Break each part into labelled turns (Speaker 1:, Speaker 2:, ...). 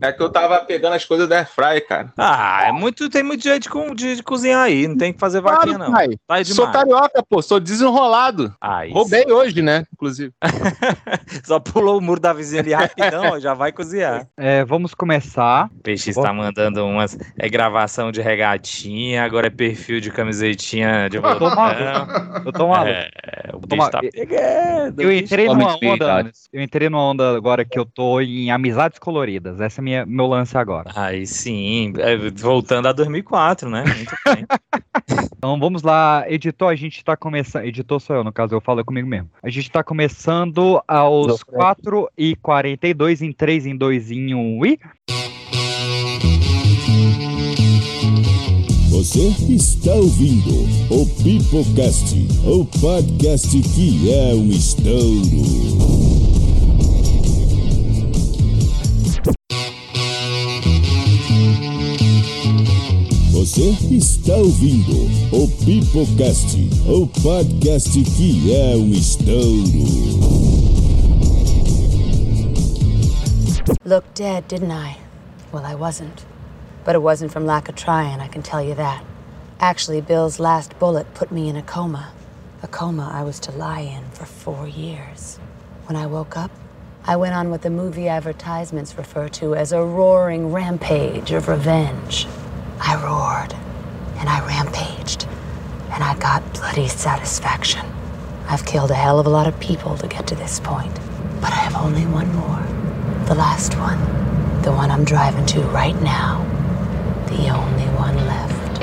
Speaker 1: É que eu tava pegando as coisas da Airfry, cara.
Speaker 2: Ah, é muito, tem muito jeito de, co- de- de cozinhar aí, não tem que fazer vaquinha, não.
Speaker 3: pai.
Speaker 2: Tá
Speaker 1: É
Speaker 2: aí demais.
Speaker 3: Sou carioca, pô. Sou desenrolado.
Speaker 2: Aí,
Speaker 3: Roubei hoje, né? Inclusive.
Speaker 2: Só pulou o muro da vizinha ali rapidão, ó, já vai cozinhar.
Speaker 4: É, vamos começar.
Speaker 2: O Peixe está mandando umas. É gravação de regatinha, agora é perfil de camisetinha de
Speaker 4: Eu tô
Speaker 2: botão.
Speaker 4: maluco. Eu tô maluco.
Speaker 2: É, o bicho
Speaker 4: Toma-
Speaker 2: tá pegando.
Speaker 4: Eu entrei
Speaker 5: Toma
Speaker 4: numa onda,
Speaker 5: experiência.
Speaker 4: Anderson. eu entrei numa onda agora que eu tô em amizades coloridas. Essa é minha meu lance agora.
Speaker 2: Aí sim, é, voltando a 2004, né? Muito bem.
Speaker 4: Então vamos lá, editor, a gente tá começando, editor sou eu, no caso eu falo é comigo mesmo. A gente tá começando aos 4 e 42 em 3 em 2 em 1 e
Speaker 6: Você está ouvindo o Pipocast, o podcast que é um estouro. Você está ouvindo o Pipocast, o podcast que é um estouro.
Speaker 7: Looked dead, didn't I? Well, I wasn't. But it wasn't from lack of trying, I can tell you that. Actually, Bill's last bullet put me in a coma. A coma I was to lie in for four years. When I woke up, I went on what the movie advertisements refer to as a roaring rampage of revenge. I roared, and I rampaged, and I got bloody satisfaction. I've killed a hell of a lot of people to get to this point, but I have only one more. The last one. The one I'm driving to right now. The only one left.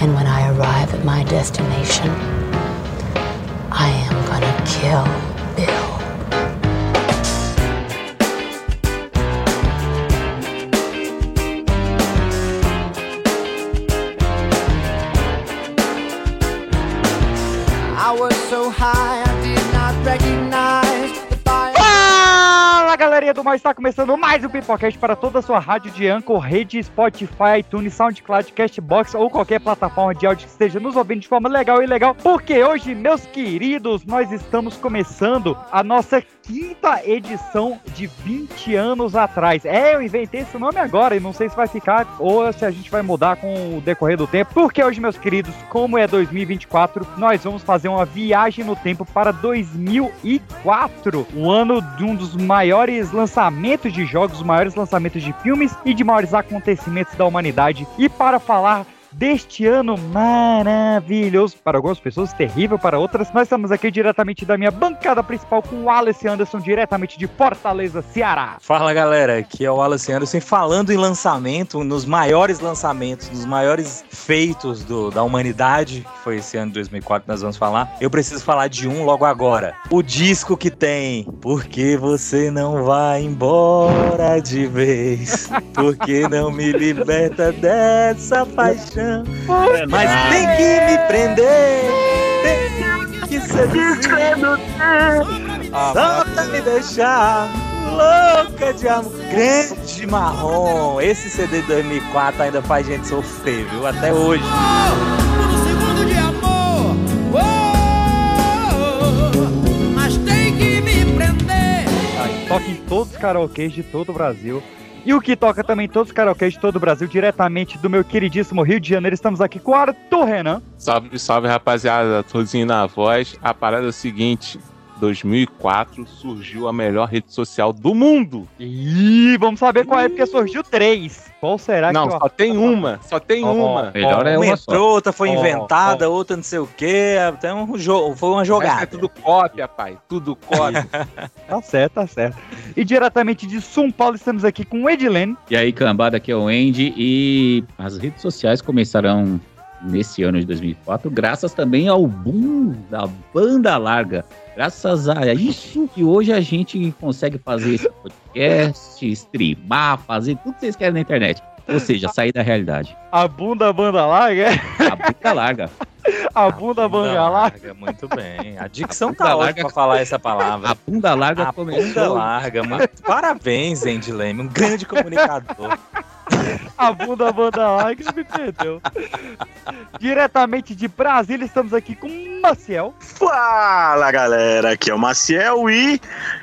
Speaker 7: And when I arrive at my destination, I am gonna kill Bill.
Speaker 8: I was so high I did not recognize the fire.
Speaker 4: Fala galerinha do mal, está começando mais um Pipocast para toda a sua rádio de Anchor, rede, Spotify, iTunes, SoundCloud, Castbox ou qualquer plataforma de áudio que esteja nos ouvindo de forma legal e legal, porque hoje, meus queridos, nós estamos começando a nossa quinta edição de 20 anos atrás. É, eu inventei esse nome agora e não sei se vai ficar ou se a gente vai mudar com o decorrer do tempo, porque hoje, meus queridos, como é 2024, nós vamos fazer uma viagem no tempo para 2004, o ano de um dos maiores lançamentos de jogos, maiores lançamentos de filmes e de maiores acontecimentos da humanidade. E para falar deste ano maravilhoso. Para algumas pessoas, terrível, para outras. Nós estamos aqui diretamente da minha bancada principal com o Alice Anderson, diretamente de Fortaleza, Ceará.
Speaker 2: Fala galera, aqui é o Wallace Anderson falando em lançamento, nos maiores lançamentos, nos maiores feitos do- da humanidade, que foi esse ano de 2004 que nós vamos falar. Eu preciso falar de um logo agora. O disco que tem Porque Você Não Vai Embora de Vez, Porque Não Me Liberta Dessa Paixão, Mas tem que me prender, tem que seduzir. Só pra me deixar louca de amor. Grande marrom. Esse CD de 2004 ainda faz gente sofrer, viu? Até hoje.
Speaker 8: Por um segundo de amor, oh, mas tem que me prender.
Speaker 4: Toca em todos os karaokês de todo o Brasil. E o que toca também em todos os karaokês de todo o Brasil, diretamente do meu queridíssimo Rio de Janeiro. Estamos aqui com o Arthur Renan.
Speaker 1: Salve, salve, rapaziada. Tozinho na voz. A parada é o seguinte. 2004 surgiu a melhor rede social do mundo.
Speaker 4: E vamos saber qual é, porque surgiu três. Qual
Speaker 3: Tá
Speaker 4: será
Speaker 1: Não,
Speaker 4: que
Speaker 1: só tem uma. Só tem
Speaker 4: Ó,
Speaker 1: uma.
Speaker 5: Melhor é
Speaker 2: Uma
Speaker 5: uma
Speaker 2: entrou,
Speaker 5: só.
Speaker 2: outra foi
Speaker 4: Ó,
Speaker 2: inventada, outra não sei o quê. Até um jogo. Foi
Speaker 1: O
Speaker 2: uma
Speaker 1: resto
Speaker 2: jogada.
Speaker 1: É tudo cópia, pai. Tudo cópia.
Speaker 4: Tá certo, tá certo. E diretamente de São Paulo, estamos aqui com o Edilene.
Speaker 5: E aí, cambada, aqui é o Andy. E as redes sociais começarão nesse ano de 2004, graças também ao boom da banda larga. Graças a isso que hoje a gente consegue fazer esse podcast, streamar, fazer tudo que vocês querem na internet. Ou seja, sair da realidade.
Speaker 4: A bunda banda larga, é?
Speaker 5: A bunda larga.
Speaker 4: A bunda banda larga.
Speaker 2: Muito bem. A dicção
Speaker 5: A
Speaker 2: tá
Speaker 5: bunda
Speaker 2: ótima
Speaker 5: larga.
Speaker 2: pra falar essa palavra.
Speaker 5: A bunda larga
Speaker 2: A bunda
Speaker 5: começou.
Speaker 2: larga. Muito... Parabéns, Andy Leme. Um grande comunicador.
Speaker 4: A bunda banda larga me perdeu. Diretamente de Brasília, estamos aqui com o Maciel.
Speaker 9: Fala galera, aqui é o Maciel e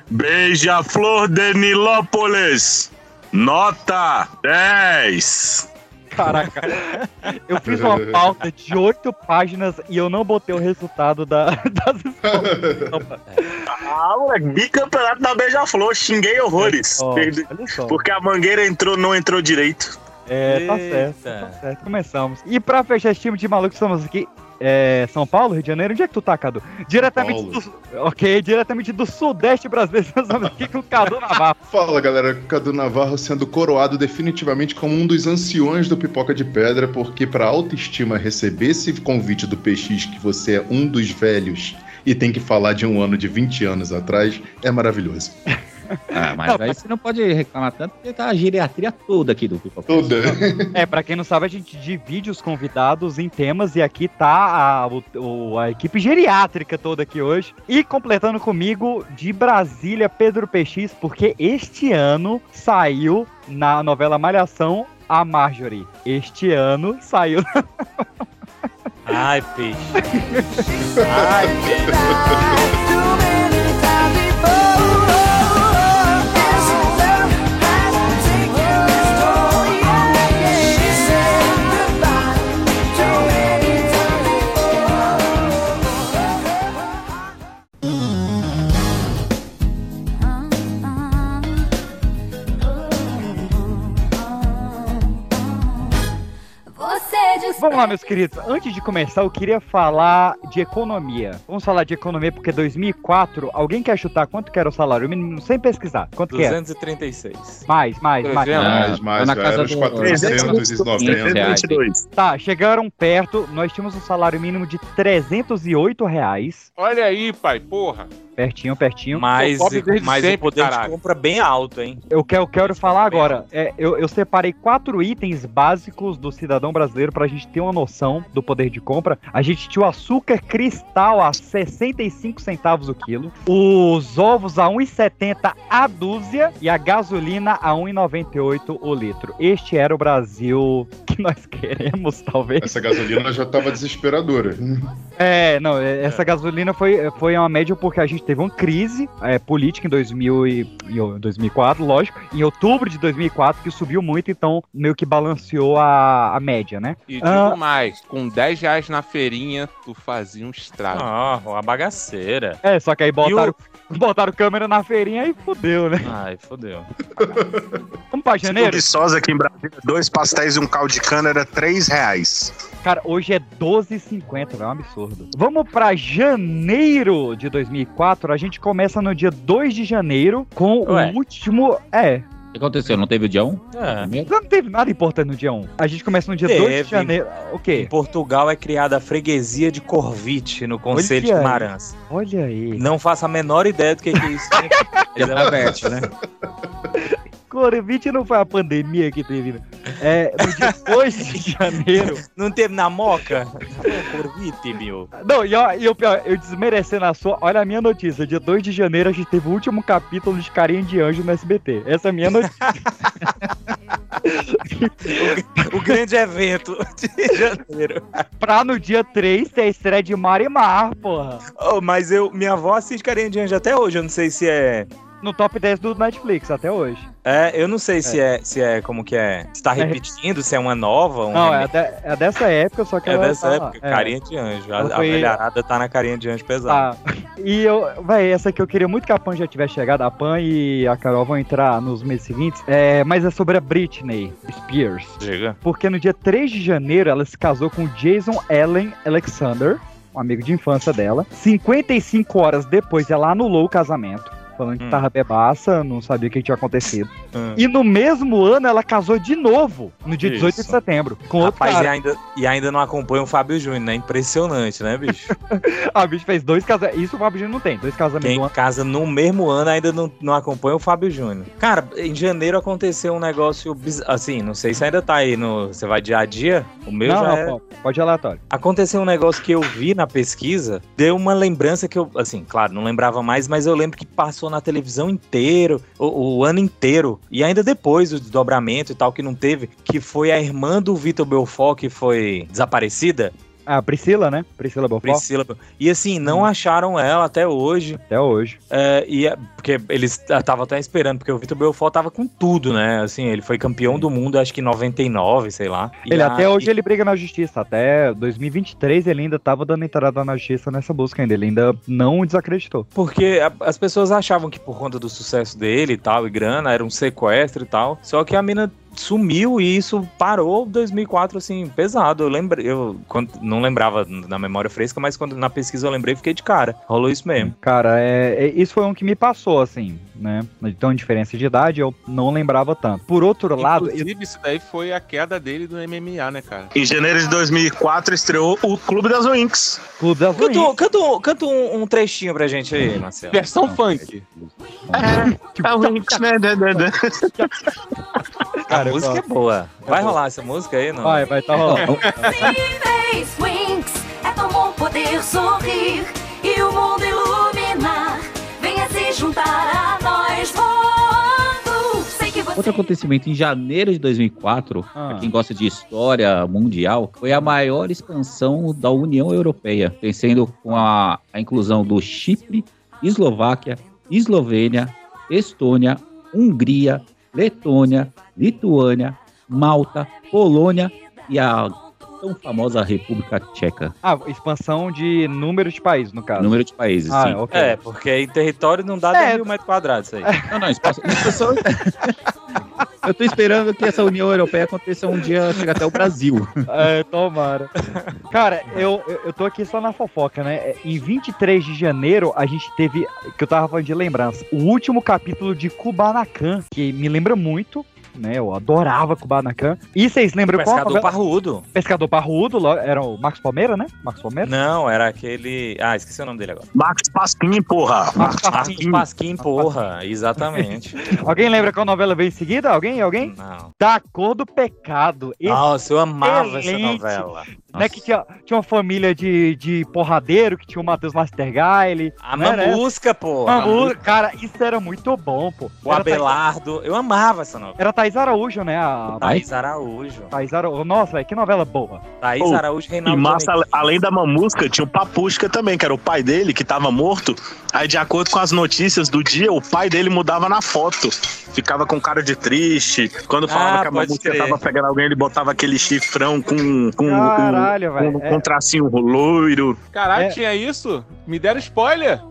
Speaker 9: beija-flor de Nilópolis. Nota 10.
Speaker 4: Caraca, eu fiz uma pauta de oito páginas e eu não botei o resultado da, das escolas.
Speaker 9: Ah, moleque, bicampeonato da Beija-Flor. Xinguei horrores.
Speaker 4: Ó,
Speaker 9: Perdi-
Speaker 4: olha só.
Speaker 9: Porque a mangueira entrou, não entrou direito.
Speaker 4: É, tá certo, tá certo. Começamos. E pra fechar esse time de malucos, estamos aqui. É, São Paulo, Rio de Janeiro, onde é que tu tá, Cadu? Diretamente
Speaker 10: Paulo.
Speaker 4: do. su- Ok, diretamente do Sudeste brasileiro, nós estamos aqui com o Cadu Navarro.
Speaker 10: Fala galera, Cadu Navarro sendo coroado definitivamente como um dos anciões do Pipoca de Pedra, porque para autoestima receber esse convite do PX que você é um dos velhos e tem que falar de um ano de 20 anos atrás, é maravilhoso.
Speaker 5: Ah, mas aí você não pode reclamar tanto, porque tá a geriatria toda aqui do Pipoca.
Speaker 10: Toda.
Speaker 4: É, pra quem não sabe, a gente divide os convidados em temas e aqui tá a, o- o- a equipe geriátrica toda aqui hoje. E completando comigo, de Brasília, Pedro PX, porque este ano saiu na novela Malhação a Marjorie. Este ano saiu
Speaker 2: Ai, peixe. Ai, peixe.
Speaker 4: Vamos lá, meus queridos. Antes de começar, eu queria falar de economia. Vamos falar de economia porque 2004, alguém quer chutar quanto que era o salário mínimo sem pesquisar? Quanto que é? era?
Speaker 2: 236.
Speaker 4: Mais, mais, mais.
Speaker 1: 300.
Speaker 10: Mas, mas,
Speaker 5: na
Speaker 10: já
Speaker 5: casa
Speaker 10: era os
Speaker 5: do-
Speaker 10: 490.
Speaker 9: 322.
Speaker 4: Tá, chegaram perto. Nós tínhamos um salário mínimo de 308 reais.
Speaker 1: Olha aí, pai, porra.
Speaker 4: Pertinho, pertinho.
Speaker 2: Mas,
Speaker 1: Sou pobre desde
Speaker 2: mas
Speaker 1: sempre,
Speaker 2: o poder
Speaker 1: caralho.
Speaker 2: de compra é bem alto, hein?
Speaker 4: Eu quero, eu quero falar agora. É, eu, eu separei quatro itens básicos do cidadão brasileiro pra gente ter uma noção do poder de compra. A gente tinha o açúcar cristal a 65 centavos o quilo, os ovos a 1,70 a dúzia e a gasolina a 1,98 o litro. Este era o Brasil que nós queremos, talvez.
Speaker 10: Essa gasolina já tava desesperadora.
Speaker 4: É, não, é, essa gasolina foi, foi uma média porque a gente teve uma crise é, política em 2000 e, e o- 2004, lógico, em outubro de 2004, que subiu muito, então meio que balanceou a, a média, né?
Speaker 1: E digo
Speaker 4: Ah.
Speaker 1: mais, com 10 reais na feirinha, tu fazia um estrago.
Speaker 2: Ah, uma bagaceira.
Speaker 4: É, só que aí botaram, botaram câmera na feirinha e fudeu, né?
Speaker 2: Ai, fodeu.
Speaker 4: Vamos pra janeiro?
Speaker 9: De Sosa aqui em Brasília, dois pastéis e um caldo de cana era 3 reais.
Speaker 4: Cara, hoje é 12,50, velho, é um absurdo. Vamos pra janeiro de 2004, a gente começa no dia 2 de janeiro com
Speaker 2: Ué.
Speaker 4: o último... É,
Speaker 5: O que aconteceu? Não teve o dia 1?
Speaker 2: É.
Speaker 4: não teve nada importante no dia 1. A gente começa no dia 2
Speaker 2: Teve.
Speaker 4: de janeiro... O quê?
Speaker 2: Em Portugal é criada a freguesia de Corvite no Conselho de
Speaker 4: Olha aí.
Speaker 2: Marans.
Speaker 4: Olha aí.
Speaker 2: Não faço a menor ideia do que, que é isso. né? Mas ela veste, né?
Speaker 4: Covid não foi a pandemia que teve. né? É, no dia 2 de janeiro.
Speaker 2: Não teve na moca? Pô, Corvite, meu.
Speaker 4: Não, e, ó, e o pior, eu desmerecendo a sua. Olha a minha notícia. Dia 2 de janeiro a gente teve o último capítulo de Carinha de Anjo no SBT. Essa é a minha notícia.
Speaker 2: O grande evento de janeiro.
Speaker 4: pra no dia 3 ter a estreia de Mar e Mar, porra.
Speaker 2: Oh, mas eu, minha avó assiste Carinha de Anjo até hoje. Eu não sei se é.
Speaker 4: No top 10 do Netflix até hoje.
Speaker 2: é eu não sei se é. Se é como que é. Se tá repetindo, se é uma nova. Um
Speaker 4: Não, é,
Speaker 2: remake.
Speaker 4: de- é dessa época, só que
Speaker 2: É Ah.
Speaker 4: ela
Speaker 2: dessa
Speaker 4: tá-
Speaker 2: época,
Speaker 4: é.
Speaker 2: carinha de anjo. A,
Speaker 4: Ela
Speaker 2: a
Speaker 4: foi-
Speaker 2: velharada tá na carinha de anjo pesada.
Speaker 4: Tá. E eu, véi, essa aqui eu queria muito que a Pan já tivesse chegado. A Pan e a Carol vão entrar nos meses seguintes. É, mas é sobre a Britney Spears.
Speaker 2: Chega.
Speaker 4: Porque no dia 3 de janeiro ela se casou com o Jason Allen Alexander, um amigo de infância dela. 55 horas depois ela anulou o casamento. Falando que
Speaker 2: Hum.
Speaker 4: tava bebaça, não sabia o que tinha acontecido.
Speaker 2: Hum.
Speaker 4: E no mesmo ano ela casou de novo, no dia 18 de
Speaker 2: Isso.
Speaker 4: setembro, com um outro
Speaker 2: Rapaz, é. e
Speaker 4: cara.
Speaker 2: ainda, e ainda não acompanha o Fábio Júnior, né? Impressionante, né, bicho?
Speaker 4: A bicha fez dois casamentos. Isso o Fabinho não tem, dois casamentos.
Speaker 2: Quem
Speaker 4: no ano.
Speaker 2: casa no mesmo ano ainda não, não acompanha o Fábio Júnior. Cara, em janeiro aconteceu um negócio biz- assim, não sei se ainda tá aí no. Você vai dia a dia? O meu
Speaker 4: Não,
Speaker 2: já
Speaker 4: não,
Speaker 2: é-
Speaker 4: pode- pode ir aleatório.
Speaker 2: Aconteceu um negócio que eu vi na pesquisa, deu uma lembrança que eu, assim, claro, não lembrava mais, mas eu lembro que passou na televisão inteiro, o, o ano inteiro, e ainda depois o desdobramento e tal, que não teve, que foi a irmã do Vitor Belfort que foi desaparecida.
Speaker 4: Ah, Priscila, né? Priscila Belfort.
Speaker 2: Priscila. E assim, não acharam ela até hoje.
Speaker 4: Até hoje.
Speaker 2: É, e é- porque eles estavam até esperando, porque o Vitor Belfort tava com tudo, né? Assim, ele foi campeão do mundo, acho que em 99, sei lá. E
Speaker 4: Ele
Speaker 2: a-
Speaker 4: até hoje
Speaker 2: e-
Speaker 4: ele briga na justiça. Até 2023 ele ainda tava dando entrada na justiça nessa busca ainda. Ele ainda não desacreditou.
Speaker 2: Porque a- as pessoas achavam que por conta do sucesso dele e tal, e grana, era um sequestro e tal. Só que a mina sumiu e isso parou 2004 assim pesado eu lembrei eu quando, não lembrava na memória fresca mas quando na pesquisa eu lembrei fiquei de cara rolou isso mesmo
Speaker 4: Cara, é, é- isso foi um que me passou, assim, né? Então, em diferença de idade, eu não lembrava tanto. Por outro lado, eu-
Speaker 1: Inclusive, isso daí foi a queda dele do MMA, né, cara?
Speaker 9: Em janeiro de 2004 estreou o Clube das Winx.
Speaker 4: Clube das
Speaker 2: canta, um- canta, um- canta um, um trechinho pra gente aí Marcelo
Speaker 1: Versão
Speaker 4: é
Speaker 1: funk.
Speaker 9: A Winx, né? né, né, né.
Speaker 2: a música é boa vai rolar essa música aí não
Speaker 4: vai, vai, tá rolando.
Speaker 11: Incríveis Winx, é tão bom poder sorrir e o mundo iluminar. Venha se juntar a nós voando. Sei que você
Speaker 12: Assim.
Speaker 11: é
Speaker 5: Outro acontecimento, em janeiro de 2004,
Speaker 4: Ah,
Speaker 5: pra quem gosta de história mundial, foi a maior expansão da União Europeia, vencendo com a, a inclusão do Chipre, Eslováquia, Eslovênia, Estônia, Hungria, Letônia, Lituânia, Malta, Polônia e a tão famosa República Tcheca.
Speaker 4: Ah, expansão de número de países, no caso.
Speaker 5: Número de países,
Speaker 4: Ah,
Speaker 5: sim.
Speaker 4: ok.
Speaker 2: É, porque em território não dá
Speaker 4: É.
Speaker 2: nem mil metros quadrados isso aí.
Speaker 5: Não, não, espaço. expansão- Eu tô esperando que essa União Europeia aconteça um dia, chega até o Brasil.
Speaker 4: É, tomara. Cara, eu, eu eu tô aqui só na fofoca, né? É, Em 23 de janeiro, a gente teve, que eu tava falando de lembrança, o último capítulo de Kubanacan, que me lembra muito, né? Eu adorava Kubanacan. E vocês lembram qual a
Speaker 2: Pescador
Speaker 4: novela?
Speaker 2: é Parrudo.
Speaker 4: Pescador Parrudo, lá- era o Marcos Palmeira, né? Marcos Palmeira?
Speaker 2: Não, era aquele. Ah, esqueci o nome dele agora.
Speaker 9: Marcos Pasquim, porra. Marcos
Speaker 2: Marcos
Speaker 9: Pasquim.
Speaker 2: Pasquim, porra. Exatamente.
Speaker 4: Ah, Alguém lembra qual novela veio em seguida? Alguém? Alguém?
Speaker 2: Não.
Speaker 4: Da Cor do Pecado. Esse,
Speaker 2: Nossa, eu amava essa
Speaker 4: Excelente.
Speaker 2: novela.
Speaker 4: né, que tinha, tinha uma família de, de porradeiro, que tinha o Matheus Lastergaile.
Speaker 2: A
Speaker 4: Não era
Speaker 2: Mamusca, porra.
Speaker 4: Mamu- cara, isso era muito bom, pô.
Speaker 2: O
Speaker 4: Era Thaís-
Speaker 2: Abelardo. Eu amava essa novela.
Speaker 4: Era Thaís Araújo, né? A
Speaker 2: Thaís Araújo.
Speaker 4: Thaís Araújo. Nossa, velho, que novela boa.
Speaker 2: Thaís
Speaker 9: Oh,
Speaker 2: Araújo
Speaker 9: E
Speaker 2: Reinaldo.
Speaker 9: massa,
Speaker 2: Janequim.
Speaker 9: além da mamusca, tinha o Papushka também, que era o pai dele, que tava morto. Aí, de acordo com as notícias do dia, o pai dele mudava na foto. Ficava com cara de triste. Quando falava
Speaker 2: Ah,
Speaker 9: que a
Speaker 2: pode
Speaker 9: mamusca
Speaker 2: crer.
Speaker 9: tava pegando alguém, ele botava aquele chifrão com.
Speaker 4: Hum,
Speaker 9: com
Speaker 4: Caralho,
Speaker 9: com,
Speaker 4: velho.
Speaker 9: com, com tracinho loiro.
Speaker 1: Caralho,
Speaker 4: É.
Speaker 1: tinha isso? Me deram spoiler.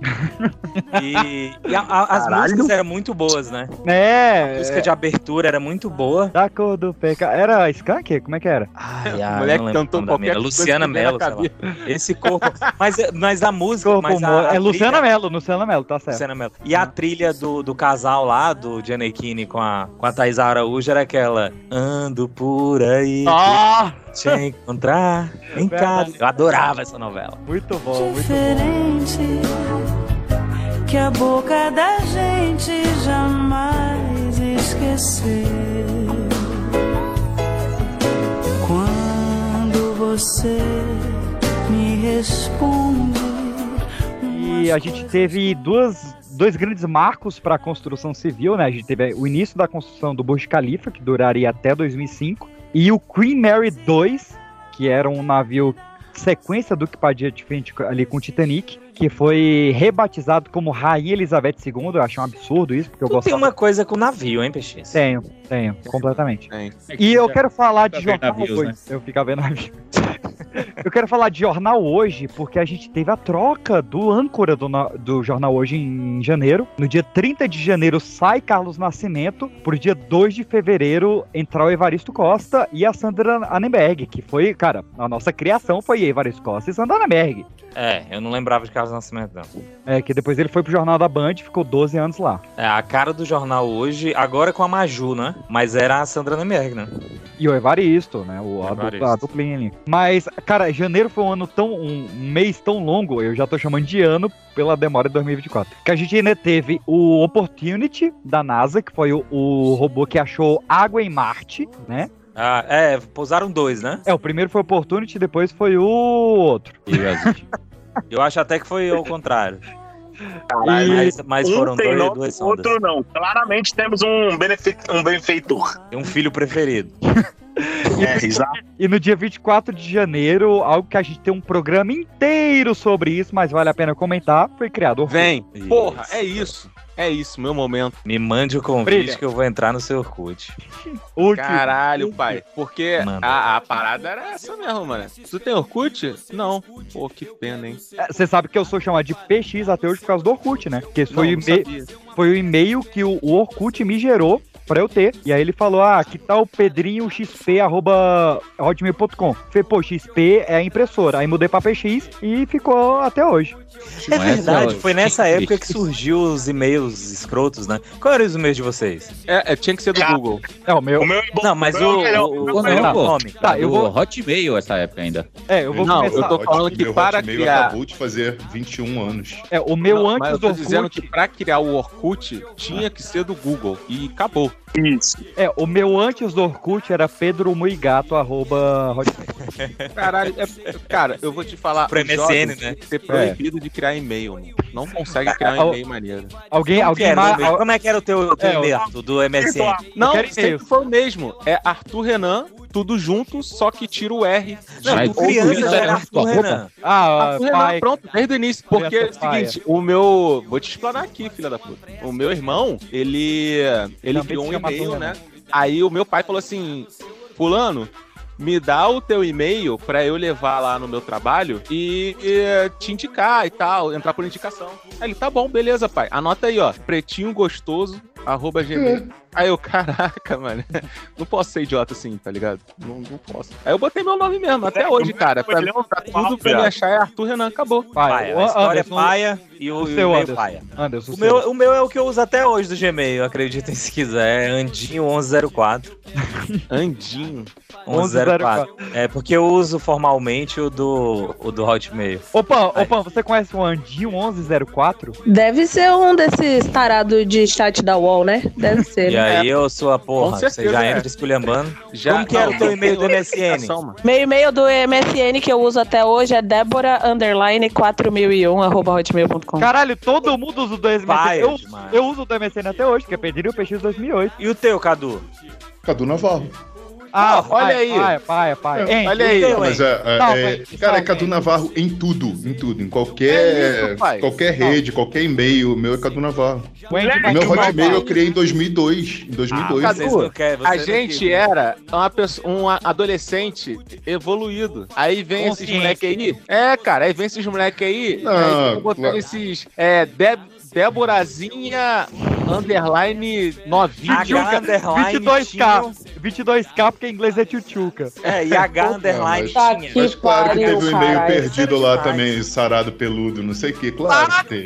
Speaker 2: E, e a- a- as
Speaker 9: Caralho.
Speaker 2: músicas eram muito boas, né? A
Speaker 4: É,
Speaker 2: música de abertura era muito boa.
Speaker 4: da cor do pecado. Era Skank? Como é que era?
Speaker 2: Ai, ai,
Speaker 1: o moleque
Speaker 2: não lembro o
Speaker 1: cantou
Speaker 2: nome da
Speaker 1: qualquer
Speaker 2: mina.
Speaker 1: coisa
Speaker 2: Luciana
Speaker 1: que veio
Speaker 2: Mello,
Speaker 1: na
Speaker 2: sei lá.
Speaker 1: cabeça.
Speaker 2: Esse corpo. Mas, mas a música.
Speaker 4: Corpo
Speaker 2: mas a-
Speaker 4: Mor-
Speaker 2: a
Speaker 4: é Luciana
Speaker 2: trilha-
Speaker 4: Mello, Luciana Mello, tá certo.
Speaker 2: Luciana Mello. E a trilha do, do casal lá, do Giannettini com a, com a Thais Araújo, era aquela. Ando por aí.
Speaker 4: Ah,
Speaker 2: Te encontrar em casa. Eu adorava essa novela.
Speaker 4: muito bom, muito bom.
Speaker 11: diferente que a boca da gente jamais esqueceu. Quando você me responde,
Speaker 4: E a gente teve duas, dois grandes marcos para a construção civil, né? A gente teve o início da construção do Burj Khalifa, que duraria até 2005, e o Queen Mary 2, que era um navio sequência do que padia de frente ali com o Titanic, que foi rebatizado como Rainha Elizabeth II. Eu acho um absurdo isso, porque eu
Speaker 2: Tu tem
Speaker 4: gostava.
Speaker 2: uma coisa com navio, hein, Peixinho?
Speaker 4: Tenho, tenho, completamente.
Speaker 1: Tem.
Speaker 5: É
Speaker 4: E eu quero falar de
Speaker 5: Fica vendo
Speaker 4: jornal
Speaker 5: né? navios,
Speaker 4: hoje. Eu ficava vendo navio. eu quero falar de jornal hoje, porque a gente teve a troca do âncora do, na- do jornal hoje em janeiro. No dia 30 de janeiro sai Carlos Nascimento, pro dia 2 de fevereiro entrar o Evaristo Costa e a Sandra Annenberg, que foi, cara, a nossa criação foi Evaristo Costa e Sandra Annenberg.
Speaker 2: É, eu não lembrava de Carlos Nascimento, não.
Speaker 4: É, que depois ele foi pro Jornal da Band e ficou 12 anos lá.
Speaker 2: É, a cara do jornal hoje, agora é com a Maju, né? Mas era a Sandra Nemerg, né?
Speaker 4: E o Evaristo, né? O, a,
Speaker 2: Evaristo.
Speaker 4: dupla, a duplinha ali. Mas, cara, janeiro foi um ano tão. um mês tão longo, eu já tô chamando de ano pela demora de 2024. Que a gente ainda teve o Opportunity da NASA, que foi o, o robô que achou água em Marte, né?
Speaker 2: Ah, é, pousaram dois, né?
Speaker 4: É, o primeiro foi o Opportunity, depois foi o outro.
Speaker 2: Eu acho até que foi ao contrário.
Speaker 9: Caralho.
Speaker 2: Mas, mas foram
Speaker 9: um tem
Speaker 2: dois,
Speaker 9: nome,
Speaker 2: duas
Speaker 9: o
Speaker 2: sondas.
Speaker 9: outro não. Claramente temos um, benefe- um benfeitor.
Speaker 2: Tem um filho preferido.
Speaker 9: É, exato.
Speaker 4: E no dia 24 de janeiro, algo que a gente tem um programa inteiro sobre isso, mas vale a pena comentar, foi criado.
Speaker 1: Vem, porra, é isso. É isso, meu momento.
Speaker 2: Me mande o convite
Speaker 1: Brilha.
Speaker 2: que eu vou entrar no seu Orkut.
Speaker 1: Caralho, pai. Porque
Speaker 2: Manda.
Speaker 1: a, a parada era essa mesmo, mano. Tu tem Orkut? Não. Pô, que pena, hein?
Speaker 4: É, Você sabe que eu sou chamado de PX até hoje por causa do Orkut, né? Porque esse foi,
Speaker 1: Não,
Speaker 4: o
Speaker 1: não
Speaker 4: e-mail- foi o e-mail que o, o Orkut me gerou pra eu ter. E aí ele falou, ah, que tal pedrinho xp arroba hotmail.com. Falei, pô, XP é a impressora. Aí mudei pra PX e ficou até hoje.
Speaker 2: É verdade, foi nessa época que surgiu os e-mails escrotos, né? Qual era os e-mails de vocês?
Speaker 1: É, tinha que ser do Google.
Speaker 4: É, o meu.
Speaker 2: Não, mas o. o- o- tá, nome.
Speaker 5: Tá, eu
Speaker 2: Do-
Speaker 5: vou. Hotmail essa época ainda.
Speaker 4: É, eu vou
Speaker 1: Não,
Speaker 4: começar.
Speaker 1: eu tô falando que
Speaker 10: Meu
Speaker 1: para
Speaker 10: Hotmail
Speaker 1: criar.
Speaker 10: acabou de fazer 21 anos.
Speaker 4: É, o meu
Speaker 1: Não, mas
Speaker 4: antes
Speaker 1: eu
Speaker 4: do
Speaker 1: tô
Speaker 4: Orkut.
Speaker 1: dizendo que pra criar o Orkut tinha que ser do Google. E acabou.
Speaker 9: Isso.
Speaker 4: É, o meu antes do Orkut era Pedro Muigato, arroba Hotmail.
Speaker 1: Caralho, é- cara, eu vou te falar.
Speaker 2: Pro
Speaker 1: os
Speaker 2: MSN,
Speaker 1: jovens
Speaker 2: né?
Speaker 1: têm que Ser proibido de criar e-mail, mano. Não consegue criar um
Speaker 4: Al-
Speaker 1: e-mail maneiro.
Speaker 4: Alguém,
Speaker 2: Como, que
Speaker 4: alguém
Speaker 2: era o
Speaker 4: mais.
Speaker 2: e-mail? Como é que era o teu, teu
Speaker 4: É,
Speaker 2: e-mail, Arthur, do MSN?
Speaker 1: Não,
Speaker 4: quero e-mail.
Speaker 1: sempre foi o mesmo. É Arthur Renan, tudo junto, só que tira o R.
Speaker 5: Mas
Speaker 2: Não, tu
Speaker 5: ou
Speaker 2: criança né?
Speaker 5: isso
Speaker 2: já
Speaker 5: era
Speaker 2: era
Speaker 5: tua
Speaker 2: Arthur
Speaker 5: roupa?
Speaker 2: Renan.
Speaker 4: Ah,
Speaker 1: Arthur
Speaker 4: pai.
Speaker 1: Renan, pronto, desde o início. Porque é o
Speaker 4: Criança paia.
Speaker 1: seguinte, o meu. Vou te explanar aqui, filha da puta. O meu irmão, ele. Ele
Speaker 4: Também
Speaker 1: criou
Speaker 4: se
Speaker 1: um
Speaker 4: chama
Speaker 1: e-mail,
Speaker 4: Arthur
Speaker 1: né?
Speaker 4: Renan.
Speaker 1: Aí o meu pai falou assim: Fulano. Me dá o teu e-mail pra eu levar lá no meu trabalho e, e te indicar e tal, entrar por indicação. Aí ele, tá bom, beleza, pai. Anota aí, ó, pretinho gostoso, arroba gmail. Aí eu, caraca, mano, não posso ser idiota assim, tá ligado? Não, não posso. Aí eu botei meu nome mesmo, até hoje, cara. Pra, pra tudo pra me achar é Arthur Renan, acabou.
Speaker 4: Pai,
Speaker 2: Paia. A
Speaker 4: o
Speaker 2: história é
Speaker 4: Anderson,
Speaker 2: paia e o,
Speaker 4: o
Speaker 2: e o
Speaker 4: seu,
Speaker 2: e-mail é
Speaker 4: Anderson.
Speaker 2: paia.
Speaker 4: Anderson,
Speaker 2: O
Speaker 4: seu.
Speaker 2: meu, o meu é o que eu uso até hoje do Gmail, acreditem se quiser. É Andinho1104.
Speaker 1: Andinho.
Speaker 2: 1104. É, porque eu uso formalmente o do, o do Hotmail.
Speaker 4: Opa,
Speaker 2: Vai.
Speaker 4: opa, você conhece o Andinho 1104?
Speaker 12: Deve ser um desses tarados de chat da UOL, né? Deve ser.
Speaker 2: E
Speaker 12: né?
Speaker 2: aí eu sou a porra,
Speaker 1: Com certeza,
Speaker 2: você já
Speaker 1: é.
Speaker 2: entra esculhambando.
Speaker 1: Já,
Speaker 2: Como que era o teu e-mail do MSN?
Speaker 12: Meu e-mail do MSN que eu uso até hoje é débora 4001 arroba hotmail.com.
Speaker 4: Caralho, todo mundo usa o do MSN.
Speaker 2: Paia
Speaker 4: eu,
Speaker 2: demais.
Speaker 4: eu uso o do MSN até hoje, que é Pedrinho PX 2008.
Speaker 2: E o teu, Cadu?
Speaker 10: Cadu Navarro.
Speaker 4: Ah,
Speaker 1: olha aí.
Speaker 4: Paia, paia, paia. Hein,
Speaker 1: Olha aí.
Speaker 4: eu-
Speaker 10: Mas é, é,
Speaker 4: Não,
Speaker 10: é-
Speaker 4: mas-
Speaker 10: cara, é
Speaker 4: não,
Speaker 10: Cadu
Speaker 4: mas-
Speaker 10: Navarro em tudo, em tudo, em
Speaker 1: É
Speaker 10: qualquer,
Speaker 1: isso, pai.
Speaker 10: qualquer
Speaker 4: Não.
Speaker 10: rede, qualquer e-mail, o meu é Cadu Navarro.
Speaker 4: o Andy
Speaker 10: O meu
Speaker 4: Mac-
Speaker 10: Hotmail eu criei em 2002, em 2002.
Speaker 1: Cadu,
Speaker 2: Vocês não querem, você
Speaker 1: A
Speaker 2: não né?
Speaker 1: gente
Speaker 2: queria.
Speaker 1: era uma pessoa, um a- adolescente evoluído. Aí vem esses
Speaker 4: Consciente.
Speaker 1: moleque aí. É, cara, aí vem esses moleque aí. né?
Speaker 10: Não,
Speaker 1: aí ficam botando
Speaker 10: claro.
Speaker 1: esses. É, Dé- Déborazinha underline
Speaker 2: é
Speaker 1: novinho.
Speaker 2: H underline um-
Speaker 4: 22k, 22k, porque em inglês é tchutchuca.
Speaker 2: É, e H underline tinha.
Speaker 12: Que
Speaker 10: Mas claro que
Speaker 12: pariu,
Speaker 10: teve um e-mail
Speaker 12: caralho.
Speaker 10: perdido lá
Speaker 2: Demais.
Speaker 10: também, sarado peludo, não sei o que. Claro que teve.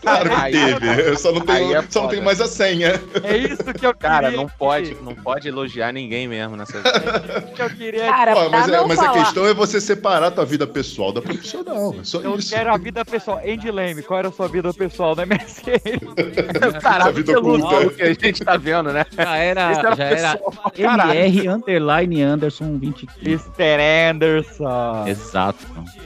Speaker 10: Claro que
Speaker 1: Aí-
Speaker 10: teve. Eu só não
Speaker 1: aí
Speaker 10: tenho,
Speaker 1: é
Speaker 10: só não
Speaker 1: foda.
Speaker 10: tenho mais a senha.
Speaker 4: É isso que eu queria.
Speaker 1: Cara, não
Speaker 4: que-
Speaker 1: pode, não pode elogiar ninguém mesmo nessa vida. Tá
Speaker 4: que eu queria.
Speaker 12: Cara, pra
Speaker 10: Ó, mas é-
Speaker 12: não
Speaker 10: mas a
Speaker 12: falar.
Speaker 10: questão é você separar tua vida pessoal da profissional. É só
Speaker 4: Eu
Speaker 10: isso.
Speaker 4: quero a vida pessoal. Andy Leme, qual era a sua vida pessoal da MSN?
Speaker 1: Caralho,
Speaker 10: vida
Speaker 1: peludo
Speaker 10: oculta. é
Speaker 1: que a gente tá vendo, né?
Speaker 5: Já era,
Speaker 1: Esse era
Speaker 5: já era MR underline Anderson 25.
Speaker 4: Mr. Anderson.
Speaker 5: Exato.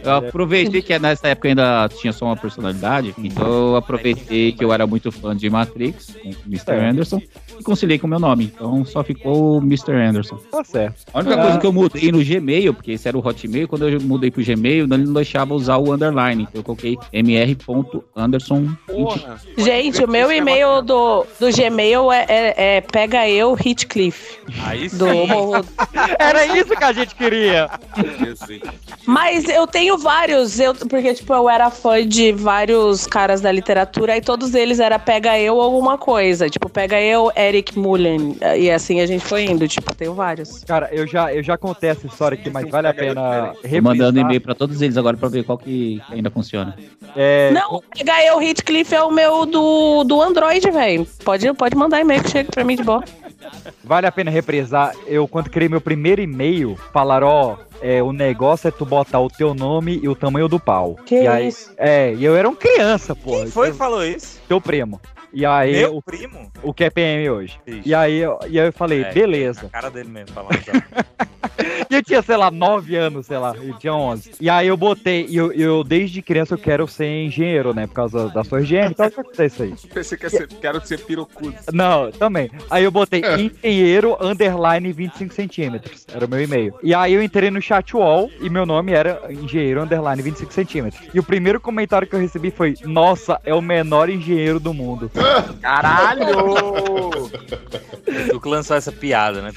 Speaker 5: Eu aproveitei que nessa época ainda tinha só uma personalidade, então eu aproveitei que eu era muito fã de Matrix, com o Mr. Anderson, e conciliei com o meu nome. Então só ficou o Mr. Anderson.
Speaker 4: Tá certo.
Speaker 5: A única
Speaker 4: Ah.
Speaker 5: coisa que eu mudei no Gmail, porque esse era o Hotmail, quando eu mudei pro Gmail, ele não deixava usar o underline. Então eu coloquei mr.anderson25.
Speaker 1: Porra.
Speaker 12: Gente, o meu e-mail do, do Gmail é, é, é pega eu Hitcliff.
Speaker 1: Aí sim.
Speaker 12: Do...
Speaker 4: Era isso que a gente queria.
Speaker 1: Jesus.
Speaker 12: Mas eu tenho vários, eu, porque tipo, eu era fã de vários caras da literatura e todos eles era pega eu alguma coisa. Tipo, pega eu, Eric Mullen. E assim a gente foi indo, tipo, tenho vários.
Speaker 4: Cara, eu já, eu já contei essa história aqui, mas vale a pena
Speaker 5: Tô
Speaker 4: revisar.
Speaker 5: mandando e-mail pra todos eles agora pra ver qual que ainda funciona.
Speaker 4: É,
Speaker 12: Não, pega eu, Hitcliff é o meu do, do Android, velho. Pode, pode mandar e-mail que chega pra mim de boa.
Speaker 4: Vale a pena represar. Eu, quando criei meu primeiro e-mail, falaram, ó, é, o negócio é tu botar o teu nome e o tamanho do pau.
Speaker 12: Que
Speaker 4: e aí,
Speaker 12: isso?
Speaker 4: É, e eu era um criança, pô.
Speaker 2: Quem foi
Speaker 4: Eu-
Speaker 2: que falou isso?
Speaker 4: Teu primo. E aí,
Speaker 2: Meu
Speaker 4: o,
Speaker 2: primo?
Speaker 4: o que é PM hoje.
Speaker 2: Triste.
Speaker 4: E aí, eu- e aí eu falei,
Speaker 2: É,
Speaker 4: beleza.
Speaker 2: A cara dele mesmo falando.
Speaker 4: E eu tinha, sei lá, 9 anos, sei lá, eu tinha 11. E aí eu botei, e eu, eu desde criança eu quero ser engenheiro, né, por causa da sua higiene, então eu já isso aí.
Speaker 1: Pensei que ia ser, quero ser pirocudo.
Speaker 4: Não, também. Aí eu botei
Speaker 1: É.
Speaker 4: engenheiro underline 25 centímetros. Era o meu e-mail. E aí eu entrei no chat wall e meu nome era engenheiro underline 25 centímetros. E o primeiro comentário que eu recebi foi: Nossa, é o menor engenheiro do mundo.
Speaker 2: Caralho! Tu que lançou essa piada, né?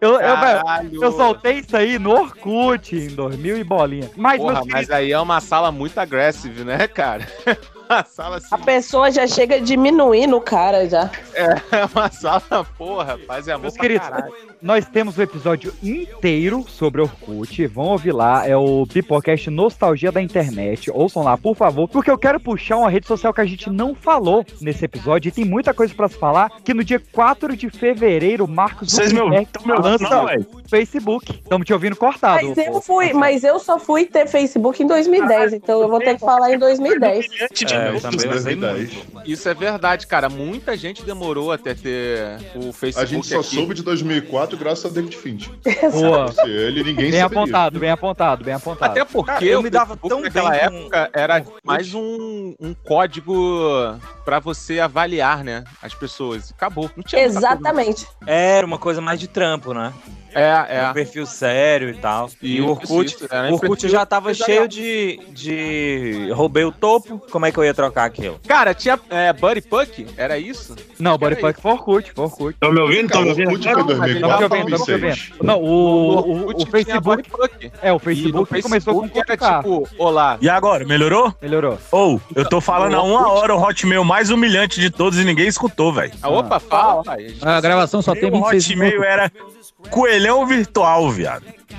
Speaker 4: Eu, eu, velho, eu soltei isso aí no Orkut em 2000 e bolinha. Mas,
Speaker 1: Porra,
Speaker 4: meus
Speaker 1: mas aí é uma sala muito agressiva, né, cara? Uma sala assim.
Speaker 12: A pessoa já chega diminuindo o cara já.
Speaker 1: É uma sala, porra, paz e amor.
Speaker 4: Meus
Speaker 1: pra
Speaker 4: queridos,
Speaker 1: caralho.
Speaker 4: nós temos o episódio inteiro sobre Orkut. Vão ouvir lá, é o Pipocast Nostalgia da Internet. Ouçam lá, por favor, porque eu quero puxar uma rede social que a gente não falou nesse episódio e tem muita coisa pra se falar. Que no dia 4 de fevereiro, Marcos
Speaker 9: Vocês me
Speaker 4: Zuckerberg
Speaker 2: Então
Speaker 9: tão me ouvindo,
Speaker 4: lança
Speaker 9: não,
Speaker 2: é.
Speaker 9: velho?
Speaker 4: o Facebook. Estamos te ouvindo
Speaker 1: Ah,
Speaker 4: cortado.
Speaker 12: Mas eu
Speaker 1: tá
Speaker 12: fui, mas eu só fui ter Facebook em 2010, então eu vou ter que falar em 2010.
Speaker 2: É, eu também usei muito.
Speaker 1: Isso é verdade, cara. Muita gente demorou até ter o Facebook.
Speaker 10: A gente só
Speaker 1: aqui.
Speaker 10: soube de 2004 graças a David Finch.
Speaker 4: Boa.
Speaker 10: Se ele, ninguém
Speaker 4: Bem
Speaker 10: saberia.
Speaker 4: apontado, bem apontado, bem apontado.
Speaker 1: Até porque
Speaker 2: Cara, eu me
Speaker 1: o
Speaker 2: dava
Speaker 1: Facebook
Speaker 2: tão
Speaker 1: naquela
Speaker 2: bem com-
Speaker 1: época era mais um, um código pra você avaliar, né? As pessoas. Acabou. Não tinha muita coisa.
Speaker 12: Exatamente.
Speaker 2: Era uma coisa mais de trampo, né?
Speaker 1: É,
Speaker 2: Um
Speaker 1: é.
Speaker 2: perfil sério e tal. E o Orkut,
Speaker 1: isso, era
Speaker 2: o Orkut
Speaker 1: perfil
Speaker 2: já tava
Speaker 1: empresarial.
Speaker 2: cheio de, de. Roubei o topo, como é que eu ia trocar aquilo?
Speaker 1: Cara, tinha é, Buddy Puck? Era isso?
Speaker 4: Não, Body Punk foi Orkut, foi Orkut.
Speaker 10: Então,
Speaker 9: Estão me ouvindo? Estão
Speaker 10: Cara,
Speaker 9: me ouvindo?
Speaker 10: o Orkut foi
Speaker 4: Tamo te
Speaker 10: 2004
Speaker 4: ouvindo, tamo te
Speaker 10: 2006.
Speaker 4: ouvindo. Não, o, o, o,
Speaker 1: Orkut tinha Buddy
Speaker 4: Facebook.
Speaker 1: Puck. E
Speaker 4: É, o
Speaker 1: no
Speaker 4: Facebook, começou com
Speaker 1: era
Speaker 4: 4K.
Speaker 1: tipo, olá.
Speaker 9: E agora, melhorou?
Speaker 4: Melhorou.
Speaker 9: Ou, eu tô falando há uma
Speaker 1: Orkut-
Speaker 9: hora o Hotmail mais humilhante de todos e ninguém escutou, velho.
Speaker 1: Ah, opa, fala, pai. A gente
Speaker 5: A gravação só tem
Speaker 9: Meu
Speaker 5: 26
Speaker 9: Hotmail
Speaker 5: minutos.
Speaker 9: era coelhão virtual, viado. É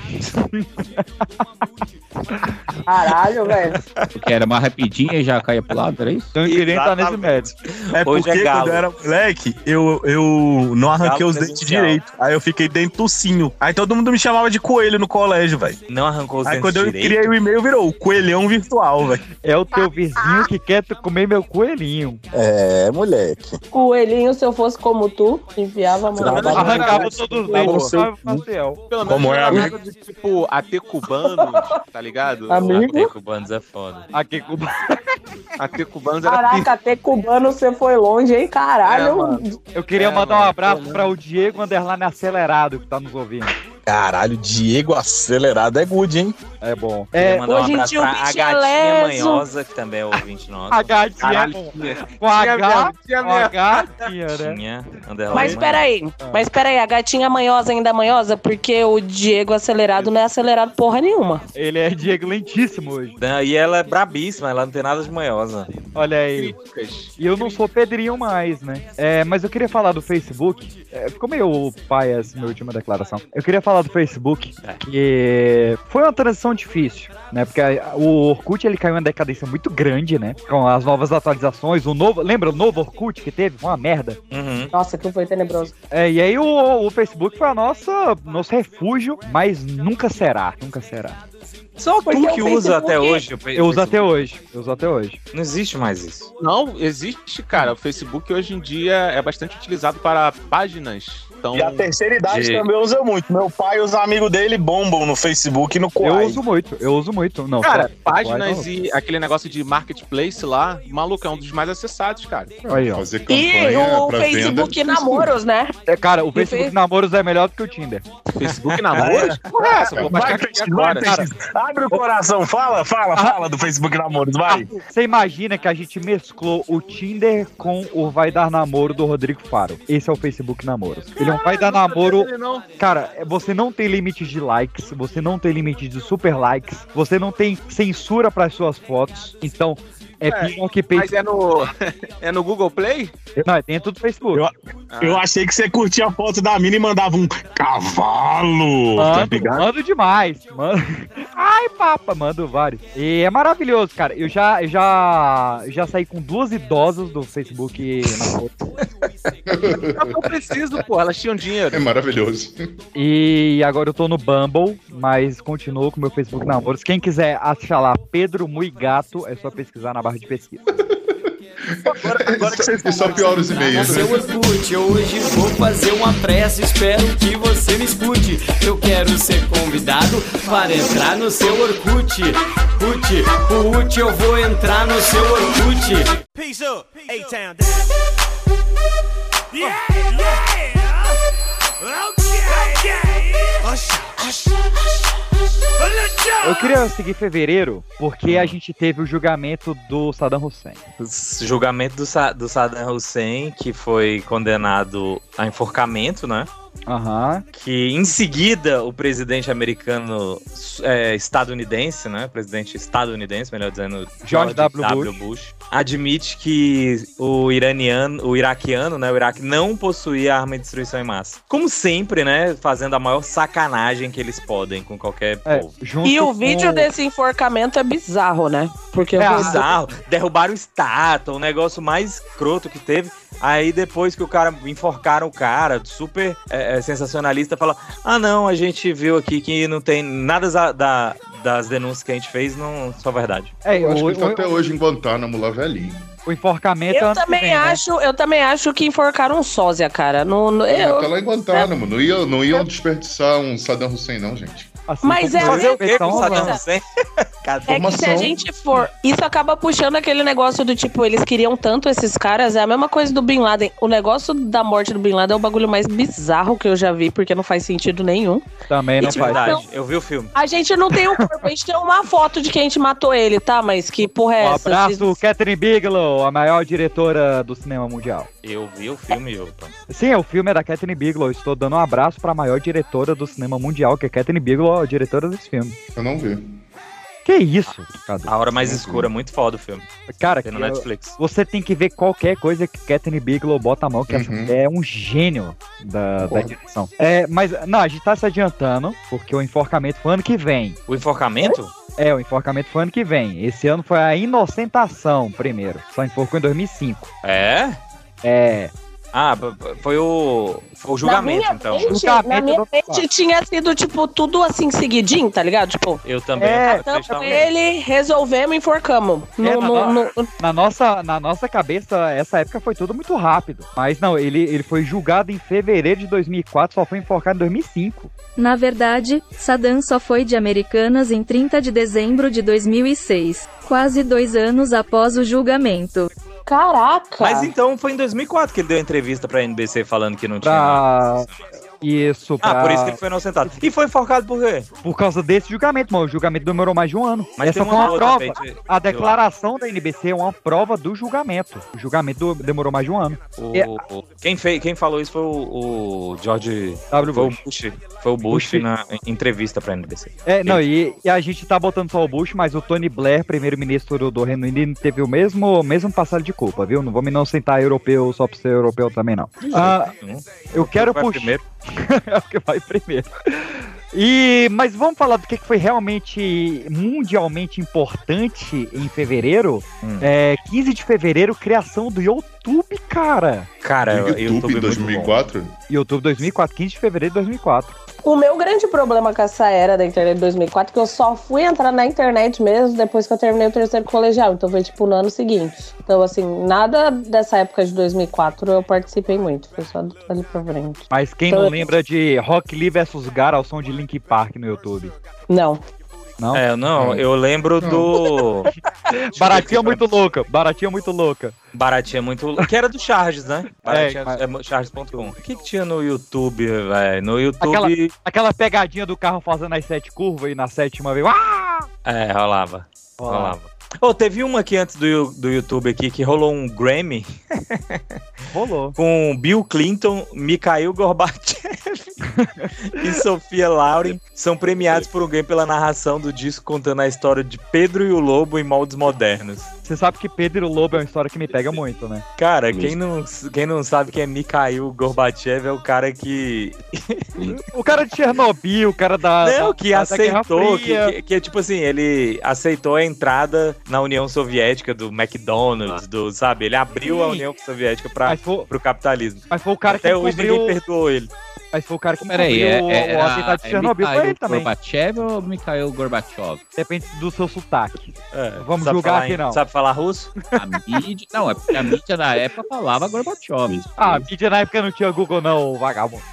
Speaker 12: Caralho, velho.
Speaker 9: é-
Speaker 5: Porque era mais rapidinha e já caía pro lado, era isso?
Speaker 4: Então eu queria entrar nesse médio.
Speaker 9: É
Speaker 2: Hoje
Speaker 9: porque
Speaker 2: é galo.
Speaker 9: quando eu era moleque, eu, eu não arranquei
Speaker 2: Galo
Speaker 9: os dentes
Speaker 2: presencial.
Speaker 9: direito. Aí eu fiquei dentucinho. Aí todo mundo me chamava de coelho no colégio, velho.
Speaker 2: Não arrancou os
Speaker 9: Aí
Speaker 2: dentes
Speaker 9: quando eu
Speaker 2: direito.
Speaker 9: criei o e-mail, virou o coelhão virtual, velho.
Speaker 4: É o teu vizinho que quer tu- comer meu coelhinho.
Speaker 13: É, moleque.
Speaker 12: Coelhinho, se eu fosse como tu, enviava a mão.
Speaker 1: Não,
Speaker 4: Arrancava
Speaker 1: não,
Speaker 4: todos os
Speaker 1: não, não,
Speaker 4: dentes
Speaker 1: não.
Speaker 4: do Fábio Maciel.
Speaker 1: Pelo menos
Speaker 9: Como é,
Speaker 1: era
Speaker 9: amigo?
Speaker 1: nada de, tipo, AT cubano, tá ligado?
Speaker 12: Amigo?
Speaker 2: Tem cubanos é foda.
Speaker 4: Aqui com
Speaker 1: AT cubanos era
Speaker 12: Caraca, até cubano você foi longe, hein?
Speaker 1: É,
Speaker 12: Caralho.
Speaker 1: mano.
Speaker 4: Eu queria
Speaker 1: É,
Speaker 4: mandar um
Speaker 1: mano,
Speaker 4: abraço
Speaker 1: pelo
Speaker 4: para o Diego Underline Acelerado, que tá nos ouvindo.
Speaker 13: Caralho, Diego acelerado é good, hein?
Speaker 4: É bom.
Speaker 2: Queria
Speaker 4: É,
Speaker 2: mandar um
Speaker 12: hoje em
Speaker 2: abraço
Speaker 12: dia o
Speaker 2: pra
Speaker 12: bicho
Speaker 2: a
Speaker 12: é
Speaker 2: gatinha
Speaker 12: leso.
Speaker 2: manhosa, que também é ouvinte nosso.
Speaker 4: a gatinha
Speaker 1: Caralho,
Speaker 4: com-
Speaker 1: tinha,
Speaker 4: com a
Speaker 1: tinha
Speaker 4: H,
Speaker 1: mesmo, tinha
Speaker 4: com a
Speaker 1: mesmo.
Speaker 4: gatinha, né?
Speaker 2: Gatinha, underline
Speaker 12: Mas
Speaker 2: manhosa.
Speaker 12: peraí, mas peraí, a gatinha manhosa ainda é manhosa? Porque o Diego acelerado não é acelerado porra nenhuma.
Speaker 4: Ele é Diego lentíssimo hoje.
Speaker 2: Dan- E ela é brabíssima, ela não tem nada de manhosa.
Speaker 4: Olha aí.
Speaker 1: críticas.
Speaker 4: E eu não sou Pedrinho mais, né? É, mas eu queria falar do Facebook. É, ficou meio pai essa minha última declaração. Eu queria falar do Facebook, que foi uma transição difícil, né? Porque a- o Orkut ele caiu em uma decadência muito grande, né? Com as novas atualizações, o novo. Lembra o novo Orkut que teve? Foi Uma merda.
Speaker 2: Uhum.
Speaker 12: Nossa, que foi tenebroso.
Speaker 4: É, e aí o, o Facebook foi a nossa nosso refúgio, mas nunca será. Nunca será.
Speaker 2: Só
Speaker 12: Porque
Speaker 2: tu que
Speaker 12: o
Speaker 2: usa
Speaker 12: Facebook-
Speaker 2: até hoje. o
Speaker 4: Eu uso
Speaker 2: Facebook.
Speaker 4: até hoje. Eu uso até hoje.
Speaker 2: Não existe mais isso.
Speaker 1: Não, existe, cara. O Facebook hoje em dia é bastante utilizado para páginas. Então,
Speaker 9: E a terceira idade
Speaker 2: De-
Speaker 9: também usa muito. Meu pai e os amigos dele bombam no Facebook e no
Speaker 4: Eu
Speaker 9: Quai.
Speaker 4: uso muito, eu uso muito. Não,
Speaker 1: cara,
Speaker 4: só-
Speaker 1: páginas e aquele negócio de marketplace lá, maluco, é um dos mais acessados, cara.
Speaker 4: Aí, ó.
Speaker 10: Fazer campanha
Speaker 12: E o
Speaker 10: pra venda.
Speaker 12: Facebook namoros, né?
Speaker 4: É, Cara, o Facebook
Speaker 12: fez-
Speaker 4: namoros é melhor do que o Tinder.
Speaker 1: Facebook namoros? Porra, é essa? Vou baixar
Speaker 9: Vai,
Speaker 1: aqui
Speaker 9: Peixe, vai,
Speaker 1: agora.
Speaker 9: Peixe. Abre o coração, fala,
Speaker 5: Ah.
Speaker 9: fala, fala do Facebook Namoros, vai.
Speaker 4: Você imagina que a gente mesclou o Tinder com o Vai Dar Namoro do Rodrigo Faro. Esse é o Facebook Namoros. Ele é um Vai Dar Namoro. Cara, é- você não tem limite de likes, você não tem limite de super likes, você não tem censura para suas fotos. Então, é
Speaker 1: É,
Speaker 4: pior que
Speaker 1: Mas
Speaker 4: Facebook.
Speaker 1: é no, é no Google Play?
Speaker 4: Não, é dentro do Facebook.
Speaker 1: Ah,
Speaker 9: Eu achei que você curtia a foto da mina e mandava um cavalo. tá
Speaker 4: Mando,
Speaker 9: ligado?
Speaker 4: mando demais. Mando... Ai, papa, mando vários. E é maravilhoso, cara. Eu já, eu já, eu já saí com duas idosas do Facebook Namoro.
Speaker 1: não preciso, pô. Elas tinham dinheiro.
Speaker 10: É maravilhoso.
Speaker 4: E agora eu tô no Bumble, mas continuo com meu Facebook Namoros. Quem quiser achar lá Pedro Mui Gato, é só pesquisar na barra de pesquisa.
Speaker 10: Agora, agora que vocês só piora os
Speaker 14: No
Speaker 10: e-mails.
Speaker 14: seu Orkut, eu hoje vou fazer uma prece. Espero que você me escute. Eu quero ser convidado para entrar no seu Orkut. Orkut, o Orkut, eu vou entrar no seu Orkut.
Speaker 15: Peace up, A-Town down. Yeah, yeah. Okay, okay. Usher, usher, usher.
Speaker 4: Eu queria seguir fevereiro, porque a gente teve o julgamento do Saddam Hussein.
Speaker 2: Esse julgamento do, Sa- do Saddam Hussein, que foi condenado a enforcamento, né?
Speaker 4: Aham.
Speaker 2: Que em seguida o presidente americano é, estadunidense, né? Presidente estadunidense, melhor dizendo,
Speaker 4: George W. Bush.
Speaker 2: admite que o iraniano, o iraquiano, né? O Iraque não possuía arma de destruição em massa. Como sempre, né? Fazendo a maior sacanagem que eles podem com qualquer
Speaker 4: É,
Speaker 2: povo.
Speaker 12: E o vídeo desse enforcamento é bizarro, né? Porque
Speaker 2: é
Speaker 12: o-
Speaker 2: bizarro. Derrubaram estátua, o negócio mais escroto que teve. Aí depois que o cara enforcaram o cara, super é, é, sensacionalista, fala: Ah, não, a gente viu aqui que não tem nada za- da- das denúncias que a gente fez, não só verdade.
Speaker 4: É,
Speaker 10: eu acho
Speaker 4: o-
Speaker 10: que ele tá
Speaker 4: o-
Speaker 10: até hoje em Guantánamo, lá velhinho.
Speaker 4: O enforcamento é
Speaker 12: Eu
Speaker 4: ano que
Speaker 12: também
Speaker 4: vem, né?
Speaker 12: acho, eu também acho que enforcaram um sósia, cara. No, no-
Speaker 10: É,
Speaker 12: eu-
Speaker 10: tá lá em Guantánamo. Não iam, não iam desperdiçar um Saddam Hussein, não, gente.
Speaker 4: assim
Speaker 12: Mas é a Fazer o quê
Speaker 4: Então,
Speaker 12: com o mesma Saddam coisa.
Speaker 2: Hussein?
Speaker 12: É que se a gente for. Isso acaba puxando aquele negócio do tipo, eles queriam tanto esses caras, é a mesma coisa do Bin Laden. O negócio da morte do Bin Laden é o bagulho mais bizarro que eu já vi, porque não faz sentido nenhum.
Speaker 4: Também não
Speaker 12: E, tipo,
Speaker 4: faz.
Speaker 12: não-
Speaker 2: Eu vi o filme.
Speaker 12: A gente não tem um corpo, a gente tem uma foto de quem a gente matou ele, tá? Mas que porra é
Speaker 4: Um
Speaker 12: essa? Vocês-
Speaker 4: abraço, Catherine Bigelow, a maior diretora do cinema mundial.
Speaker 2: Eu vi o filme, eu.
Speaker 4: Sim, o filme é da Catherine Bigelow. Estou dando um abraço para a maior diretora do cinema mundial, que é Catherine Bigelow, a diretora desse filme.
Speaker 10: Eu não vi.
Speaker 4: Que isso?
Speaker 2: A hora mais escura, muito foda o filme.
Speaker 4: Cara,
Speaker 2: Tem no
Speaker 4: que eu-
Speaker 2: Netflix.
Speaker 4: Você tem que ver qualquer coisa que Catherine Bigelow bota a mão, que essa
Speaker 2: Uhum.
Speaker 4: mulher é um gênio da, da direção. É, mas, não, a gente tá se adiantando, porque o enforcamento foi ano que vem.
Speaker 2: O enforcamento?
Speaker 4: É, o enforcamento foi ano que vem. Esse ano foi a inocentação primeiro. Só enforcou em 2005.
Speaker 2: É?
Speaker 4: É.
Speaker 2: Ah, b- b- foi o. Foi o julgamento,
Speaker 12: na minha
Speaker 2: então.
Speaker 12: Mente, na minha mente tinha sido, tipo, tudo assim seguidinho, tá ligado? Tipo,
Speaker 2: Eu também.
Speaker 12: É,
Speaker 2: eu
Speaker 12: então,
Speaker 2: acredito também.
Speaker 12: ele resolvemos, enforcamos.
Speaker 4: É,
Speaker 12: No,
Speaker 4: na,
Speaker 12: no, no-
Speaker 4: no- na nossa, na nossa cabeça, essa época foi tudo muito rápido. Mas não, ele, ele foi julgado em fevereiro de 2004, só foi enforcado em 2005.
Speaker 16: Na verdade, Saddam só foi de Americanas em 30 de dezembro de 2006, quase dois anos após o julgamento.
Speaker 12: Caraca!
Speaker 2: Mas então foi em 2004 que ele deu entrevista pra NBC falando que não
Speaker 4: Pra... Isso,
Speaker 2: tinha.
Speaker 4: pra-
Speaker 2: Ah, por isso que ele foi inocentado. E foi enforcado por quê?
Speaker 4: Por causa desse julgamento, mano. O julgamento demorou mais de um ano.
Speaker 2: Mas
Speaker 4: Essa
Speaker 2: tem
Speaker 4: foi uma
Speaker 2: uma outra
Speaker 4: prova.
Speaker 2: frente,
Speaker 4: A
Speaker 2: eu
Speaker 4: declaração da NBC é uma prova do julgamento. O julgamento do- demorou mais de um ano.
Speaker 2: O-
Speaker 4: É,
Speaker 2: o- quem, fez, quem falou isso foi o, o George
Speaker 4: W.
Speaker 2: Foi um o Bush. Foi o Bush,
Speaker 4: Bush.
Speaker 2: na em- entrevista pra NBC.
Speaker 4: é, não, e, e a gente tá botando só o Bush, mas o Tony Blair, primeiro-ministro do, do Reino Unido, teve o mesmo, mesmo passado de culpa, viu? Não vamos não sentar europeu só pra ser europeu também, não. Ah,
Speaker 2: Hum?
Speaker 4: eu quero
Speaker 2: Vai
Speaker 4: puxar.
Speaker 2: primeiro.
Speaker 4: é o que vai primeiro. E, mas vamos falar do que que foi realmente mundialmente importante em fevereiro.
Speaker 2: Hum.
Speaker 4: É, 15 de fevereiro, criação do YouTube, cara.
Speaker 2: Cara, é
Speaker 10: YouTube, YouTube em 2004?
Speaker 4: YouTube 2004, 15 de fevereiro de 2004.
Speaker 12: O meu grande problema com essa era da internet de 2004 é que eu só fui entrar na internet mesmo depois que eu terminei o terceiro colegial. Então foi tipo no ano seguinte. Então, assim, nada dessa época de 2004 eu participei muito. Foi só ali pra frente.
Speaker 4: Mas quem não lembra de Rock Lee versus Gar ao som de Link Park no YouTube?
Speaker 12: Não.
Speaker 4: Não?
Speaker 2: É, não, eu lembro do.
Speaker 4: Baratinha muito louca, baratinha muito louca.
Speaker 2: Baratinha é muito louca. Que era do Charges, né? Baratinha,
Speaker 4: É, mas-
Speaker 2: é, Charges.com. O que, que tinha no YouTube, velho? No YouTube.
Speaker 4: Aquela, aquela pegadinha do carro fazendo as sete curvas e na sétima veio. Ah!
Speaker 2: É, rolava.
Speaker 4: Rolava.
Speaker 2: Rolava. Ô, teve uma aqui antes do, Yu- do YouTube aqui que rolou um Grammy
Speaker 4: Rolou.
Speaker 2: com Bill Clinton, Mikhail Gorbachev e Sofia Lauren. São premiados por um Grammy pela narração do disco contando a história de Pedro e o Lobo em moldes modernos.
Speaker 4: Você sabe que Pedro e o Lobo é uma história que me pega muito, né?
Speaker 2: Cara, quem não, quem não sabe quem é Mikhail Gorbachev é o cara que
Speaker 4: O cara de Chernobyl, o cara da.
Speaker 2: Não,
Speaker 4: da-
Speaker 2: que
Speaker 4: da- da tá Guerra
Speaker 2: aceitou, que,
Speaker 4: Fria.
Speaker 2: que- que, tipo assim, ele aceitou a entrada na União Soviética do McDonald's, do, sabe? Ele abriu a
Speaker 4: Sim.
Speaker 2: União Soviética pra,
Speaker 4: Mas foi-
Speaker 2: pro capitalismo.
Speaker 4: Mas foi o cara
Speaker 2: Até
Speaker 4: que
Speaker 2: hoje
Speaker 4: encobriu-
Speaker 2: ninguém perdoou ele.
Speaker 4: Mas foi o cara que
Speaker 5: Peraí, é,
Speaker 4: o,
Speaker 5: é,
Speaker 4: o atentado de Chernobyl, foi ele também.
Speaker 5: Gorbachev ou Mikhail Gorbachev?
Speaker 4: Depende do seu sotaque. Vamos
Speaker 5: sabe
Speaker 4: julgar
Speaker 5: falar
Speaker 4: aqui
Speaker 5: em-
Speaker 4: não.
Speaker 5: sabe
Speaker 2: É, falar russo?
Speaker 5: A mídia, não, é porque a mídia na época falava Gorbachev.
Speaker 4: Ah, a mídia na época não tinha Google não, vagabundo.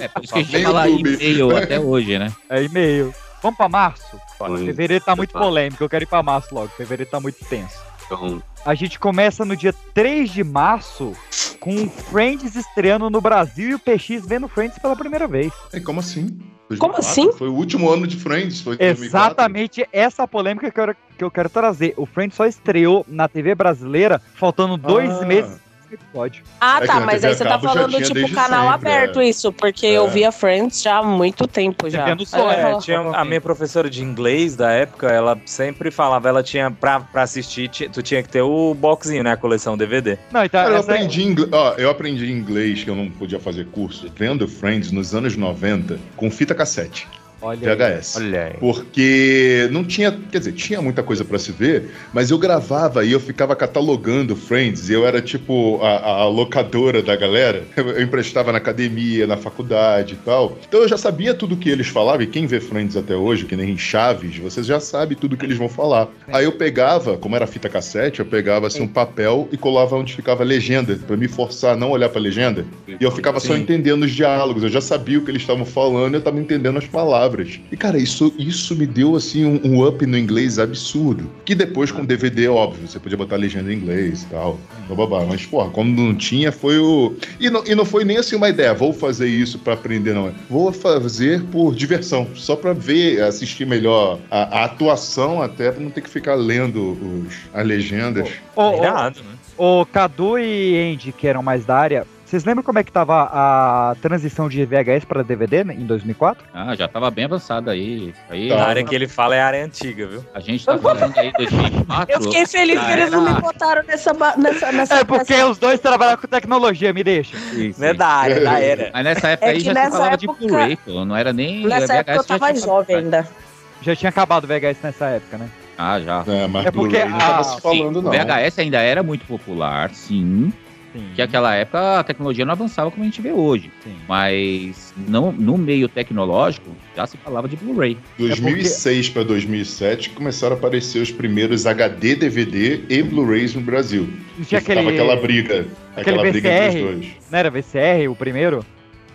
Speaker 5: É por isso que a gente fala e-mail até hoje, né?
Speaker 4: É e-mail. Vamos pra março?
Speaker 5: Vamos.
Speaker 4: Fevereiro tá muito
Speaker 5: Vamos.
Speaker 4: polêmico, eu quero ir pra março logo. Fevereiro tá muito tenso.
Speaker 5: Então,
Speaker 4: A gente começa no dia 3 de março com Friends estreando no Brasil e o PX vendo Friends pela primeira vez.
Speaker 10: como assim?
Speaker 4: Como assim?
Speaker 10: Foi o último ano de Friends, foi em 2004.
Speaker 4: Exatamente essa polêmica que eu, quero- que eu quero trazer. O Friends só estreou na TV brasileira faltando dois
Speaker 10: Ah.
Speaker 4: meses pro episódio.
Speaker 12: Ah,
Speaker 4: É
Speaker 12: tá,
Speaker 4: que na
Speaker 12: mas
Speaker 4: TV
Speaker 12: aí você tá
Speaker 4: acaba já
Speaker 12: falando
Speaker 4: tinha
Speaker 12: tipo
Speaker 4: desde
Speaker 12: canal
Speaker 4: sempre,
Speaker 12: aberto
Speaker 4: é.
Speaker 12: isso, porque eu
Speaker 2: É.
Speaker 12: via Friends já há muito tempo já.
Speaker 2: É,
Speaker 12: Aí eu
Speaker 2: é,
Speaker 12: falo-
Speaker 2: tinha a minha professora de inglês da época, ela sempre falava, ela tinha pra, pra assistir, ti- tu tinha que ter o boxinho, né? A coleção DVD.
Speaker 4: Não, então,
Speaker 10: Cara, eu,
Speaker 4: essa é-
Speaker 10: aprendi ingle- ó, eu aprendi inglês, que eu não podia fazer curso, vendo Friends nos anos 90, com fita cassete.
Speaker 4: Olha
Speaker 10: VHS. Porque não tinha, quer dizer, tinha muita coisa pra se ver, mas eu gravava e eu ficava catalogando Friends. Eu era tipo a, a locadora da galera. Eu, eu emprestava na academia, na faculdade e tal. Então eu já sabia tudo que eles falavam. E quem vê Friends até hoje, que nem Chaves, vocês já sabe tudo que eles vão falar. Aí eu pegava, como era fita cassete, eu pegava assim um papel e colava onde ficava a legenda, pra me forçar a não olhar pra legenda. E eu ficava só
Speaker 5: Sim.
Speaker 10: entendendo os diálogos, eu já sabia o que eles estavam falando, eu tava entendendo as palavras. E cara, isso, isso me deu assim um, um up no inglês absurdo. Que depois com DVD, óbvio, você podia botar legenda em inglês e tal, bababá. Mas porra, quando não tinha, foi o. E não, e não foi nem assim uma ideia, vou fazer isso pra aprender, não. Vou fazer por diversão, só pra ver, assistir melhor a, a atuação, até pra não ter que ficar lendo os, as legendas.
Speaker 4: Ô, ô,
Speaker 2: né?
Speaker 4: ô, Cadu e Andy, que eram mais da área, vocês lembram como é que tava a transição de VHS pra DVD né, em 2004?
Speaker 5: Ah, já tava bem avançado aí. aí
Speaker 9: Tá.
Speaker 2: A área que ele fala é a área antiga, viu?
Speaker 5: A gente tá falando aí 2004.
Speaker 12: Eu fiquei feliz que eles não me botaram nessa. ba- nessa, nessa
Speaker 4: É porque
Speaker 12: nessa-
Speaker 4: os dois trabalham com tecnologia, me deixa.
Speaker 5: Não é
Speaker 2: da área, é da era.
Speaker 5: Mas nessa época
Speaker 12: É
Speaker 5: aí
Speaker 12: que
Speaker 5: já se
Speaker 12: nessa
Speaker 5: falava de
Speaker 12: época-
Speaker 5: Blu-ray, pô. Não era nem.
Speaker 12: Nessa
Speaker 5: VHS
Speaker 12: época eu
Speaker 5: já
Speaker 12: tava
Speaker 5: tinha-
Speaker 12: jovem ainda.
Speaker 4: Já tinha acabado o VHS nessa época, né?
Speaker 5: Ah, já.
Speaker 10: É, mas
Speaker 4: É porque Blu-ray não tava
Speaker 5: Ah,
Speaker 4: a- se
Speaker 10: falando, não.
Speaker 5: VHS ainda era muito popular, sim.
Speaker 4: Sim.
Speaker 5: Que naquela época a tecnologia não avançava como a gente vê hoje. Mas não, no meio tecnológico já se falava de Blu-ray.
Speaker 4: É
Speaker 10: 2006 para 2007 começaram a aparecer os primeiros HD, DVD e Blu-rays no Brasil.
Speaker 4: Não tinha
Speaker 10: E ficava
Speaker 4: aquele-
Speaker 10: aquela briga,
Speaker 4: Aquele
Speaker 10: aquela briga entre os dois.
Speaker 4: VCR. Não era VCR o primeiro? tá.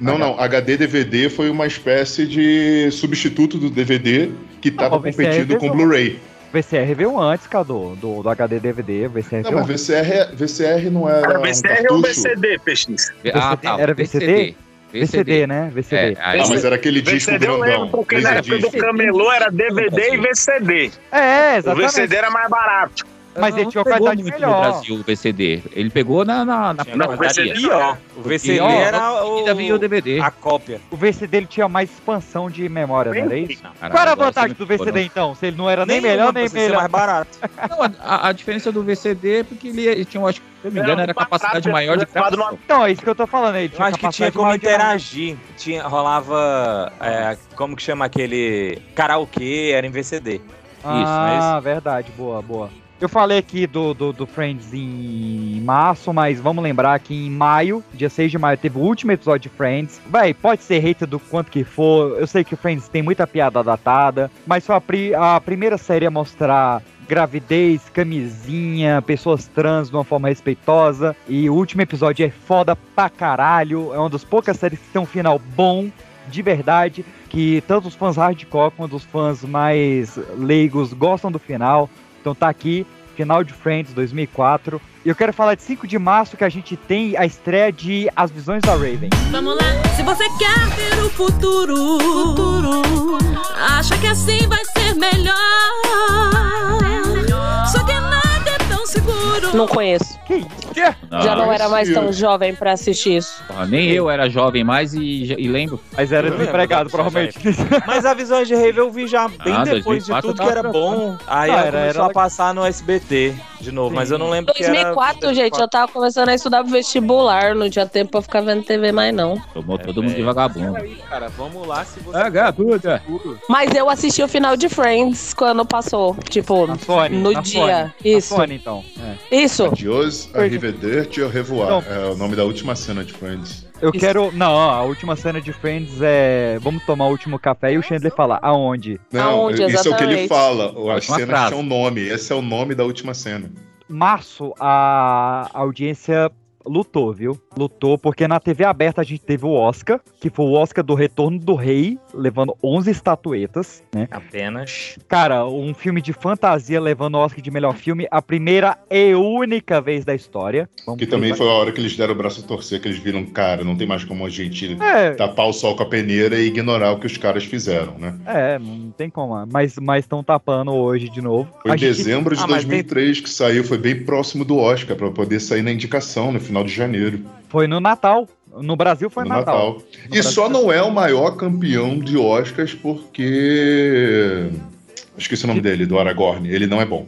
Speaker 10: Não, não, HD DVD foi uma espécie de substituto do DVD que estava
Speaker 4: mas VCR
Speaker 10: competindo com
Speaker 4: veio-
Speaker 10: o Blu-ray.
Speaker 4: VCR veio antes, Cadu, do, do HD DVD.
Speaker 10: Não,
Speaker 4: VCR veio
Speaker 10: mas
Speaker 4: antes.
Speaker 10: VCR, é- VCR não era. um
Speaker 9: Era VCR ou
Speaker 10: cartucho?
Speaker 9: VCD, PX?
Speaker 5: Ah,
Speaker 4: VCD,
Speaker 5: tá,
Speaker 4: era VCD? VCD, né? VCD.
Speaker 5: É,
Speaker 10: aí- Ah, mas era aquele disco
Speaker 9: VCD eu
Speaker 10: grandão,
Speaker 9: lembro, porque na
Speaker 10: laserdisc.
Speaker 9: época do camelô era DVD e VCD.
Speaker 4: É,
Speaker 9: O
Speaker 4: exatamente.
Speaker 9: VCD era mais barato.
Speaker 4: Mas ele tinha uma
Speaker 5: Pegou
Speaker 4: qualidade
Speaker 5: muito no
Speaker 4: melhor.
Speaker 5: Brasil o VCD. Ele pegou na, na, na
Speaker 9: Não, o VCD
Speaker 5: pirataria.
Speaker 9: é pior.
Speaker 2: O VCD
Speaker 5: Porque
Speaker 2: era o-
Speaker 5: Ainda veio o DVD.
Speaker 2: A cópia.
Speaker 4: O VCD ele tinha mais expansão de memória, não era isso?
Speaker 5: Caralho,
Speaker 4: Qual era a
Speaker 5: agora
Speaker 4: vantagem
Speaker 5: você
Speaker 4: do
Speaker 5: me pegou,
Speaker 4: VCD
Speaker 5: não.
Speaker 4: então? Se ele não era nem
Speaker 2: Nenhuma,
Speaker 4: melhor, nem
Speaker 2: por ser
Speaker 4: melhor.
Speaker 2: mais barato.
Speaker 5: Não, a- a, a diferença do VCD é porque ele, ele tinha, eu acho que, se eu não me
Speaker 2: um
Speaker 5: engano, era a capacidade maior de gravação.
Speaker 4: Então, é isso que eu tô falando. Ele
Speaker 2: Eu
Speaker 4: tinha
Speaker 2: acho que
Speaker 4: capacidade
Speaker 2: tinha como
Speaker 4: maior de-
Speaker 2: interagir. Tinha, rolava. é, como que chama aquele. Karaokê, era em VCD.
Speaker 4: Ah, verdade. Boa, boa. Eu falei aqui do, do, do Friends em março, mas vamos lembrar que em maio, dia 6 de maio, teve o último episódio de Friends. Véi, pode ser hater do quanto que for. Eu sei que o Friends tem muita piada datada, mas foi a, pri- a primeira série a mostrar gravidez, camisinha, pessoas trans de uma forma respeitosa. E o último episódio é foda pra caralho. É uma das poucas séries que tem um final bom, de verdade, que tanto os fãs hardcore quanto os fãs mais leigos gostam do final. Então tá aqui, final de Friends 2004. E eu quero falar de 5 de março que a gente tem a estreia de As Visões da Raven.
Speaker 17: Vamos lá, se você quer ver o futuro, acha que assim vai ser melhor. Só que nada é tão seguro.
Speaker 12: Não conheço. Já
Speaker 4: Ah,
Speaker 12: não era mais tão
Speaker 5: jovem.
Speaker 12: jovem pra assistir isso.
Speaker 5: Ah, Nem eu era jovem mais e, e lembro.
Speaker 4: Mas era
Speaker 5: desempregado,
Speaker 4: provavelmente.
Speaker 2: Mas a visão de Rave eu vi já bem
Speaker 5: Ah,
Speaker 2: depois
Speaker 5: 2004
Speaker 2: de tudo que era
Speaker 5: tava-
Speaker 2: bom. Aí
Speaker 5: Ah,
Speaker 2: ela
Speaker 5: era-
Speaker 2: começou
Speaker 5: era-
Speaker 2: a passar no SBT de novo, mas eu não lembro que era.
Speaker 12: 2004, gente, eu tava começando a estudar pro vestibular, não tinha tempo pra ficar vendo TV mais não.
Speaker 2: É
Speaker 5: Tomou todo mundo de vagabundo.
Speaker 1: Peraí, cara, vamos lá se
Speaker 4: Ah,
Speaker 1: você.
Speaker 5: Vagabunda.
Speaker 12: Mas eu assisti o final de Friends quando passou, tipo,
Speaker 4: Tá Sony,
Speaker 12: no
Speaker 4: na
Speaker 12: dia.
Speaker 4: Sony.
Speaker 12: Isso.
Speaker 4: Na Sony, então. É.
Speaker 12: Isso.
Speaker 10: Adios, arrivederci ou revoar.
Speaker 4: Então.
Speaker 10: É o nome da última cena de Friends.
Speaker 4: Eu quero. Não, a última cena de Friends é. Vamos tomar o último café e o Chandler fala, aonde?
Speaker 10: Não,
Speaker 12: Aonde,
Speaker 10: isso é o que ele
Speaker 12: exatamente?
Speaker 10: fala. As
Speaker 4: Ótima
Speaker 10: cenas
Speaker 4: frase.
Speaker 10: tinham nome. Esse é o nome da última cena.
Speaker 4: março a audiência lutou, viu? Lutou porque na TV aberta a gente teve o Oscar, que foi o Oscar do Retorno do Rei, levando 11 estatuetas, né?
Speaker 2: Apenas.
Speaker 4: Cara, um filme de fantasia levando o Oscar de melhor filme, a primeira e única vez da história. Vamos
Speaker 10: Que também
Speaker 4: pensar-
Speaker 10: foi a hora que eles deram o braço a torcer, que eles viram, cara, não tem mais como a gente
Speaker 4: É.
Speaker 10: tapar o sol com a peneira e ignorar o que os caras fizeram, né?
Speaker 4: É, não tem como, mas mas estão tapando hoje de novo.
Speaker 10: Foi
Speaker 4: A
Speaker 10: em
Speaker 4: gente-
Speaker 10: dezembro de
Speaker 4: Ah, mas tem-
Speaker 10: 2003 que saiu, foi bem próximo do Oscar, pra poder sair na indicação no final de janeiro.
Speaker 4: Foi no Natal. No Brasil foi
Speaker 10: No
Speaker 4: Natal.
Speaker 10: Natal.
Speaker 4: No
Speaker 10: E
Speaker 4: Brasil
Speaker 10: só
Speaker 4: foi-
Speaker 10: não é o maior campeão de Oscars porque. Esqueci o nome dele, do Aragorn. Ele não é bom.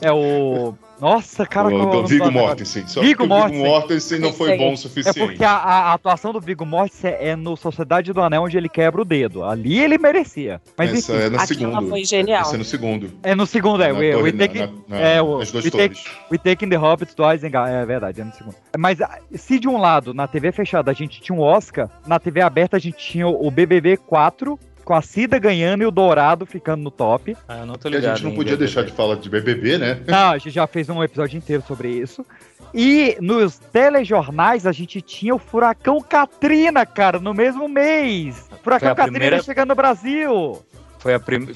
Speaker 4: É o. Nossa, cara, qual
Speaker 10: o
Speaker 4: é o nome
Speaker 10: do
Speaker 4: do
Speaker 10: Viggo
Speaker 4: ator?
Speaker 10: Mortensen. Só
Speaker 4: Viggo
Speaker 10: que o Viggo
Speaker 4: Mortensen.
Speaker 10: Mortensen não foi bom o suficiente.
Speaker 4: É porque a, a atuação do Viggo Mortensen é no Sociedade do Anel, onde ele quebra o dedo. Ali ele merecia. Mas
Speaker 10: Essa
Speaker 4: enfim,
Speaker 10: é no segundo. Essa é no segundo.
Speaker 4: É no segundo, é.
Speaker 10: Na
Speaker 4: We,
Speaker 10: torre,
Speaker 4: we
Speaker 10: na-
Speaker 4: take,
Speaker 10: na- na-
Speaker 4: é, o-
Speaker 10: nas duas
Speaker 4: we, take,
Speaker 10: torres.
Speaker 4: we Take in the Hobbits twice and Ga- É verdade, é no segundo. Mas ah, se de um lado, na TV fechada, a gente tinha o Oscar, na TV aberta a gente tinha o BBB 4, com a Cida ganhando e o Dourado ficando no top.
Speaker 2: Ah, eu não tô
Speaker 10: E a
Speaker 2: ligado.
Speaker 10: gente não
Speaker 2: em
Speaker 10: podia
Speaker 2: BBB.
Speaker 10: deixar de falar de BBB, né?
Speaker 4: Não, a gente já fez um episódio inteiro sobre isso. E nos telejornais a gente tinha o furacão Katrina, cara, no mesmo mês.
Speaker 2: Foi
Speaker 4: Furacão
Speaker 2: a
Speaker 4: Katrina
Speaker 2: primeira-
Speaker 4: chegando no Brasil.
Speaker 2: Foi a, prim...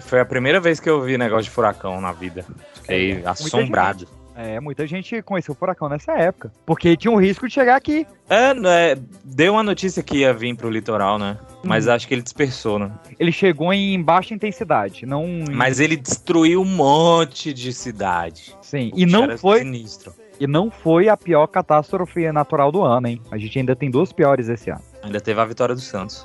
Speaker 2: Foi a primeira vez que eu vi negócio de furacão na vida. Fiquei assombrado.
Speaker 4: É, muita gente conheceu o furacão nessa época, porque tinha um risco de chegar aqui.
Speaker 2: É, não é, deu uma notícia que ia vir pro litoral, né? Mas
Speaker 4: Hum.
Speaker 2: acho que ele dispersou, né?
Speaker 4: Ele chegou em baixa intensidade, não em-
Speaker 2: Mas ele destruiu um monte de cidade.
Speaker 4: Sim, e não
Speaker 2: Era
Speaker 4: foi
Speaker 2: Sinistro.
Speaker 4: e não foi a pior catástrofe natural do ano, hein? A gente ainda tem duas piores esse ano.
Speaker 2: Ainda teve a vitória do Santos.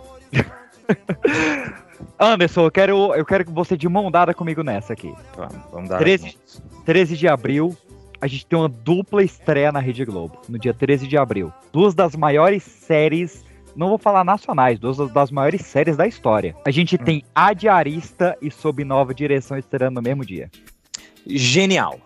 Speaker 4: Anderson, eu quero eu quero que você de mão dada comigo nessa aqui.
Speaker 2: Vamos, vamos dar.
Speaker 4: 13, 13 de abril, a gente tem uma dupla estreia na Rede Globo, no dia 13 de abril. Duas das maiores séries, não vou falar nacionais, duas das- das maiores séries da história. A gente
Speaker 2: Hum.
Speaker 4: tem A Diarista e Sob Nova Direção estreando no mesmo dia.
Speaker 2: Genial.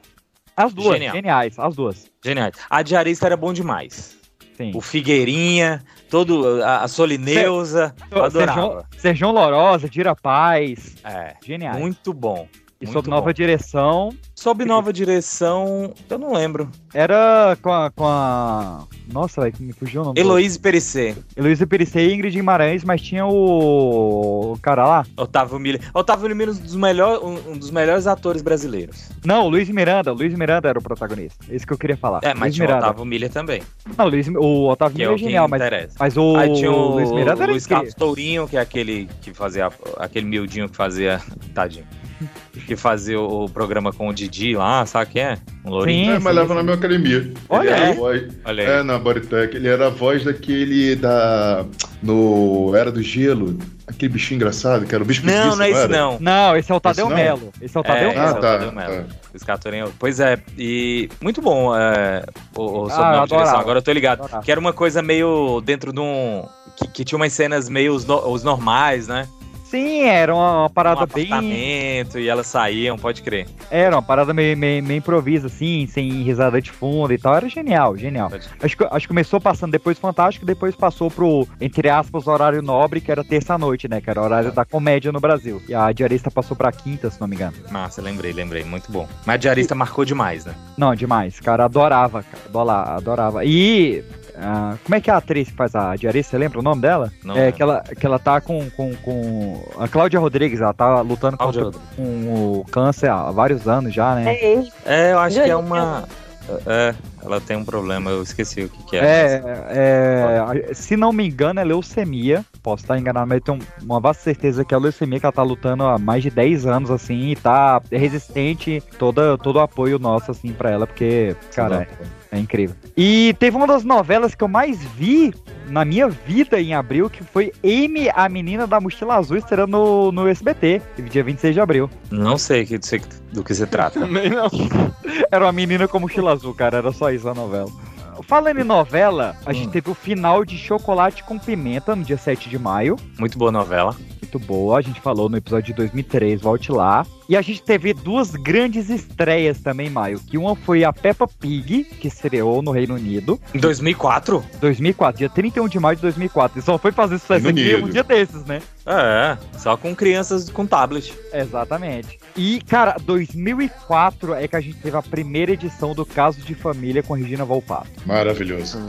Speaker 4: As duas,
Speaker 2: Genial.
Speaker 4: geniais, as duas.
Speaker 2: Genial. A diarista era bom demais.
Speaker 4: Sim.
Speaker 2: O Figueirinha, todo a, a Solineusa, eu
Speaker 4: Serjão,
Speaker 2: adorava.
Speaker 4: Serjão Lorosa, Dira Paz,
Speaker 2: É,
Speaker 4: geniais.
Speaker 2: muito bom.
Speaker 4: e
Speaker 2: muito
Speaker 4: Sob
Speaker 2: bom.
Speaker 4: Nova Direção,
Speaker 2: Sob nova direção, eu não lembro.
Speaker 4: era com a... Com a... Nossa, velho, me fugiu o nome. do-
Speaker 2: Heloísa Perecer,
Speaker 4: Heloísa Perissé e Ingrid Guimarães, mas tinha o... o cara lá...
Speaker 2: Otávio Miller. Otávio Miller é um dos, melhor, um, um dos melhores atores brasileiros.
Speaker 4: Não, o Luiz Miranda. O Luiz Miranda era o protagonista. Esse que eu queria falar.
Speaker 2: É, mas
Speaker 4: Luiz
Speaker 2: tinha o
Speaker 4: Miranda.
Speaker 2: Otávio Miller também.
Speaker 4: Não, o, Luiz, o Otávio
Speaker 2: Que é
Speaker 4: Miranda
Speaker 2: o
Speaker 4: é
Speaker 2: que
Speaker 4: genial, mas,
Speaker 2: interessa.
Speaker 4: mas o,
Speaker 2: Aí tinha o
Speaker 4: Luiz
Speaker 2: Luiz,
Speaker 4: Miranda era
Speaker 2: Carlos
Speaker 4: incrível.
Speaker 2: Tourinho, que é aquele que fazia. aquele miudinho que fazia. Tadinho. Que fazia o, o programa com o Didi lá, sabe quem é? Um lourinho.
Speaker 10: é, mas leva na minha academia.
Speaker 2: Olha
Speaker 10: ele era
Speaker 2: aí.
Speaker 10: a voz,
Speaker 2: Olha aí.
Speaker 10: É, na Bodytech. Ele era a voz daquele da. No Era do Gelo. Aquele bichinho engraçado, que era o bicho
Speaker 2: Não,
Speaker 10: preguiça,
Speaker 2: não é esse
Speaker 10: era?
Speaker 2: não.
Speaker 4: Não, esse é o Tadeu
Speaker 10: não?
Speaker 4: Melo. Esse é o Tadeu
Speaker 2: É,
Speaker 4: Melo.
Speaker 10: Ah,
Speaker 2: esse é o
Speaker 10: tá,
Speaker 2: Tadeu Melo. Os Catorinho. Pois é, e muito bom é, o, o
Speaker 4: Ah, eu
Speaker 2: sobrenome de direção.
Speaker 4: adorava.
Speaker 2: Agora eu tô ligado.
Speaker 4: Adorava.
Speaker 2: Que era uma coisa meio dentro de um. Que, que tinha umas cenas meio os, no- os normais, né?
Speaker 4: Sim, era uma, uma
Speaker 2: Um
Speaker 4: parada bem...
Speaker 2: apartamento e elas saíam, pode crer.
Speaker 4: Era uma parada meio, meio, meio improvisa, assim, sem risada de fundo e tal. Era genial, genial. Acho que, acho que começou passando depois Fantástico, depois passou pro, entre aspas, horário nobre, que era terça-noite, né? Que era o horário
Speaker 2: Tá.
Speaker 4: da comédia no Brasil. E a diarista passou pra quinta, se não me engano.
Speaker 2: Massa, lembrei, lembrei. Muito bom. Mas a diarista marcou demais, né?
Speaker 4: Não, demais, cara. Adorava, cara. Adola- Adorava. E. ah, como é que é a atriz que faz a diarista? Você lembra o nome dela?
Speaker 2: Não
Speaker 4: é,
Speaker 2: lembro.
Speaker 4: que ela, que ela tá com, com, com. A Cláudia Rodrigues, ela tá lutando
Speaker 2: Cláudia
Speaker 4: contra, com o câncer há vários anos já, né?
Speaker 12: É isso.
Speaker 2: É, eu acho
Speaker 12: Gente,
Speaker 2: que é uma. É, ela tem um problema, eu esqueci o que, que
Speaker 4: É,
Speaker 2: é.
Speaker 4: é, a- se não me engano, é leucemia. Posso estar enganado, mas eu tenho uma vasta certeza que é leucemia que ela tá lutando há mais de 10 anos, assim, e tá resistente. Toda, todo o apoio nosso, assim, pra ela, porque, cara, É incrível. E teve uma das novelas que eu mais vi na minha vida em abril, que foi Amy, a menina da mochila azul, estreando no, no SBT, dia 26 de abril.
Speaker 2: Não sei que- sei que- do que se trata.
Speaker 1: Também não.
Speaker 4: Era uma menina com mochila azul, cara, era só isso a novela. Falando em novela, a
Speaker 2: Hum.
Speaker 4: gente teve o final de Chocolate com Pimenta no dia 7 de maio.
Speaker 2: Muito boa novela.
Speaker 4: Muito boa, a gente falou no episódio de 2003, volte lá. E a gente teve duas grandes estreias também, em Maio. Que uma foi a Peppa Pig, que estreou no Reino Unido.
Speaker 2: Em 2004?
Speaker 4: 2004, dia 31 de maio de 2004. E só foi fazer sucesso
Speaker 2: Reino
Speaker 4: aqui um
Speaker 2: Unido.
Speaker 4: dia desses, né?
Speaker 2: É, só com crianças com tablet.
Speaker 4: Exatamente. E, cara, 2004 é que a gente teve a primeira edição do Caso de Família com Regina Volpato.
Speaker 10: Maravilhoso.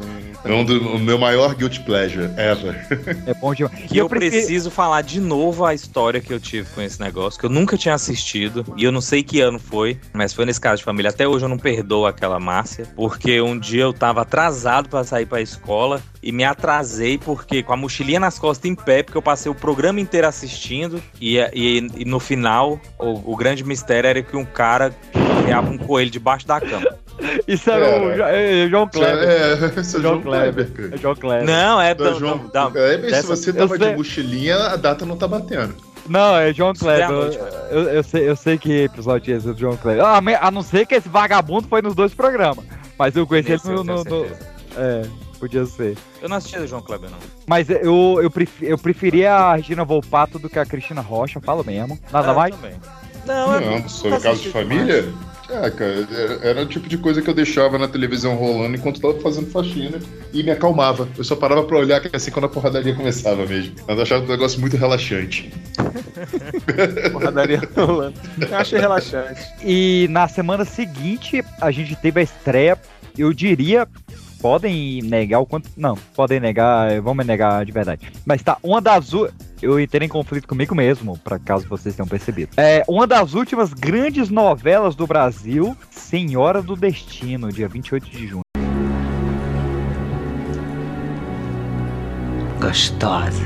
Speaker 10: É um do, o meu maior guilt pleasure ever.
Speaker 4: É bom demais.
Speaker 2: Que eu, preciso falar de novo a história que eu tive com esse negócio, que eu nunca tinha assistido, e eu não sei que ano foi, mas foi nesse caso de família. Até hoje eu não perdoo aquela Márcia, porque um dia eu tava atrasado pra sair pra escola e me atrasei porque com a mochilinha nas costas em pé, porque eu passei o programa inteiro assistindo, e, e- e no final o, o grande mistério era que um cara criava um coelho debaixo da cama.
Speaker 4: Isso era o Jo- é, é João Kleber.
Speaker 10: É, esse é João Kleber.
Speaker 4: É João Kleber.
Speaker 2: Não, é
Speaker 10: Da
Speaker 2: do-
Speaker 10: João
Speaker 2: do- da-
Speaker 10: Kleber, se
Speaker 2: dessa-
Speaker 10: você
Speaker 2: Eu
Speaker 10: tava de
Speaker 2: sei.
Speaker 10: mochilinha, a data não tá batendo.
Speaker 4: Não, é João
Speaker 10: é
Speaker 4: Kleber.
Speaker 10: a
Speaker 4: Eu,
Speaker 10: noite,
Speaker 4: eu- eu sei, eu sei que episódio é esse do João Kleber. Ah, me- A não ser que esse vagabundo foi nos dois programas. Mas eu conheci
Speaker 2: Nesse
Speaker 4: ele no.
Speaker 2: é eu tenho
Speaker 4: no- no-
Speaker 2: certeza.
Speaker 4: é, podia ser.
Speaker 2: Eu não assisti do João Kleber, não.
Speaker 4: Mas eu, eu, pref- eu preferia a Regina Volpato do que a Cristina Rocha, falo mesmo. Nada
Speaker 2: Ah, eu
Speaker 4: mais?
Speaker 2: também.
Speaker 10: Não,
Speaker 2: eu
Speaker 10: sobre caso de
Speaker 2: assisti
Speaker 10: família?
Speaker 2: é demais.
Speaker 10: É, cara, era- era o tipo de coisa que eu deixava na televisão rolando enquanto tava fazendo faxina e me acalmava. Eu só parava pra olhar assim quando a porradaria começava mesmo. Mas eu achava um negócio muito relaxante.
Speaker 1: Porradaria rolando. Eu achei relaxante.
Speaker 4: E na semana seguinte, a gente teve a estreia, eu diria. Podem negar o quanto. Não, podem negar, vamos negar de verdade. Mas tá, uma das. u- Eu entrei em conflito comigo mesmo, pra caso vocês tenham percebido. É uma das últimas grandes novelas do Brasil, Senhora do Destino, dia 28 de junho.
Speaker 18: gostosa,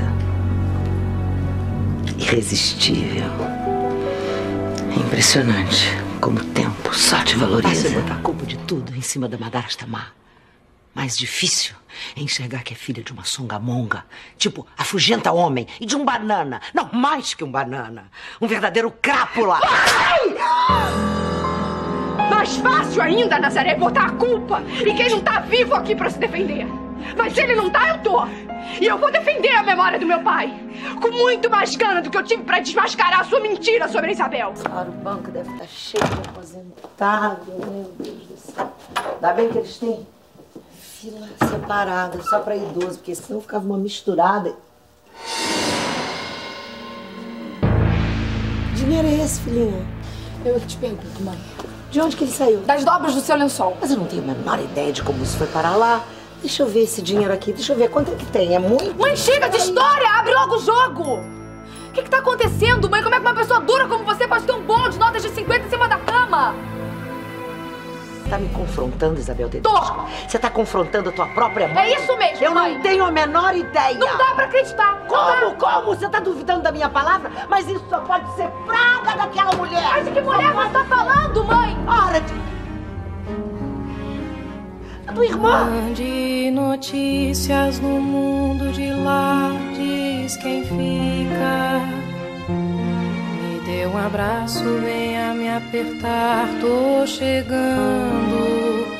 Speaker 18: irresistível. É impressionante como o tempo só te valoriza.
Speaker 19: Fácil é
Speaker 18: botar a culpa de tudo em cima da madrasta má. Mais difícil é enxergar que é filha de uma songamonga, tipo afugenta homem e de um banana. Não, mais que um banana. Um verdadeiro crápula.
Speaker 20: Mais fácil ainda, Nazaré, botar a culpa em quem não tá vivo aqui pra se defender. Mas se ele não tá, eu tô. E eu vou defender a memória do meu pai. Com muito mais gana do que eu tive pra desmascarar a sua mentira sobre a Isabel.
Speaker 18: Claro, o banco deve estar cheio de aposentado, meu Deus do céu. Ainda bem que eles têm fila separada, só para idoso, porque senão ficava uma misturada. Que dinheiro é esse, filhinha?
Speaker 20: Eu que te pergunto, mãe.
Speaker 18: De onde que ele saiu?
Speaker 20: Das dobras do seu lençol.
Speaker 18: Mas eu não tenho a menor ideia de como isso foi parar lá. Deixa eu ver esse dinheiro aqui, deixa eu ver quanto é que tem, é muito?
Speaker 20: Mãe, chega de história! Abre logo o jogo! O que, que tá acontecendo, mãe? Como é que uma pessoa dura como você pode ter um bolo de notas de 50 em cima da cama?
Speaker 18: Tá me confrontando, Isabel Dedo?
Speaker 20: Tô.
Speaker 18: Você tá confrontando a tua própria mãe?
Speaker 20: É isso mesmo,
Speaker 18: Eu
Speaker 20: mãe.
Speaker 18: não tenho a menor ideia!
Speaker 20: Não dá pra acreditar! não dá.
Speaker 18: Como? Como? Você tá duvidando da minha palavra? Mas isso só pode ser praga daquela mulher!
Speaker 20: Mas de que mulher
Speaker 18: Só
Speaker 20: você
Speaker 18: pode-
Speaker 20: tá falando, mãe?
Speaker 18: Ora de... A tua irmã!
Speaker 17: Mande notícias no mundo de lá, diz quem fica. Me dê um abraço, venha me apertar, tô chegando.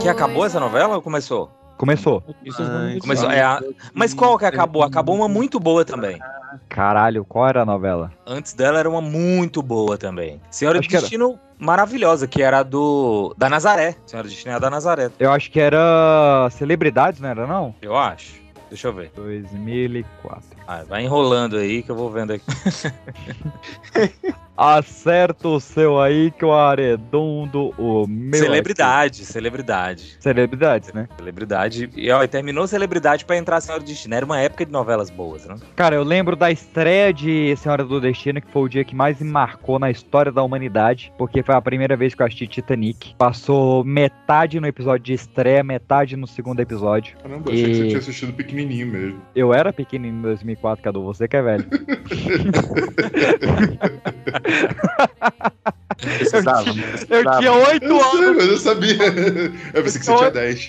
Speaker 2: Que acabou essa novela ou começou?
Speaker 4: Começou.
Speaker 5: um
Speaker 2: Começou, é a- Mas qual que acabou? Acabou uma muito boa também.
Speaker 4: Caralho, qual era a novela?
Speaker 2: Antes dela era uma muito boa também. Senhora
Speaker 4: Acho
Speaker 2: de
Speaker 4: que era.
Speaker 2: Destino maravilhosa, que era a do da Nazaré. Senhora de Destino é a da Nazaré,
Speaker 4: Eu acho que era. Celebridades, não era, não?
Speaker 2: eu acho. Deixa eu ver.
Speaker 4: 2004.
Speaker 2: Ah, vai enrolando aí que eu vou vendo aqui.
Speaker 4: Acerta o seu aí que o aredondo, o meu.
Speaker 2: celebridade, celebridade.
Speaker 4: Celebridades, né?
Speaker 2: Celebridade. E ó, e terminou celebridade pra entrar a Senhora de Destino. Era uma época de novelas boas, né?
Speaker 4: Cara, eu lembro da estreia de Senhora do Destino, que foi o dia que mais me marcou na história da humanidade, porque foi a primeira vez que eu assisti Titanic. Passou metade no episódio de estreia, metade no segundo episódio.
Speaker 10: Caramba, achei que você tinha assistido pequenininho mesmo.
Speaker 4: Eu era pequenininho em 2004, Cadu, você que é velho.
Speaker 10: Precisava,
Speaker 4: eu tinha- eu
Speaker 10: precisava.
Speaker 4: tinha 8
Speaker 10: Eu sei,
Speaker 4: anos.
Speaker 10: mas eu sabia. Eu pensei que você tinha 10.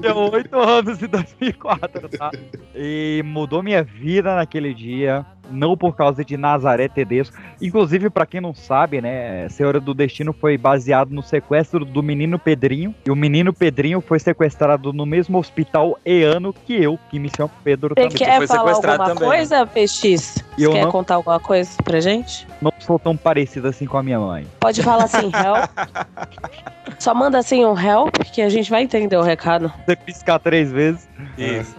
Speaker 4: Tinha 8 anos em 2004, tá? E mudou minha vida naquele dia, não por causa de Nazaré Tedesco. Inclusive, pra quem não sabe, né, Senhora do Destino foi baseado no sequestro do menino Pedrinho. E o menino Pedrinho foi sequestrado no mesmo hospital e ano que eu, que me chamo Pedro
Speaker 12: Você
Speaker 4: também. né?
Speaker 12: quer falar alguma coisa, PX? Você
Speaker 4: Eu
Speaker 12: quer
Speaker 4: não-
Speaker 12: contar alguma coisa pra gente?
Speaker 4: Não sou tão parecida assim com a minha mãe.
Speaker 12: Pode falar assim, help. Só manda assim um help, que a gente vai entender o recado.
Speaker 4: Você piscar três vezes. Isso.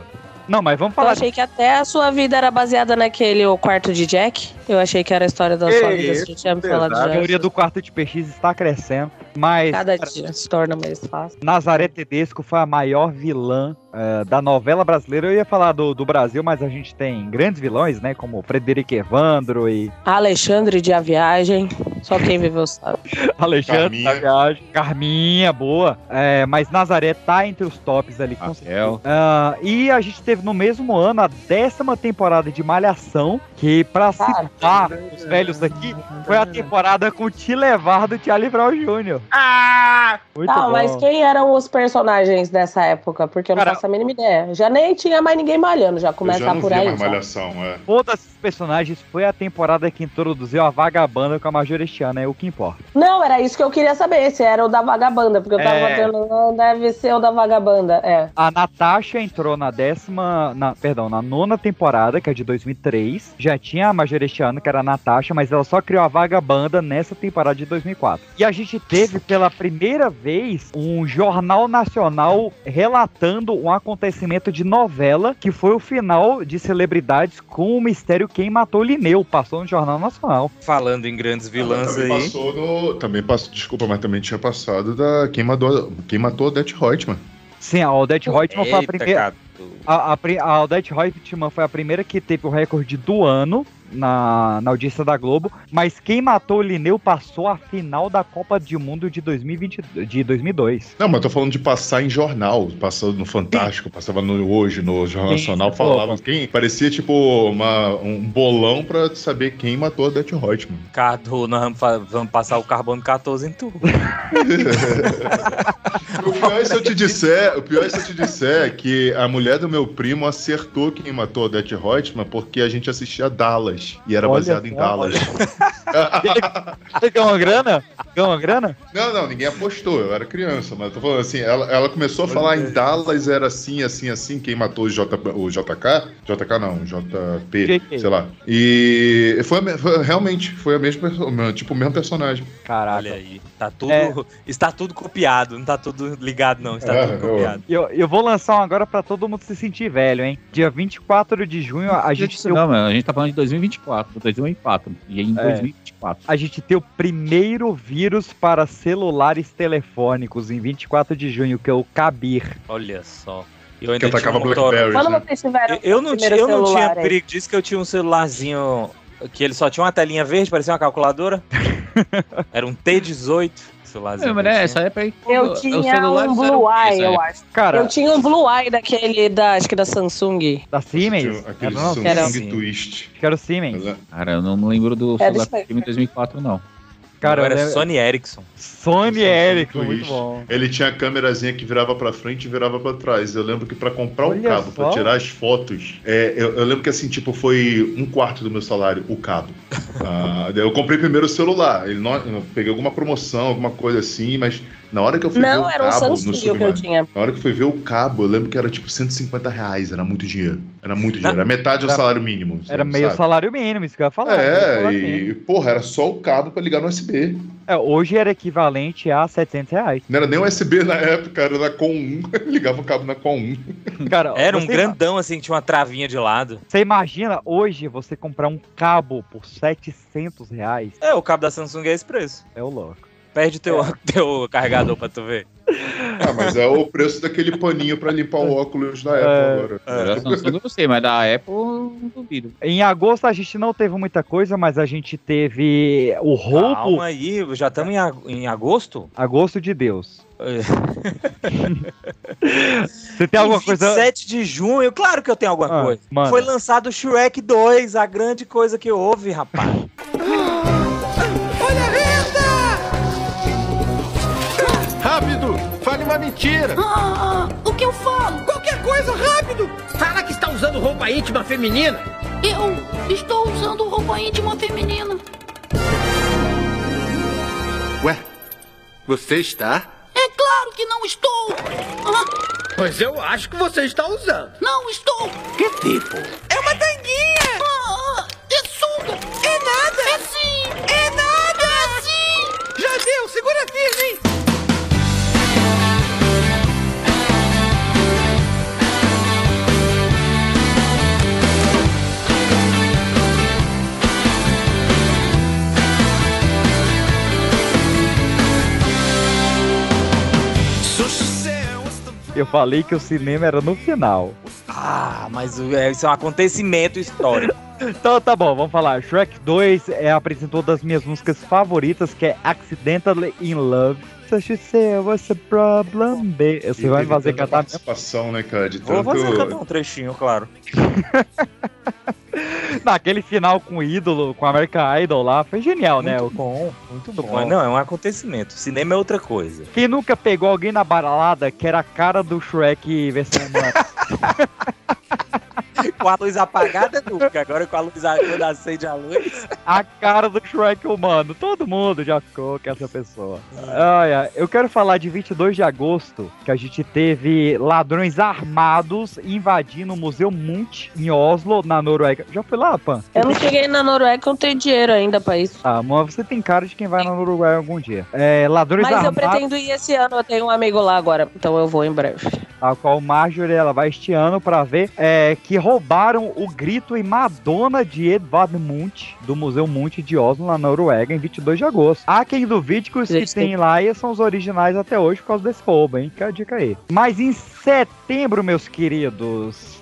Speaker 4: Não, mas vamos
Speaker 12: Eu
Speaker 4: falar.
Speaker 12: achei que até Então, a sua vida era baseada naquele O Quarto de Jack. Eu achei que era a história da sua vida. Você tinha me falado
Speaker 4: a
Speaker 12: já.
Speaker 4: teoria do quarto de PX está crescendo, mas
Speaker 12: Cada dia se torna mais fácil.
Speaker 4: Nazaré Tedesco foi a maior vilã eh, da novela brasileira. Eu ia falar do, do Brasil, mas a gente tem grandes vilões, né? Como Frederico Evandro e
Speaker 12: Alexandre de A Viagem. Só quem viveu sabe.
Speaker 4: Alexandre da Viagem. Carminha, boa. É, mas Nazaré tá entre os tops ali. Com certeza. Ah, e a gente teve no mesmo ano a décima temporada de Malhação, que pra citar os
Speaker 12: né?
Speaker 4: velhos aqui, foi a temporada com o Te Levar do Tiali Brau Júnior. Ah! Muito
Speaker 12: tá,
Speaker 4: bom.
Speaker 12: mas quem eram os personagens dessa época? Porque eu não faço a mínima ideia. Já nem tinha mais ninguém malhando, já
Speaker 10: Eu já
Speaker 12: começar
Speaker 10: não
Speaker 12: por
Speaker 10: vi
Speaker 12: aí.
Speaker 2: tá.
Speaker 10: mais
Speaker 12: sabe?
Speaker 10: Malhação, é.
Speaker 4: Todas esses personagens foi a temporada que introduziu a vagabanda com a Majorestiana, é o que importa.
Speaker 12: Não, era isso que eu queria saber, se era o da vagabanda, porque eu tava
Speaker 4: É.
Speaker 12: vendo, não deve ser o da vagabanda, é.
Speaker 4: A Natasha entrou na décima, na, perdão, na nona temporada, que é de 2003. Já tinha a Majorestiana, que era a Natasha, mas ela só criou a vagabanda nessa temporada de 2004. E a gente teve pela primeira vez um jornal nacional relatando um acontecimento de novela, que foi o final de Celebridades com o mistério Quem Matou Lineu. Passou no Jornal Nacional.
Speaker 2: Falando em grandes vilãs
Speaker 10: Também
Speaker 2: aí.
Speaker 10: passou no. Também passou, desculpa, mas também tinha passado da. Quem matou, quem matou Odete Reutemann.
Speaker 4: Sim, a Odete Reutemann foi a
Speaker 10: Eita,
Speaker 4: primeira.
Speaker 10: cara.
Speaker 4: A, a, pri- a Odete Reutemann foi a primeira que teve o recorde do ano na, na audiência da Globo. Mas quem matou o Lineu passou a final da Copa de Mundo de, 2020, de 2002.
Speaker 10: Não, mas eu tô falando de passar em jornal. Passou no Fantástico, passava no Hoje, no Jornal
Speaker 4: Sim,
Speaker 10: Nacional,
Speaker 4: pô.
Speaker 10: falava quem. Parecia tipo uma- um bolão pra saber quem matou Odete Reutemann.
Speaker 2: Cadu, nós vamos, fa- vamos passar o carbono 14 em tudo.
Speaker 10: O pior, é se eu te disser, o pior é se eu te disser que a mulher do meu primo acertou quem matou Odete Reutemann porque a gente assistia Dallas. E era
Speaker 4: Olha
Speaker 10: baseado em
Speaker 4: só,
Speaker 10: Dallas.
Speaker 4: Você ganhou uma grana? Ganhou uma grana?
Speaker 10: Não, não, ninguém apostou, eu era criança, mas eu tô falando assim, ela, ela começou a falar em Dallas, era assim, assim, assim, quem matou o, J, o JK? JK não, JP,
Speaker 4: JK.
Speaker 10: sei lá. E foi, a me- foi- realmente, foi a mesma, perso- o meu- tipo, o mesmo personagem.
Speaker 4: Caraca.
Speaker 2: Olha aí. Tá tudo, Está tudo copiado, não tá tudo ligado, não. Está
Speaker 10: É,
Speaker 2: tudo
Speaker 10: eu-
Speaker 2: copiado.
Speaker 4: Eu, eu vou lançar um agora pra todo mundo se sentir velho, hein? Dia 24 de junho a gente tem
Speaker 5: Não,
Speaker 4: o,
Speaker 5: mano, a gente tá falando de 2024, 2004. E em
Speaker 4: É.
Speaker 5: 2024.
Speaker 4: a gente tem o primeiro vírus para celulares telefônicos em 24 de junho, que é o Cabir.
Speaker 2: Olha só. Eu
Speaker 10: Que atacava né?
Speaker 2: um Motorola.
Speaker 10: Blackberry,
Speaker 12: Quando vocês tiveram
Speaker 2: Eu- Eu não,
Speaker 12: o
Speaker 2: tinha,
Speaker 12: primeiro
Speaker 2: eu não tinha
Speaker 12: celular aí?
Speaker 2: perigo disso que eu tinha um celularzinho que ele só tinha uma telinha verde, parecia uma calculadora. Era um T18 celularzinho.
Speaker 4: né?
Speaker 5: É, mas é, essa época aí.
Speaker 12: Eu
Speaker 5: o- os
Speaker 12: tinha
Speaker 5: celulares
Speaker 12: um
Speaker 5: eram
Speaker 12: Blue Eye,
Speaker 5: isso,
Speaker 12: eu
Speaker 5: é.
Speaker 12: acho.
Speaker 4: Cara,
Speaker 12: eu tinha um Blue Eye daquele, da, acho que da Samsung.
Speaker 4: da Siemens?
Speaker 10: Aquele
Speaker 4: Era, não,
Speaker 10: Samsung
Speaker 4: era-
Speaker 10: Twist.
Speaker 4: Acho que era o Siemens.
Speaker 10: Mas, é.
Speaker 5: Cara, eu não lembro do
Speaker 12: Era
Speaker 5: celular
Speaker 12: isso aí.
Speaker 5: que em 2004, não.
Speaker 4: Cara,
Speaker 2: né? era
Speaker 4: eu lembro-
Speaker 2: Sony Ericsson.
Speaker 4: Sony Ericsson, muito
Speaker 10: Twist.
Speaker 4: bom.
Speaker 10: Ele tinha a câmerazinha que virava pra frente e virava pra trás. Eu lembro que pra comprar o
Speaker 4: Olha
Speaker 10: cabo, pra
Speaker 4: só.
Speaker 10: tirar as fotos, é, eu, eu lembro que assim, tipo, foi um quarto do meu salário, o cabo. Ah, daí eu comprei primeiro o celular. Ele não, eu peguei alguma promoção, alguma coisa assim, mas na hora que eu fui ver
Speaker 12: Não,
Speaker 10: o
Speaker 12: era um
Speaker 10: cabo
Speaker 12: Samsung
Speaker 10: no
Speaker 12: o que eu
Speaker 10: submarino.
Speaker 12: tinha.
Speaker 10: Na hora que eu fui ver o cabo, eu lembro que era tipo 150 reais, era muito dinheiro. Era muito dinheiro. Era metade do
Speaker 4: Era-
Speaker 10: salário mínimo.
Speaker 4: Era
Speaker 10: sabe?
Speaker 4: meio salário mínimo, isso que eu ia falar. era meio
Speaker 10: É,
Speaker 4: salário mínimo.
Speaker 10: e porra, era só o cabo pra ligar no USB.
Speaker 4: É, hoje era equivalente a 700 reais.
Speaker 10: Não era nem USB na época, era na Com 1. Ligava o cabo na Com 1.
Speaker 4: Cara,
Speaker 2: Era um
Speaker 4: você-
Speaker 2: grandão assim que tinha uma travinha de lado.
Speaker 4: Você imagina hoje você comprar um cabo por 700 reais?
Speaker 2: É, o cabo da Samsung é esse preço.
Speaker 4: É o louco.
Speaker 2: Perde teu,
Speaker 10: É.
Speaker 2: teu carregador pra tu ver.
Speaker 10: Ah, mas é o preço daquele paninho pra limpar
Speaker 4: É.
Speaker 10: o óculos da Apple agora. né?
Speaker 5: Era Samsung, eu não sei, mas da Apple, eu não duvido.
Speaker 4: Em agosto a gente não teve muita coisa, mas a gente teve o roubo.
Speaker 2: Calma aí, já estamos em, ag- em agosto?
Speaker 4: Agosto de Deus.
Speaker 2: É.
Speaker 4: Você tem alguma
Speaker 2: Em
Speaker 4: coisa.
Speaker 2: 27 de junho, claro que eu tenho alguma
Speaker 4: Ah,
Speaker 2: é coisa.
Speaker 4: manda.
Speaker 2: Foi lançado o Shrek 2, a grande coisa que houve, rapaz.
Speaker 15: Olha a renda! Rápido! Fale uma mentira!
Speaker 11: Ah, o que eu falo?
Speaker 15: Qualquer coisa, rápido!
Speaker 8: Fala que está usando roupa íntima feminina.
Speaker 11: Eu estou usando roupa íntima feminina.
Speaker 19: Ué, você está?
Speaker 11: É claro que não estou!
Speaker 19: Pois eu acho que você está usando.
Speaker 11: Não estou!
Speaker 19: Que tipo?
Speaker 15: É uma tanguinha!
Speaker 11: Ah, é sunga! É nada! É sim! É
Speaker 4: Eu falei que o cinema era no final.
Speaker 2: Ah, mas é, isso é um acontecimento histórico.
Speaker 4: Então tá bom, vamos falar. Shrek 2 é, apresentou das minhas músicas favoritas, que é Accidentally in Love. So she said, what's the é, problem, baby? Você vai me fazer cantar mesmo?
Speaker 10: Participação, né, cara? De
Speaker 2: Vou
Speaker 10: tanto...
Speaker 2: fazer cada um trechinho, claro.
Speaker 4: Naquele final com o ídolo, com a American Idol lá, foi genial, né?
Speaker 2: Muito
Speaker 4: O-
Speaker 2: bom, muito bom.
Speaker 4: bom.
Speaker 2: Não, é um acontecimento. Cinema é outra coisa.
Speaker 4: Quem nunca pegou alguém na balada que era a cara do Shrek versão humana?
Speaker 2: Com a luz apagada nunca, agora com a luz a- quando acende a luz.
Speaker 4: a cara do Shrek humano. Todo mundo já ficou com essa pessoa. Olha, eu quero falar de 22 de agosto, que a gente teve ladrões armados invadindo o Museu Munch em Oslo, na Noruega. Já foi lá, Pan?
Speaker 12: Eu não cheguei na Noruega, eu não tenho dinheiro ainda pra isso.
Speaker 4: Ah, mas você tem cara de quem vai na Uruguai algum dia. É, ladrões
Speaker 12: Mas eu
Speaker 4: armados,
Speaker 12: pretendo ir esse ano, eu tenho um amigo lá agora, então eu vou em breve.
Speaker 4: a qual Marjorie ela vai este ano pra ver, é, que roubaram o grito em Madonna de Edvard Munch, do Museu Munch de Oslo, na Noruega, em 22 de agosto. Há quem duvide que os que
Speaker 12: Gente,
Speaker 4: tem
Speaker 12: tem-
Speaker 4: lá e são os originais até hoje por causa desse roubo, hein? Fica a dica aí. Mas em setembro, meus queridos,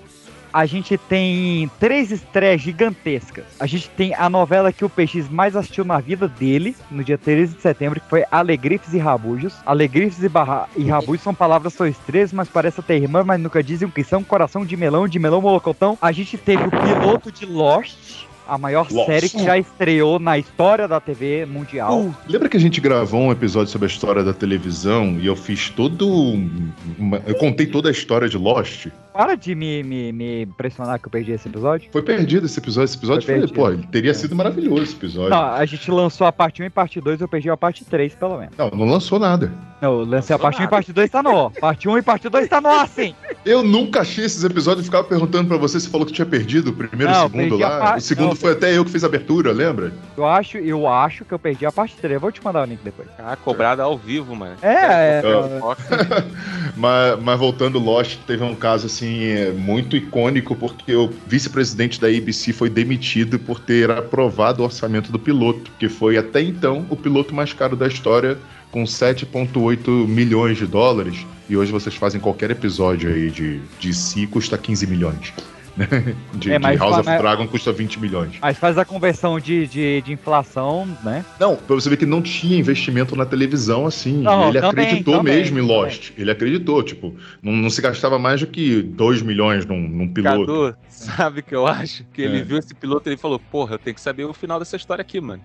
Speaker 4: a gente tem três estreias gigantescas. A gente tem a novela que o PX mais assistiu na vida dele, no dia 13 de setembro, que foi Alegrifes e Rabujos. Alegrifes e, barra... e Rabujos são palavras três, mas parece até irmã, mas nunca dizem o que são. Coração de melão, de melão molocotão. A gente teve o piloto de Lost, a maior
Speaker 10: Lost.
Speaker 4: série que já estreou na história da TV mundial.
Speaker 10: Lembra que a gente gravou um episódio sobre a história da televisão e eu fiz todo. um- uma- eu contei toda a história de Lost?
Speaker 4: Para de me, me, me pressionar que eu perdi é esse episódio.
Speaker 10: Foi perdido esse episódio. Esse episódio
Speaker 4: Foi
Speaker 10: foi,
Speaker 4: perdido. É.
Speaker 10: pô, ele teria sido maravilhoso esse episódio.
Speaker 4: Não,
Speaker 10: Não,
Speaker 4: a gente lançou a parte 1 e parte 2, eu perdi é a parte 3, pelo menos.
Speaker 10: não, lançou nada.
Speaker 4: Não, eu lancei a parte 1 e parte 2 tá no ó. Parte 1 e parte 2 tá no ó, sim.
Speaker 10: Eu nunca achei esses episódios e ficava perguntando pra você, você falou que tinha perdido o primeiro e
Speaker 4: Não,
Speaker 10: o segundo
Speaker 4: perdi a
Speaker 10: lá.
Speaker 4: parte-
Speaker 10: o segundo
Speaker 4: não,
Speaker 10: foi até eu que fiz a abertura, lembra?
Speaker 4: Eu acho, eu acho que eu perdi a parte 3. Eu vou te mandar o link depois.
Speaker 1: Ah, cobrada ao vivo, mano.
Speaker 4: É, é.
Speaker 1: um
Speaker 10: Mas, mas voltando, Lost teve um caso assim é, muito icônico porque o vice-presidente da ABC foi demitido por ter aprovado o orçamento do piloto, que foi até então o piloto mais caro da história, com 7,8 milhões de dólares. E hoje vocês fazem qualquer episódio aí de, de si custa 15 milhões. né? De,
Speaker 4: É,
Speaker 10: de
Speaker 4: mas
Speaker 10: House of
Speaker 4: fala-
Speaker 10: Dragon custa 20 milhões.
Speaker 4: Mas faz a conversão de, de, de inflação, né?
Speaker 10: Não, pra você ver que não tinha investimento na televisão assim.
Speaker 4: Não,
Speaker 10: ele
Speaker 4: também,
Speaker 10: acreditou
Speaker 4: também,
Speaker 10: mesmo em Lost. Ele acreditou, tipo, não, não se gastava mais do que 2 milhões num, num piloto.
Speaker 1: Cadu, sabe o que eu acho? Que ele
Speaker 10: É.
Speaker 1: viu esse piloto e ele falou, porra, eu tenho que saber o final dessa história aqui, mano.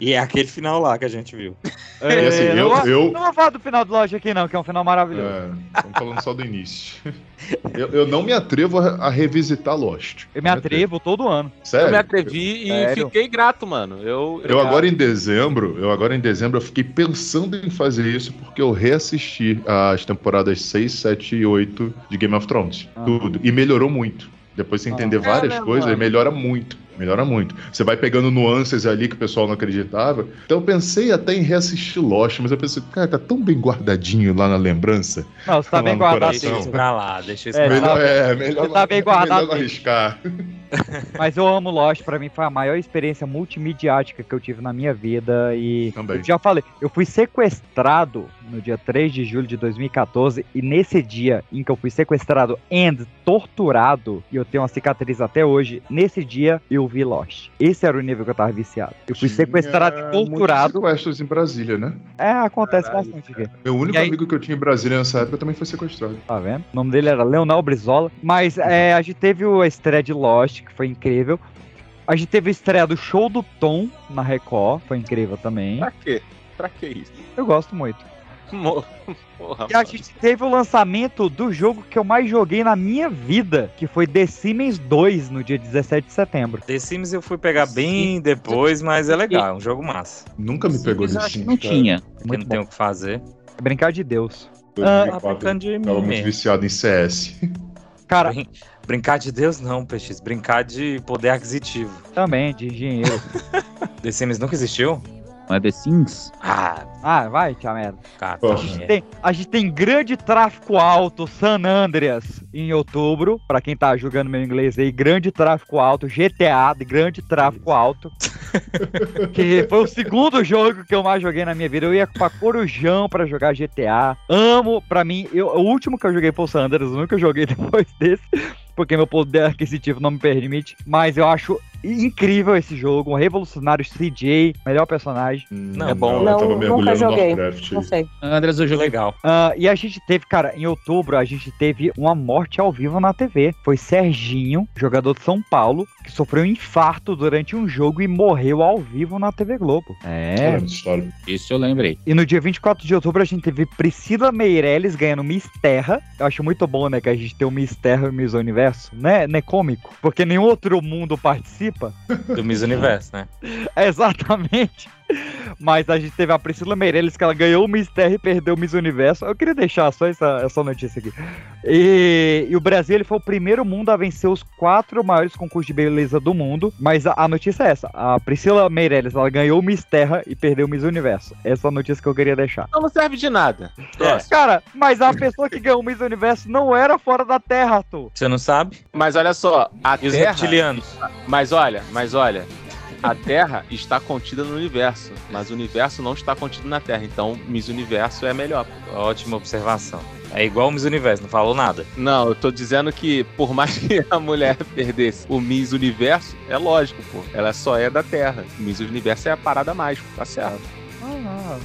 Speaker 2: E é aquele final lá que a gente viu.
Speaker 10: É, assim,
Speaker 4: não
Speaker 10: eu-
Speaker 4: vou-
Speaker 10: eu-
Speaker 4: Não vou falar do final do loja aqui, não, que é um final maravilhoso.
Speaker 10: É, estamos falando só do início. Eu, eu não me atrevo a, a revisitar Lost.
Speaker 4: Eu me atrevo todo ano.
Speaker 1: Eu me
Speaker 10: Sério?
Speaker 1: atrevi e
Speaker 4: Sério?
Speaker 1: fiquei grato, mano. Eu,
Speaker 10: É, Eu agora em dezembro, eu agora em dezembro eu fiquei pensando em fazer isso porque eu reassisti as temporadas 6, 7 e 8 de Game of Thrones. Tudo. E melhorou muito. Depois você
Speaker 4: É,
Speaker 10: entender várias
Speaker 4: né,
Speaker 1: Caramba,
Speaker 10: coisas,
Speaker 1: mano.
Speaker 10: melhora muito. Melhora muito. Você vai pegando nuances ali que o pessoal não acreditava. Então eu pensei até em reassistir Lost, mas eu pensei, cara, tá tão bem guardadinho lá na lembrança.
Speaker 4: Não, você tá
Speaker 10: Lá
Speaker 4: bem
Speaker 10: no
Speaker 4: guardado.
Speaker 10: coração.
Speaker 4: sim.
Speaker 2: Pra lá, deixa isso
Speaker 4: É,
Speaker 2: pra lá.
Speaker 10: Melhor, é, melhor,
Speaker 4: Você tá bem guardado,
Speaker 10: melhor não
Speaker 4: sim.
Speaker 10: arriscar.
Speaker 4: Mas eu amo Lost, pra mim foi a maior experiência multimediática que eu tive na minha vida e
Speaker 10: Também.
Speaker 4: eu já falei, eu fui sequestrado no dia 3 de julho de 2014 e nesse dia em que eu fui sequestrado and torturado, e eu tenho uma cicatriz até hoje, nesse dia eu vi Lost. Esse era o nível que eu tava viciado. Eu fui sequestrado e
Speaker 10: Tinha
Speaker 4: torturado.
Speaker 10: É, muitos sequestros em Brasília, né?
Speaker 4: É, acontece bastante aqui.
Speaker 10: Meu único
Speaker 4: E aí-
Speaker 10: amigo que eu tinha em Brasília nessa época também foi sequestrado.
Speaker 4: Tá vendo? O nome dele era Leonel Brizola. Mas é, a gente teve o- a estreia de Lost, que foi incrível. A gente teve a estreia do show do Tom na Record, foi incrível também.
Speaker 1: Pra quê? Pra que isso?
Speaker 4: Eu gosto muito.
Speaker 1: Mo- Porra,
Speaker 4: E a
Speaker 1: mano.
Speaker 4: gente teve o lançamento do jogo que eu mais joguei na minha vida, que foi The Sims 2, no dia 17 de setembro.
Speaker 2: The Sims eu fui pegar bem depois, mas é legal, é um jogo massa.
Speaker 10: Nunca me pegou
Speaker 5: Mas eu
Speaker 10: nesse
Speaker 5: acho que
Speaker 10: time,
Speaker 5: não
Speaker 10: cara.
Speaker 5: tinha.
Speaker 2: Porque não tem o que fazer.
Speaker 4: É brincar de Deus.
Speaker 5: Ah,
Speaker 2: Tá
Speaker 10: 2004,
Speaker 2: brincando de
Speaker 10: tava
Speaker 2: mim
Speaker 5: É.
Speaker 10: muito
Speaker 2: mesmo.
Speaker 10: viciado em CS.
Speaker 4: Cara,
Speaker 2: Brin- Brincar de Deus não, Peixes. Brincar de poder aquisitivo.
Speaker 4: também, de dinheiro.
Speaker 2: The Sims nunca existiu?
Speaker 5: Não é The Sims?
Speaker 4: Ah, ah vai, tia merda.
Speaker 5: Cata,
Speaker 4: a, gente
Speaker 2: é
Speaker 4: tem, a gente tem grande tráfico alto San Andreas em outubro, pra quem tá julgando meu inglês aí, grande tráfico alto, GTA, de grande tráfico alto. que foi o segundo jogo que eu mais joguei na minha vida. Eu ia pra Corujão pra jogar GTA. Amo, pra mim, eu, o último que eu joguei foi o San Andreas, nunca joguei depois desse porque meu poder aquisitivo não me permite. Mas eu acho incrível esse jogo, um revolucionário CJ, melhor personagem.
Speaker 5: Não, é bom. Não, eu tava mergulhando nunca joguei. Não sei. Andres,
Speaker 2: um
Speaker 5: eu jogo legal.
Speaker 4: Ah, e a gente teve, cara, em outubro a gente teve uma morte ao vivo na TV. Foi Serginho, jogador de São Paulo, que sofreu um infarto durante um jogo e morreu ao vivo na TV Globo.
Speaker 5: É. Isso eu lembrei.
Speaker 4: E no dia 24 de outubro a gente teve Priscila Meirelles ganhando Miss Terra. Eu acho muito bom, né, que a gente tem o Miss Terra e o Miss Universo, né? Né, cômico? Porque nenhum outro mundo participa.
Speaker 2: Do Miss Universo, né?
Speaker 4: Exatamente. Mas a gente teve a Priscila Meirelles, que ela ganhou o Miss Terra e perdeu o Miss Universo. Eu queria deixar só essa, essa notícia aqui. E, e o Brasil ele foi o primeiro mundo a vencer os quatro maiores concursos de beleza do mundo. Mas a, a notícia é essa: a Priscila Meirelles ela ganhou o Miss Terra e perdeu o Miss Universo. Essa é a notícia que eu queria deixar.
Speaker 1: Não, não serve de nada.
Speaker 4: É. Cara, mas a pessoa que ganhou o Miss Universo não era fora da Terra, Arthur.
Speaker 2: Você não sabe?
Speaker 1: Mas olha só: a
Speaker 2: e os
Speaker 1: Terra.
Speaker 2: reptilianos.
Speaker 1: Mas olha, mas olha. A Terra está contida no universo, mas o universo não está contido na Terra. Então, Miss Universo é melhor.
Speaker 2: Ótima observação. É igual o Miss Universo, não falou nada.
Speaker 1: Não, eu tô dizendo que por mais que a mulher perdesse o Miss Universo, é lógico, pô. Ela só é da Terra. O Miss Universo é a parada mágica, tá certo.
Speaker 4: Ah,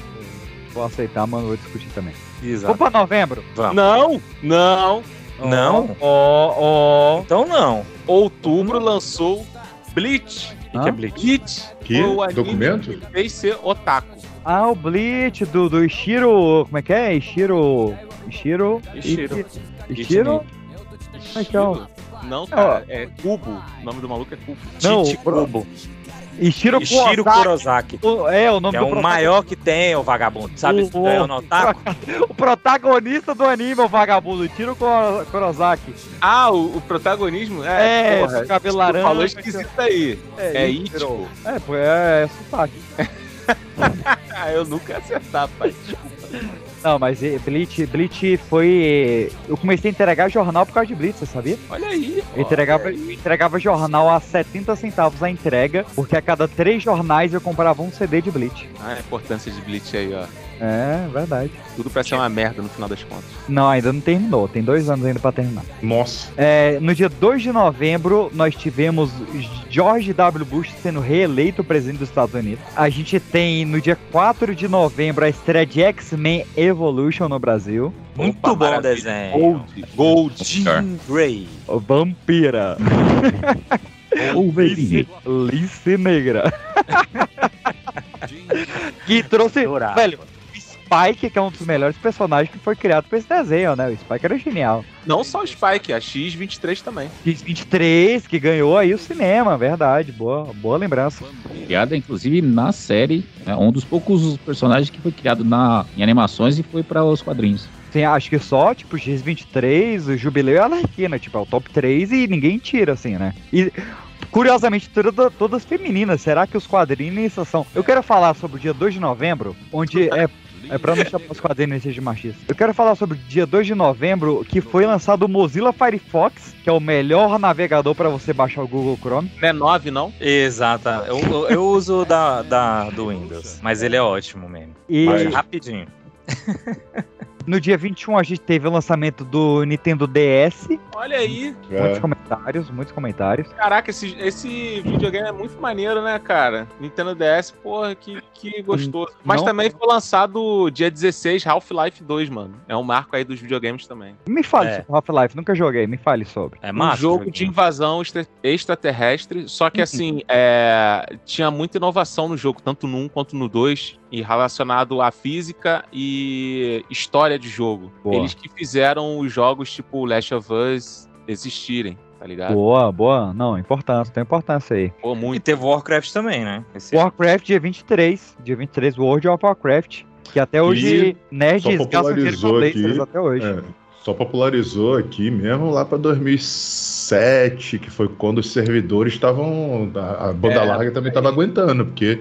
Speaker 4: vou aceitar, mano, vou discutir também. Exato. Vamos pra novembro?
Speaker 1: Vamos. Não, não.
Speaker 2: Não?
Speaker 1: Ó, oh, oh.
Speaker 2: Então não.
Speaker 1: Outubro lançou Bleach.
Speaker 2: O que é Bleach?
Speaker 1: Bleach.
Speaker 10: Que documento?
Speaker 1: Fez ser otaku.
Speaker 4: Ah, o Bleach do, do Ishiro. Como é que é? Ishiro. Ishiro.
Speaker 1: Ishiro.
Speaker 4: Ichi- Ishiro? Então.
Speaker 1: Não, cara, é Cubo. O nome do maluco é Cubo.
Speaker 4: Não,
Speaker 2: Tite Cubo.
Speaker 4: Ishiro,
Speaker 2: Ishiro Kurosaki.
Speaker 4: O- é, o nome
Speaker 2: Que é
Speaker 4: do
Speaker 2: o
Speaker 4: prota-
Speaker 2: maior que tem, o vagabundo. Sabe?
Speaker 4: O-
Speaker 2: isso? É o Notaku.
Speaker 4: O protagonista do anime, o vagabundo, Tiro Kuro- Kurosaki.
Speaker 1: Ah, o, o protagonismo?
Speaker 4: É, esse cabelo
Speaker 1: tu
Speaker 4: laranja.
Speaker 1: Falou esquisito aí.
Speaker 4: É,
Speaker 1: É
Speaker 4: Ichiro.
Speaker 1: Ichigo.
Speaker 4: É, pô, é, é sotaque.
Speaker 1: Ah, eu nunca ia acertar, pai. Desculpa.
Speaker 4: Não, mas eh, Bleach, Bleach foi. eh, Eu comecei a entregar jornal por causa de Bleach, você sabia?
Speaker 1: Olha aí.
Speaker 4: Eu entregava, eu entregava jornal a 70 centavos a entrega, porque a cada três jornais eu comprava um CD de Bleach.
Speaker 1: Ah, a importância de Bleach aí, ó.
Speaker 4: É, verdade.
Speaker 1: Tudo pra ser uma merda no final das contas.
Speaker 4: Não, ainda não terminou. Tem dois anos ainda pra terminar.
Speaker 10: Nossa.
Speaker 4: É, no dia 2 de novembro, nós tivemos George W. Bush sendo reeleito presidente dos Estados Unidos. A gente tem, no dia 4 de novembro, a estreia de X-Men Evolution no Brasil.
Speaker 2: Muito
Speaker 1: Opa,
Speaker 2: bom o
Speaker 1: maravilha.
Speaker 2: desenho.
Speaker 1: Gold, Gold.
Speaker 2: Jean Grey.
Speaker 4: Vampira. É,
Speaker 5: Wolverine.
Speaker 4: Lice Negra. que trouxe.
Speaker 2: Dourado.
Speaker 4: Velho, Spike, que é um dos melhores personagens que foi criado pra esse desenho, né? O Spike era genial.
Speaker 1: Não só o Spike, a X23 também.
Speaker 4: X23, que ganhou aí o cinema, verdade. Boa, boa lembrança.
Speaker 5: Criada, inclusive, na série. É um dos poucos personagens que foi criado na, em animações e foi para os quadrinhos.
Speaker 4: Tem, acho que só, tipo, X23, o Jubileu e a Arlequina, tipo, é o top 3 e ninguém tira, assim, né? E, curiosamente, toda- todas femininas. Será que os quadrinhos são... Eu quero falar sobre o dia 2 de novembro, onde é... É pra não chamar os quadrinhos de machista. Eu quero falar sobre o dia 2 de novembro, que foi lançado o Mozilla Firefox, que é o melhor navegador pra você baixar o Google Chrome.
Speaker 1: Não é 9, não?
Speaker 2: Exato. Eu, eu- eu uso o da, da, do Windows, mas ele é ótimo mesmo.
Speaker 4: E
Speaker 2: Mas rapidinho.
Speaker 4: no dia 21 a gente teve o lançamento do Nintendo DS.
Speaker 1: Olha aí.
Speaker 4: Muitos
Speaker 10: É.
Speaker 4: comentários, muitos comentários.
Speaker 1: Caraca, esse, esse videogame é muito maneiro, né, cara? Nintendo DS, porra, que, que gostoso. Mas
Speaker 4: Não.
Speaker 1: também foi lançado dia 16, Half-Life 2, mano. É um marco aí dos videogames também.
Speaker 4: Me fale
Speaker 2: É.
Speaker 4: sobre Half-Life, nunca joguei, me fale sobre.
Speaker 2: É
Speaker 1: um
Speaker 2: massa.
Speaker 1: jogo de invasão extra- extraterrestre, só
Speaker 10: Uhum.
Speaker 1: que assim, é, tinha muita inovação no jogo, tanto no 1 quanto no 2, e relacionado à física e história de jogo.
Speaker 4: Boa.
Speaker 1: Eles que fizeram os jogos tipo Last of Us existirem, tá ligado?
Speaker 4: Boa, boa. Não, importância, tem importância aí.
Speaker 1: Pô,
Speaker 2: E
Speaker 1: muito.
Speaker 2: teve Warcraft também, né? Esse-
Speaker 4: Warcraft, dia 23. Dia 23, World of Warcraft. Que até hoje, nerds
Speaker 10: só
Speaker 4: gastam dinheiro com
Speaker 10: popularizou
Speaker 4: lasers
Speaker 10: aqui,
Speaker 4: até hoje.
Speaker 10: É, só popularizou aqui mesmo lá pra 2007, que foi quando os servidores estavam. A a banda
Speaker 1: É,
Speaker 10: larga também tava aguentando, porque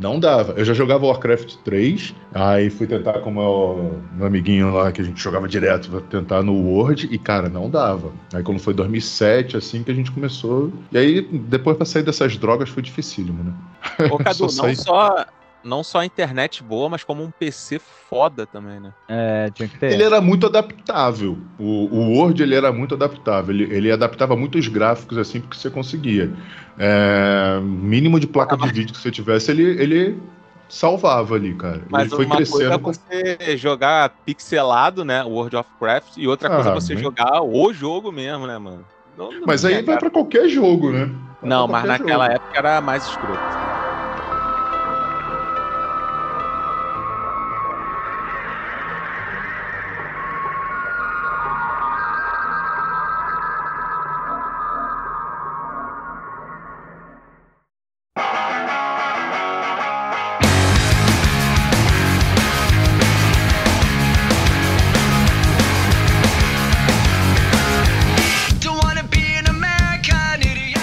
Speaker 10: Não dava. Eu já jogava Warcraft 3, aí fui tentar com o meu, meu amiguinho lá, que a gente jogava direto, vou tentar no Word, e cara, não dava. Aí quando foi 2007, assim, que a gente começou. E aí, depois pra sair dessas drogas foi dificílimo, né?
Speaker 1: Ô, Cadu,
Speaker 10: Só
Speaker 1: não
Speaker 10: saí-
Speaker 1: só, não só a internet boa, mas como um PC foda também, né?
Speaker 4: É, tinha que ter.
Speaker 10: Ele era muito adaptável. O, o Word ele era muito adaptável. Ele, ele adaptava muitos gráficos assim porque você conseguia. É, mínimo de placa de vídeo que você tivesse, ele, ele salvava ali, cara.
Speaker 1: Mas
Speaker 10: ele foi
Speaker 1: uma coisa é
Speaker 10: crescendo.
Speaker 1: você jogar pixelado, né? World of Craft, e outra
Speaker 10: Ah,
Speaker 1: coisa é você
Speaker 10: mas-
Speaker 1: jogar o jogo mesmo, né, mano? Não- não
Speaker 10: Mas
Speaker 1: tem
Speaker 10: aí
Speaker 1: a
Speaker 10: vai
Speaker 1: cara.
Speaker 10: pra qualquer jogo, né? Vai
Speaker 1: Não,
Speaker 10: pra
Speaker 1: mas
Speaker 10: qualquer
Speaker 1: naquela
Speaker 10: jogo.
Speaker 1: época era mais escroto.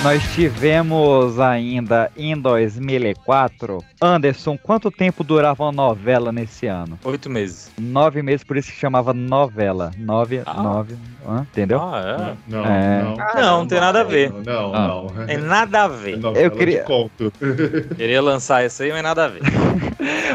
Speaker 4: Nós tivemos ainda em 2004. Anderson, quanto tempo durava uma novela nesse ano?
Speaker 2: Oito meses.
Speaker 4: Nove meses, por isso que chamava novela. Nove, nove, hã? entendeu?
Speaker 2: Ah, é?
Speaker 4: Não, É. não.
Speaker 2: Não, não tem nada a ver.
Speaker 10: Não,
Speaker 4: Ah.
Speaker 10: não. é.
Speaker 2: Tem nada a ver.
Speaker 4: Eu queria- Uhum.
Speaker 2: Queria lançar essa aí, mas nada a ver.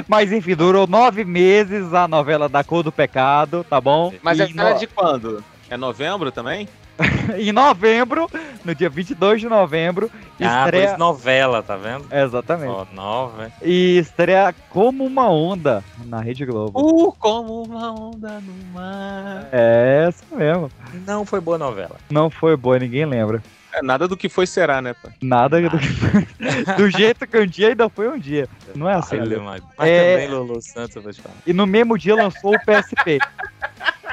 Speaker 4: Mas enfim, durou nove meses a novela da Cor do Pecado, tá bom?
Speaker 1: Mas
Speaker 4: E
Speaker 1: é cara
Speaker 4: no-
Speaker 1: de quando? É novembro também?
Speaker 4: em novembro, no dia 22 de novembro,
Speaker 2: Ah, por
Speaker 4: estreia...
Speaker 2: isso novela, tá vendo?
Speaker 4: Exatamente.
Speaker 2: Ó, nova.
Speaker 4: E estreia Como Uma Onda na Rede Globo.
Speaker 1: Uh, como uma onda no mar.
Speaker 4: É essa mesmo.
Speaker 2: Não foi boa novela.
Speaker 4: Não foi boa, ninguém lembra.
Speaker 1: É, nada do que foi será, né, pai?
Speaker 4: Nada do,
Speaker 1: Ah.
Speaker 4: do jeito que um dia ainda foi um dia. Não é assim.
Speaker 2: Olha, mas, mas
Speaker 4: É,
Speaker 2: também Lulu Santos, eu vou te falar.
Speaker 4: E no mesmo dia lançou o PSP.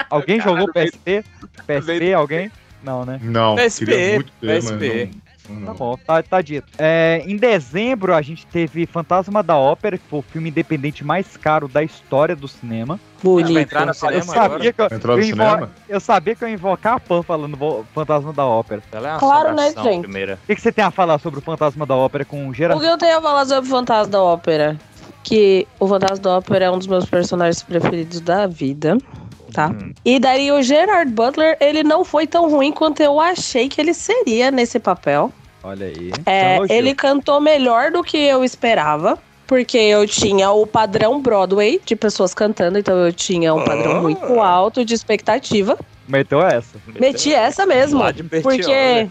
Speaker 4: Alguém jogou o PSP? PSP, alguém? Não, né?
Speaker 10: Não,
Speaker 4: PSP,
Speaker 10: queria muito ter, mas
Speaker 4: PSP.
Speaker 10: não- não.
Speaker 4: Tá bom, tá, tá dito. É, em dezembro, a gente teve Fantasma da Ópera, que foi o filme independente mais caro da história do cinema.
Speaker 2: Bonito. Vai entrar Tá no
Speaker 4: eu
Speaker 2: cinema
Speaker 4: sabia
Speaker 2: agora?
Speaker 4: que eu,
Speaker 2: Vai entrar no
Speaker 4: eu invo-
Speaker 2: cinema?
Speaker 4: eu sabia que eu ia invocar a Pan falando vo- Fantasma da Ópera.
Speaker 2: Ela é uma
Speaker 12: Claro, né,
Speaker 2: assombração,
Speaker 12: gente?
Speaker 2: Primeira.
Speaker 4: O que, que você tem a falar sobre o Fantasma da Ópera com
Speaker 12: O que
Speaker 4: geração?
Speaker 12: eu tenho a falar sobre o Fantasma da Ópera? Que o Fantasma da Ópera é um dos meus personagens preferidos da vida, tá?
Speaker 2: Uhum. Hum.
Speaker 12: E daí o Gerard Butler, ele não foi tão ruim quanto eu achei que ele seria nesse papel.
Speaker 4: Olha aí. Tá
Speaker 12: É,
Speaker 4: Elogio.
Speaker 12: ele cantou melhor do que eu esperava. Porque eu tinha o padrão Broadway de pessoas cantando, então eu tinha um padrão muito alto de expectativa.
Speaker 4: Meteu essa.
Speaker 12: Meti essa mesmo.
Speaker 4: Lá de Bertioga,
Speaker 12: Porque.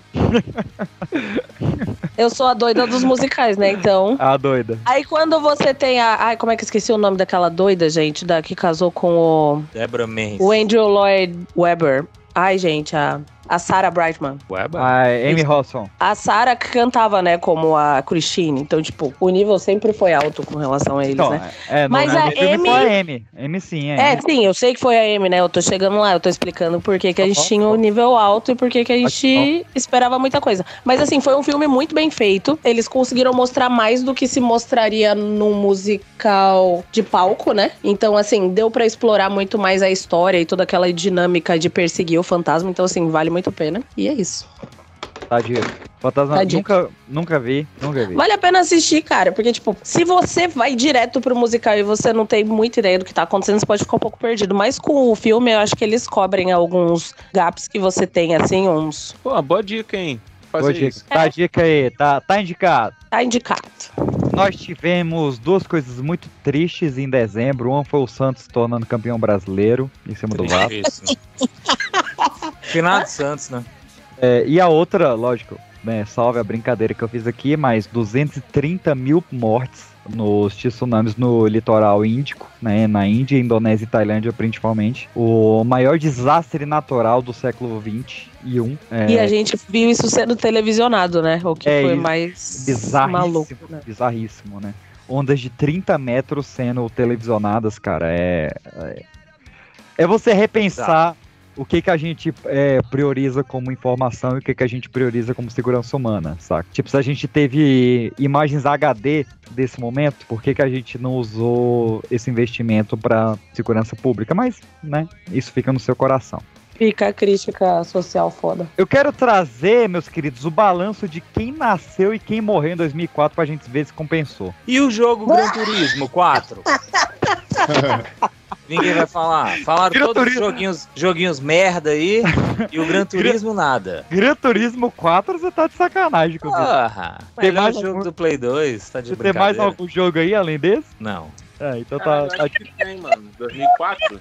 Speaker 12: eu sou a doida dos musicais, né? Então.
Speaker 4: Ah, doida.
Speaker 12: Aí quando você tem a. Ai, como é que eu esqueci o nome daquela doida, gente? Da, que casou com
Speaker 2: Débora Mendes.
Speaker 12: o, o Andrew Lloyd Webber. Ai, gente, a, a Sarah Brightman.
Speaker 2: Weba?
Speaker 4: Ah, Amy Hosson.
Speaker 12: A Sarah cantava, né, como a Christine. Então, tipo, o nível sempre foi alto com relação a eles,
Speaker 4: Então,
Speaker 12: né?
Speaker 4: é, no-
Speaker 12: Mas
Speaker 4: no
Speaker 12: a
Speaker 4: filme
Speaker 12: Amy-
Speaker 4: foi a Amy. Amy sim, é.
Speaker 12: É, sim, eu sei que foi a Amy, né? Eu tô chegando lá, eu tô explicando por que, que a gente tinha um nível alto e por que, que a gente esperava muita coisa. Mas assim, foi um filme muito bem feito. Eles conseguiram mostrar mais do que se mostraria num musical de palco, né? Então, assim, deu pra explorar muito mais a história e toda aquela dinâmica de perseguir o fantasma. Então, assim, vale muito a pena. E é isso.
Speaker 4: Tá dito. Fantasma,
Speaker 12: Tá dito.
Speaker 4: nunca, nunca vi, nunca vi.
Speaker 12: Vale a pena assistir, cara, porque, tipo, se você vai direto pro musical e você não tem muita ideia do que tá acontecendo, você pode ficar um pouco perdido. Mas com o filme, eu acho que eles cobrem alguns gaps que você tem, assim, uns.
Speaker 1: Pô, boa dica, hein? Fazer
Speaker 12: é
Speaker 4: Boa dica.
Speaker 1: isso.
Speaker 4: Tá a dica aí, tá, tá indicado.
Speaker 12: Tá indicado.
Speaker 4: Nós tivemos duas coisas muito tristes em dezembro. Uma foi o Santos se tornando campeão brasileiro em cima do Vasco.
Speaker 2: Isso. Final de Santos, né?
Speaker 4: É, e a outra, lógico, né, salve a brincadeira que eu fiz aqui, mas 230 mil mortes nos tsunamis no litoral índico, né, na Índia, Indonésia e Tailândia principalmente. O maior desastre natural do século 21. É,
Speaker 12: E a gente viu isso sendo televisionado, né? O que
Speaker 4: É,
Speaker 12: foi
Speaker 4: isso.
Speaker 12: mais
Speaker 4: bizarríssimo,
Speaker 12: maluco. né?
Speaker 4: bizarríssimo, né? Ondas de 30 metros sendo televisionadas, cara, é... É, é você repensar o que, que a gente é, prioriza como informação e o que, que a gente prioriza como segurança humana, saca? Tipo, se a gente teve imagens HD desse momento, por que, que a gente não usou esse investimento para segurança pública? Mas, né, isso fica no seu coração.
Speaker 12: Fica a crítica social foda.
Speaker 4: Eu quero trazer, meus queridos, o balanço de quem nasceu e quem morreu em 2004 pra gente ver se compensou.
Speaker 2: E o jogo Gran Turismo 4? Ninguém vai falar. Falaram
Speaker 4: Gran
Speaker 2: todos
Speaker 4: Turismo.
Speaker 2: os joguinhos, joguinhos merda aí e o Gran Turismo nada.
Speaker 4: Gran Turismo 4, você tá de sacanagem comigo.
Speaker 2: Porra,
Speaker 4: Tem
Speaker 2: melhor
Speaker 4: mais
Speaker 2: jogo
Speaker 4: algum-
Speaker 2: do Play 2, tá de
Speaker 4: você tem mais
Speaker 2: Ah, brincadeira.
Speaker 4: algum jogo aí além desse?
Speaker 2: Não.
Speaker 4: É, então tá,
Speaker 1: Caralho,
Speaker 4: tá,
Speaker 1: acho que tem, mano. 2004?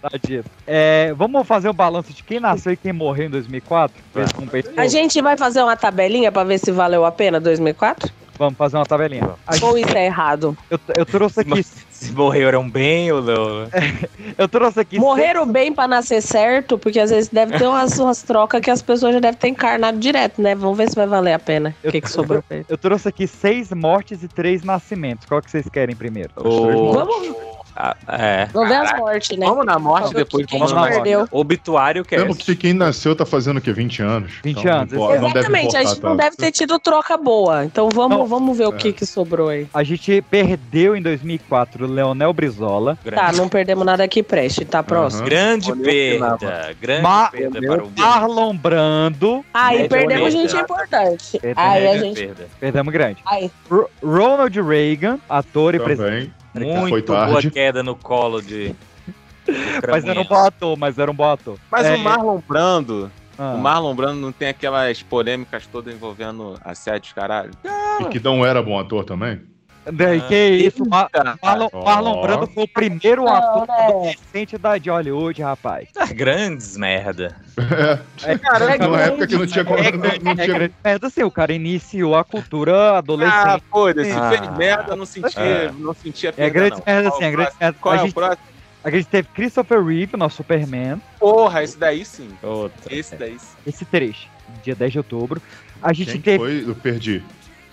Speaker 4: tá dito. É, vamos fazer o balanço de quem nasceu e quem morreu em 2004? Ver se compensou.
Speaker 12: A gente vai fazer uma tabelinha pra ver se valeu a pena 2004?
Speaker 4: Vamos fazer uma tabelinha. A gente-
Speaker 12: Ou isso é errado?
Speaker 4: Eu, eu trouxe aqui.
Speaker 2: Se morreram bem ou não?
Speaker 4: É, Eu trouxe aqui.
Speaker 12: Morreram bem pra nascer certo, porque às vezes deve ter umas, umas trocas que as pessoas já devem ter encarnado direto, né? Vamos ver se vai valer a pena. O que, que sobrou?
Speaker 4: Eu trouxe aqui seis mortes e três nascimentos. Qual que vocês querem primeiro?
Speaker 2: O-
Speaker 12: Vamos,
Speaker 2: Ah, é.
Speaker 12: vamos ver as mortes, né?
Speaker 2: Vamos na morte depois
Speaker 12: quem perdeu.
Speaker 2: Obituário que é.
Speaker 10: Lembra que quem nasceu tá fazendo o quê? 20 anos? Então,
Speaker 4: 20
Speaker 10: não
Speaker 4: anos,
Speaker 10: importa, não deve
Speaker 12: Exatamente, a
Speaker 10: importar
Speaker 12: gente não
Speaker 10: tanto. É.
Speaker 12: deve ter tido troca boa. Então vamos,
Speaker 4: Não.
Speaker 12: vamos ver o que, que sobrou aí. Tá,
Speaker 4: A gente perdeu em 2004 Leonel Brizola.
Speaker 12: Tá, não perdemos nada que preste, tá próximo.
Speaker 2: Grande
Speaker 4: Olhou
Speaker 2: perda. Grande
Speaker 4: Ma-
Speaker 2: perda É, para o
Speaker 4: Marlon Brando.
Speaker 12: Aí
Speaker 2: Grande
Speaker 12: Ah, perdemos
Speaker 2: perda.
Speaker 12: gente importante.
Speaker 4: Perdemos
Speaker 12: Aí a
Speaker 4: grande
Speaker 12: gente.
Speaker 2: perda.
Speaker 4: Perdemos grande.
Speaker 12: Aí.
Speaker 4: Ro- Ronald Reagan, ator e presidente.
Speaker 2: Muito
Speaker 10: Foi
Speaker 2: boa
Speaker 10: tarde.
Speaker 2: queda no colo de.
Speaker 4: Mas
Speaker 1: é
Speaker 4: era um bom ator, mas era um bom ator.
Speaker 1: Mas
Speaker 4: É,
Speaker 1: o Marlon Brando.
Speaker 4: Ah.
Speaker 1: O Marlon Brando não tem aquelas polêmicas todas envolvendo assédio, caralho.
Speaker 10: E que não era bom ator também?
Speaker 4: né, Que
Speaker 1: Ah.
Speaker 4: isso, Mar- Marlon,
Speaker 10: Ó.
Speaker 4: Marlon Brando foi o primeiro
Speaker 12: Não,
Speaker 4: ator
Speaker 12: né?
Speaker 4: adolescente da, de Hollywood, rapaz.
Speaker 2: Grandes merda.
Speaker 10: É.
Speaker 4: Cara,
Speaker 10: Numa época que não tinha como. não
Speaker 4: É
Speaker 10: tinha-
Speaker 4: grande merda, assim, o cara iniciou a cultura
Speaker 1: Ah,
Speaker 4: adolescente.
Speaker 1: foda-se,
Speaker 2: Ah.
Speaker 1: fez merda, não senti,
Speaker 2: É.
Speaker 1: não senti a
Speaker 4: é
Speaker 1: perda,
Speaker 4: grande
Speaker 1: não. Qual
Speaker 4: merda, assim, é
Speaker 1: o
Speaker 4: grande
Speaker 1: próximo?
Speaker 4: merda.
Speaker 1: Qual
Speaker 4: a,
Speaker 1: é o
Speaker 4: gente,
Speaker 1: próximo?
Speaker 4: a gente teve Christopher Reeve, nosso Superman,
Speaker 1: Porra, esse daí sim.
Speaker 2: Outra.
Speaker 1: Esse daí sim.
Speaker 4: esse trecho, dia 10 de outubro. A gente
Speaker 10: Quem que
Speaker 4: teve
Speaker 10: foi? Eu perdi.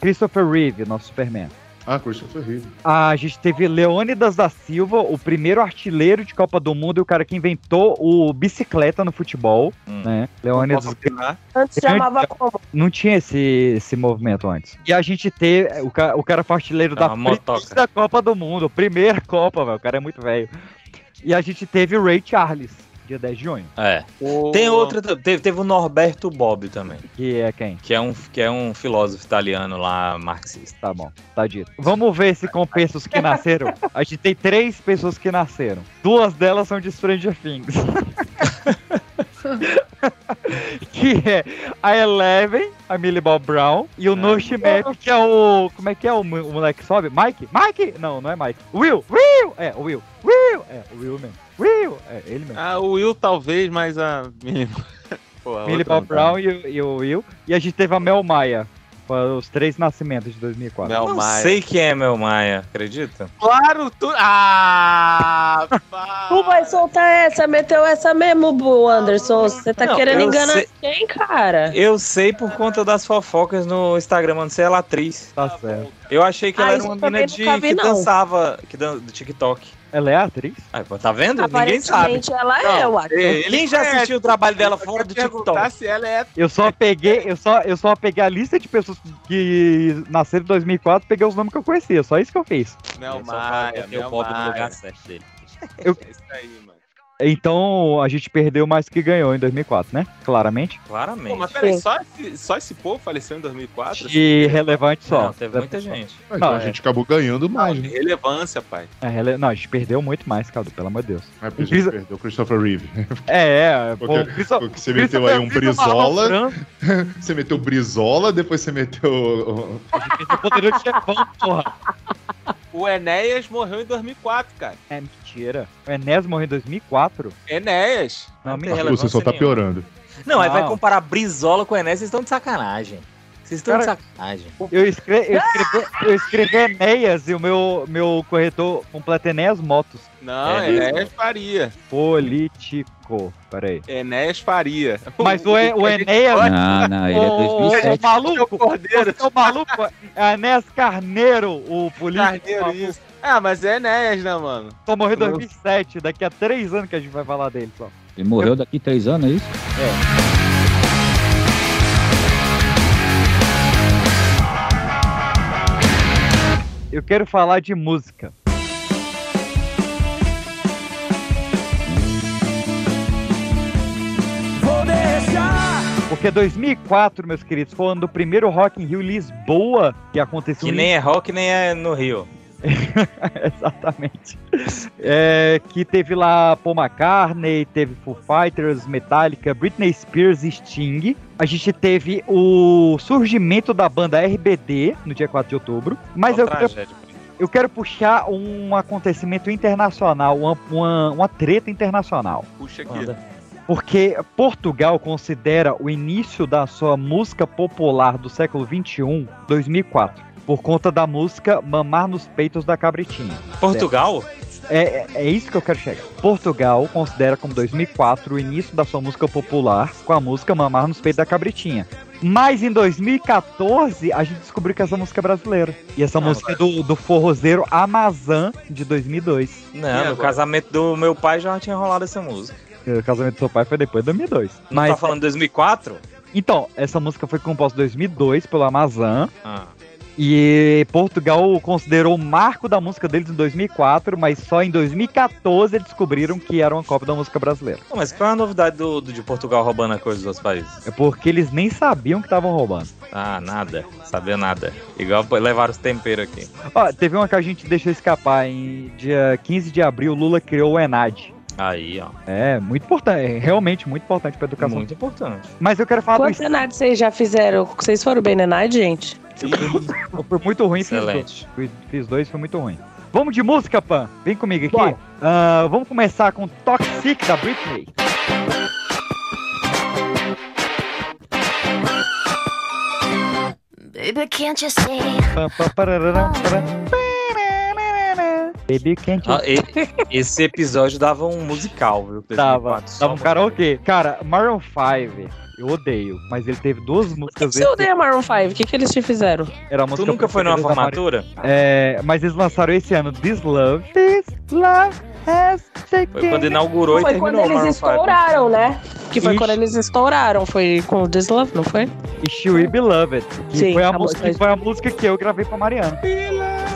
Speaker 4: Christopher Reeve, nosso Superman.
Speaker 10: Ah, Christopher Reeve.
Speaker 4: A gente teve Leônidas da Silva, o primeiro artilheiro de Copa do Mundo e o cara que inventou o bicicleta no futebol,
Speaker 2: Hum.
Speaker 4: né? Leônidas
Speaker 1: Posso opinar?
Speaker 12: Antes chamava como?
Speaker 4: não tinha esse, esse movimento antes. E a gente teve o, ca- o cara foi artilheiro
Speaker 2: É
Speaker 4: da
Speaker 2: uma motoca.
Speaker 4: primeira Copa do Mundo, primeira Copa, velho, o cara é muito velho. E a gente teve o Ray Charles, dia 10 de junho,
Speaker 2: É.
Speaker 1: O-
Speaker 2: Tem outra. Teve, teve o Norberto Bobbio também,
Speaker 4: que é quem?
Speaker 2: que é, um, que é um filósofo italiano lá, marxista.
Speaker 4: Tá bom, tá dito. Vamos ver se compensa os que nasceram. A gente tem três pessoas que nasceram. Duas delas são de Stranger Things. que é a Eleven, a Millie Bob Brown, e
Speaker 1: Ah.
Speaker 4: o Nosh Map, que é o. Como é que é o, mo- o moleque que sobe? Mike? Mike? Não, não é Mike. Will! Will! É, o Will. Will! É, o Will mesmo. Will! É, ele mesmo.
Speaker 1: Ah, o Will talvez, mas a. Millie- Porra,
Speaker 4: Millie
Speaker 1: outra não
Speaker 4: Bob
Speaker 1: tá.
Speaker 4: Brown e, o- e o Will. E a gente teve a Mel Maia. Foi Os três nascimentos de 2004.
Speaker 1: Mel
Speaker 2: Não
Speaker 1: Maia.
Speaker 2: sei quem é meu Maia, acredita?
Speaker 1: Claro, tu. Ah!
Speaker 12: Tu vai soltar essa, meteu essa mesmo, Bu Anderson. Você tá
Speaker 2: Não,
Speaker 12: querendo
Speaker 2: eu
Speaker 12: enganar
Speaker 2: sei-
Speaker 12: quem, cara?
Speaker 2: Eu sei por conta das fofocas no Instagram, não sei ela é atriz.
Speaker 4: Tá certo.
Speaker 2: Eu achei que
Speaker 12: Ah,
Speaker 2: ela era
Speaker 12: isso
Speaker 2: uma
Speaker 12: também
Speaker 2: mina de
Speaker 12: nunca vi,
Speaker 2: que
Speaker 12: não.
Speaker 2: dançava, que dan do TikTok.
Speaker 4: Ela é atriz?
Speaker 2: Ah, pô, tá vendo? Ninguém sabe.
Speaker 12: Aparentemente ela é, eu acho.
Speaker 2: Quem já assistiu o trabalho dela fora do
Speaker 1: perguntar
Speaker 2: TikTok?
Speaker 1: se ela é.
Speaker 4: Eu só peguei, eu só, eu só peguei a lista de pessoas que nasceram em 2004, peguei os nomes que eu conhecia, só isso que eu fiz.
Speaker 1: Mel
Speaker 2: Eu só falo
Speaker 4: é
Speaker 1: Maia,
Speaker 2: que eu
Speaker 1: Mel
Speaker 2: boto no
Speaker 1: Maia.
Speaker 2: lugar certo dele.
Speaker 1: É isso aí, mano.
Speaker 4: Então a gente perdeu mais que ganhou em 2004, né? Claramente.
Speaker 1: Pô, mas
Speaker 2: Claramente.
Speaker 1: peraí,
Speaker 12: Sim.
Speaker 1: só esse, só esse povo faleceu em
Speaker 2: Ah,
Speaker 1: 2004?
Speaker 4: E relevante só.
Speaker 2: Não, teve muita gente.
Speaker 10: Ah, então
Speaker 4: Não,
Speaker 10: a
Speaker 4: é.
Speaker 10: gente acabou ganhando mais,
Speaker 1: Tem
Speaker 10: né?
Speaker 1: relevância, pai.
Speaker 4: É, rele- Não, a gente perdeu muito mais, Cadu, pelo amor de Deus.
Speaker 10: É, por isso que
Speaker 4: Brisa-
Speaker 10: perdeu o Christopher Reeve.
Speaker 4: É, é. Pô,
Speaker 10: Porque-
Speaker 4: Cristo-
Speaker 10: porque você meteu aí um
Speaker 4: Christopher Reeve,
Speaker 10: Brizola.
Speaker 4: Marlon Brando,
Speaker 10: Você meteu Brizola, depois você meteu. o- o-
Speaker 4: Você poderia ter chefão, porra.
Speaker 1: O Enéas morreu em 2004, cara.
Speaker 4: É mentira. O Enes morreu em 2004?
Speaker 1: Enéas.
Speaker 4: Não,
Speaker 2: tem
Speaker 4: mentira.
Speaker 2: relevância
Speaker 10: Você só tá
Speaker 2: nenhuma.
Speaker 10: piorando.
Speaker 2: Não, aí vai
Speaker 4: Não.
Speaker 2: comparar Brizola com o Enéas, vocês estão de sacanagem. Vocês estão de
Speaker 4: Cara-
Speaker 2: sacanagem.
Speaker 4: Eu, escre... eu escrevi, eu escrevi Enéas e o meu, meu corretor completa Enéas Motos.
Speaker 1: Não,
Speaker 2: É mesmo?
Speaker 1: Enéas Faria.
Speaker 4: Político. Peraí.
Speaker 1: Enéas Faria.
Speaker 4: Mas o, E- o
Speaker 1: que a gente-
Speaker 4: Enéas
Speaker 5: Não, não, ele é
Speaker 4: Ô, ô,
Speaker 5: 2007.
Speaker 4: maluco,
Speaker 1: Cordeiro.
Speaker 4: você é o maluco, é Anés Carneiro, o político.
Speaker 1: Carneiro, isso. Ah, mas é Enéas, né, mano?
Speaker 4: Só morreu em 2007, daqui a três anos que a gente vai falar dele só.
Speaker 5: Ele morreu daqui três anos, é isso?
Speaker 4: Eu quero falar de música. Porque 2004, meus queridos, foi o ano do primeiro Rock in Rio Lisboa que aconteceu.
Speaker 2: Que
Speaker 4: em-
Speaker 2: nem é rock, nem é no Rio.
Speaker 4: Exatamente. É, que teve lá Paul McCartney, teve Foo Fighters, Metallica, Britney Spears e Sting. A gente teve o surgimento da banda RBD no dia 4 de outubro. Mas
Speaker 2: Uma
Speaker 4: eu quero,
Speaker 2: tragédia.
Speaker 4: eu quero puxar um acontecimento internacional, uma, uma, uma treta internacional.
Speaker 1: Puxa aqui.
Speaker 4: Porque Portugal considera o início da sua música popular do século um, XXI 2004, por conta da música Mamar nos Peitos da Cabritinha.
Speaker 2: Portugal?
Speaker 4: É, é, é isso que eu quero chegar. Portugal considera como 2004 o início da sua música popular com a música Mamar nos Peitos da Cabritinha. Mas em 2014 a gente descobriu que essa música é brasileira. E
Speaker 2: Ah,
Speaker 4: essa música é do, do forrozeiro Amazon de 2002.
Speaker 2: Não, no casamento do meu pai já tinha rolado essa música.
Speaker 4: O casamento do seu pai foi depois de 2002.
Speaker 2: Não tá falando de 2004?
Speaker 4: Então, essa música foi composta em 2002 pelo Amazon.
Speaker 2: Ah.
Speaker 4: E Portugal considerou o marco da música deles em 2004, mas só em 2014 eles descobriram que era uma cópia da música brasileira.
Speaker 2: Não, mas qual é a novidade do, do- de Portugal roubando a coisa dos outros países?
Speaker 4: É porque eles nem sabiam que estavam roubando.
Speaker 2: Ah, nada. Sabia nada. Igual pô, levaram os temperos aqui.
Speaker 4: Ó, teve uma que a gente deixou escapar em dia 15 de abril, Lula criou o Enad.
Speaker 2: Aí, ó.
Speaker 4: É, muito importante, é realmente muito importante pra educação.
Speaker 2: Muito importante.
Speaker 4: Mas eu quero falar
Speaker 12: Quantos Enad vocês já fizeram? Vocês foram bem na Enad, gente?
Speaker 4: do Foi muito ruim, fiz dois.
Speaker 12: Excelente.
Speaker 4: Fui- Fiz dois, foi muito ruim. Vamos de música, Pan. Vem comigo aqui. Ah, vamos começar com Toxic da Britney.
Speaker 11: Baby, can't you see?
Speaker 4: Pam, pam, pararara, parará. Baby Can't You-
Speaker 2: Ah, e- esse episódio dava um musical, viu? 2004,
Speaker 4: Dava,
Speaker 2: só
Speaker 4: dava um
Speaker 2: pra-
Speaker 4: karaokê. Cara, Maroon 5, eu odeio, mas ele teve duas músicas.
Speaker 12: Você odeia Maroon 5? O que, que eles te fizeram?
Speaker 4: Era a
Speaker 2: Tu
Speaker 4: música
Speaker 2: nunca foi numa
Speaker 4: preferida da Maroon-
Speaker 2: formatura?
Speaker 4: É, mas eles lançaram esse ano This Love. This love has taken-
Speaker 2: Foi quando inaugurou e
Speaker 12: Foi
Speaker 2: terminou
Speaker 12: quando
Speaker 2: o
Speaker 12: eles
Speaker 2: Maroon 5.
Speaker 12: estouraram, né? Que foi
Speaker 4: Ixi.
Speaker 12: quando eles estouraram, foi com o This Love, não foi?
Speaker 4: E She Will Be Loved, que,
Speaker 12: Sim,
Speaker 4: foi a
Speaker 12: a
Speaker 4: mu-
Speaker 12: música-
Speaker 4: que foi a música que eu gravei pra Mariana.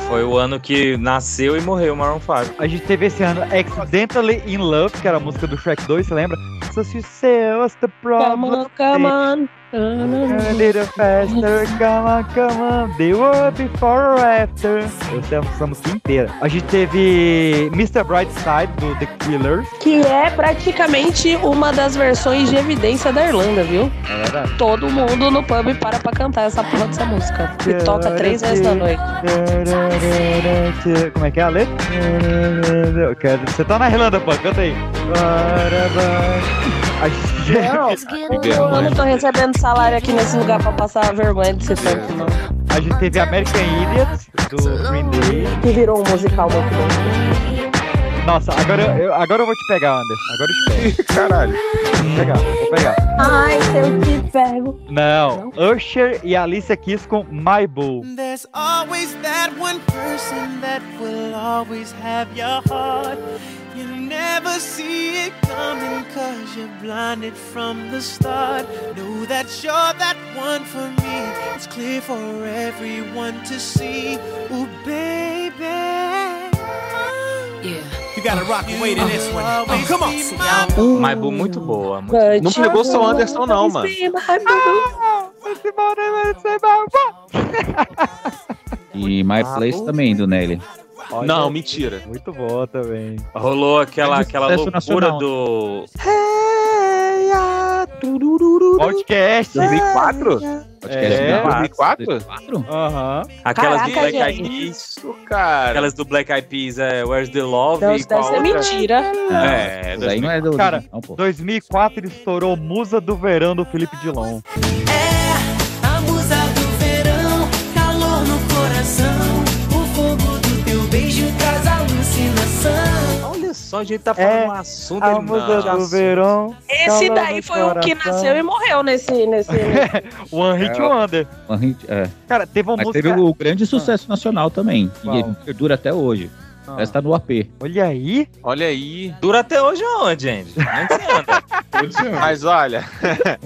Speaker 2: Foi o ano que nasceu e morreu o Maroon 5.
Speaker 4: A gente teve esse ano Accidentally in Love, que era a música do Shrek 2, você lembra? So she sells the
Speaker 12: Come
Speaker 4: problem.
Speaker 12: on, come on.
Speaker 4: A little faster, come on, come on. They were before or after. Essa é a música inteira. A gente teve Mr. Brightside, do The Killers.
Speaker 12: Que é praticamente uma das versões de evidência da Irlanda, viu?
Speaker 2: É,
Speaker 4: Era.
Speaker 12: Todo mundo no pub para pra cantar essa porra dessa música. E toca três vezes na noite.
Speaker 4: Como é que é a letra? Eu quero- Você tá na Irlanda, pô, canta aí. A gente-
Speaker 12: Eu não tô recebendo salário aqui nesse lugar pra passar a vergonha de ser tanto, não.
Speaker 4: A gente teve American Idiot, do Green Day.
Speaker 12: Que virou um musical muito bom.
Speaker 4: Nossa, agora eu, agora eu vou te pegar, Anderson. Agora eu te pego. Caralho. Vou pegar, vou pegar.
Speaker 12: Ai, se eu te pego.
Speaker 4: Não, Usher e Alicia Keys com My Boo.
Speaker 15: There's always that one person that will always have your heart. You never see it coming cause you're blinded from the start. Know that you're that one for me. It's clear for everyone to see. Ooh, baby.
Speaker 19: You gotta rock and wait in this one. Oh, come on.
Speaker 2: Mas bu- muito boa. Muito...
Speaker 1: Não pegou só o Anderson, não, mano.
Speaker 5: E My Place
Speaker 4: Ah,
Speaker 5: também, do Nelly.
Speaker 1: Não, mentira.
Speaker 4: Muito boa também.
Speaker 2: Rolou aquela, aquela
Speaker 1: sucesso
Speaker 2: loucura
Speaker 1: nacional.
Speaker 2: do.
Speaker 4: É, ah, Podcast.
Speaker 1: 2004?
Speaker 2: Podcast
Speaker 4: É.
Speaker 1: 2004?
Speaker 5: 2004?
Speaker 4: Aham.
Speaker 2: Aquelas do
Speaker 12: né? Caraca,
Speaker 2: Black
Speaker 12: gente.
Speaker 2: Eyed Peas.
Speaker 1: é Cara.
Speaker 2: Aquelas do Black Eyed Peas, é Where's the Love?
Speaker 12: Não,
Speaker 2: e
Speaker 12: isso deve
Speaker 2: qual
Speaker 12: ser
Speaker 2: outra?
Speaker 12: mentira.
Speaker 2: É,
Speaker 5: Isso aí não é do.
Speaker 4: Cara,
Speaker 5: não, pô.
Speaker 4: 2004 ele estourou Musa do Verão do Felipe Dilon.
Speaker 15: A musa do verão, calor no coração. O fogo do teu beijo traz alucinação.
Speaker 2: Olha só, a gente tá falando um assunto.
Speaker 4: A
Speaker 2: ele
Speaker 4: Musa
Speaker 2: manja
Speaker 4: do
Speaker 2: assunto.
Speaker 4: Verão.
Speaker 12: Esse
Speaker 4: calor
Speaker 12: daí
Speaker 4: no
Speaker 12: foi o que
Speaker 4: coração.
Speaker 12: nasceu e morreu nesse. nesse...
Speaker 4: One Hit
Speaker 5: É.
Speaker 4: Wonder.
Speaker 5: Uma hit- é.
Speaker 4: Cara, teve uma
Speaker 5: Mas
Speaker 4: música.
Speaker 5: teve o grande sucesso nacional também.
Speaker 4: Qual?
Speaker 5: E perdura até hoje. Ah. Parece que tá no AP.
Speaker 4: Olha aí.
Speaker 1: Olha aí.
Speaker 2: Dura até hoje aonde, gente? Onde você anda?
Speaker 1: Mas olha.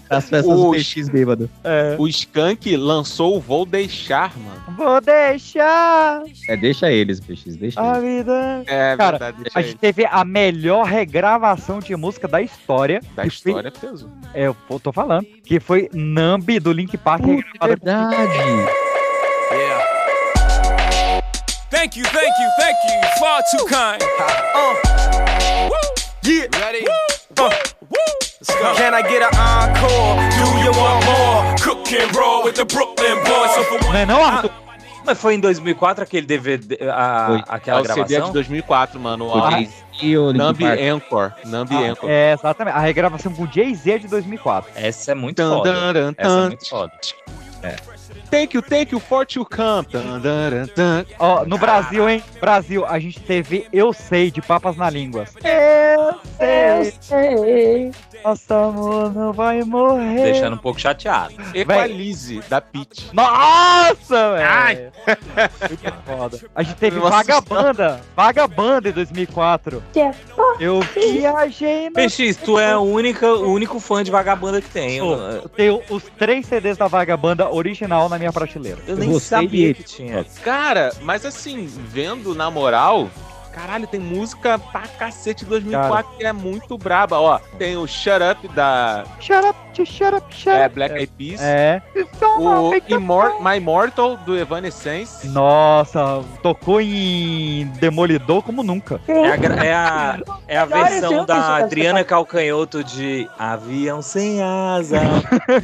Speaker 5: As festas do PX bêbado.
Speaker 4: É.
Speaker 1: O Skank lançou o Vou Deixar, mano.
Speaker 4: Vou deixar
Speaker 5: É, deixa eles, PX, deixa
Speaker 4: a
Speaker 5: eles.
Speaker 4: vida.
Speaker 1: É
Speaker 4: Cara,
Speaker 1: verdade.
Speaker 4: a gente teve a melhor regravação de música da história.
Speaker 1: Da
Speaker 4: que foi-
Speaker 1: história é peso.
Speaker 4: é, eu pô- tô falando. Que foi Nambi do Link Park.
Speaker 5: É
Speaker 4: regravada por-
Speaker 21: Thank you, thank you, thank you. You're Far too kind. Uh, woo, yeah. Ready? Uh, woo. Can I get an encore? Do you want more? Cook and roll with the Brooklyn boys. So for
Speaker 2: Não é não, Arthur? Mas foi em 2004 aquele DVD, a,
Speaker 1: Foi.
Speaker 2: aquela
Speaker 1: é o CD
Speaker 2: gravação?
Speaker 1: de 2004, mano.
Speaker 2: O
Speaker 1: Ah,
Speaker 2: Jay-Z
Speaker 5: e o Linkin
Speaker 1: Numb
Speaker 5: Park.
Speaker 1: Encore. Numb
Speaker 4: Ah,
Speaker 1: Encore.
Speaker 4: é, exatamente. A regravação com Jay-Z de 2004.
Speaker 2: Essa é muito
Speaker 1: Tan,
Speaker 2: foda.
Speaker 1: tan, tan,
Speaker 2: Essa é
Speaker 1: tan.
Speaker 2: muito foda.
Speaker 1: Thank you, thank you for to come. Tan, tan, tan.
Speaker 4: Ó, no Brasil, hein? Brasil, a gente teve Eu Sei, de Papas na Língua. Eu
Speaker 12: É.
Speaker 4: sei.
Speaker 12: sei.
Speaker 4: Nosso amor não vai morrer.
Speaker 2: Deixando um pouco chateado.
Speaker 1: Equalize, da Pit.
Speaker 4: Nossa, velho!
Speaker 1: Muito
Speaker 4: foda. A gente teve
Speaker 1: Nossa
Speaker 4: Vagabanda. Vagabanda em 2004. Eu viajei no...
Speaker 2: PX, tu é o único, o único fã de vagabanda que tem.
Speaker 4: Sou.
Speaker 2: Eu,
Speaker 4: Eu tenho os três CDs da Vagabanda original na minha prateleira.
Speaker 2: eu nem sabia que tinha.
Speaker 1: Cara, mas assim, vendo na moral. Caralho, tem música pra cacete 2004 que é muito braba. Ó, tem o Shut Up da
Speaker 4: Shut up, just shut up, shut
Speaker 1: é,
Speaker 4: up.
Speaker 1: Black Eyed Peas.
Speaker 4: É.
Speaker 1: O Immor My Immortal do Evanescence.
Speaker 4: Nossa, tocou em Demolidor como nunca.
Speaker 2: É a, gra- é a, é a
Speaker 4: Olha,
Speaker 2: versão
Speaker 4: eu
Speaker 2: da
Speaker 4: pensei-
Speaker 2: Adriana Calcanhoto de Avião sem asa,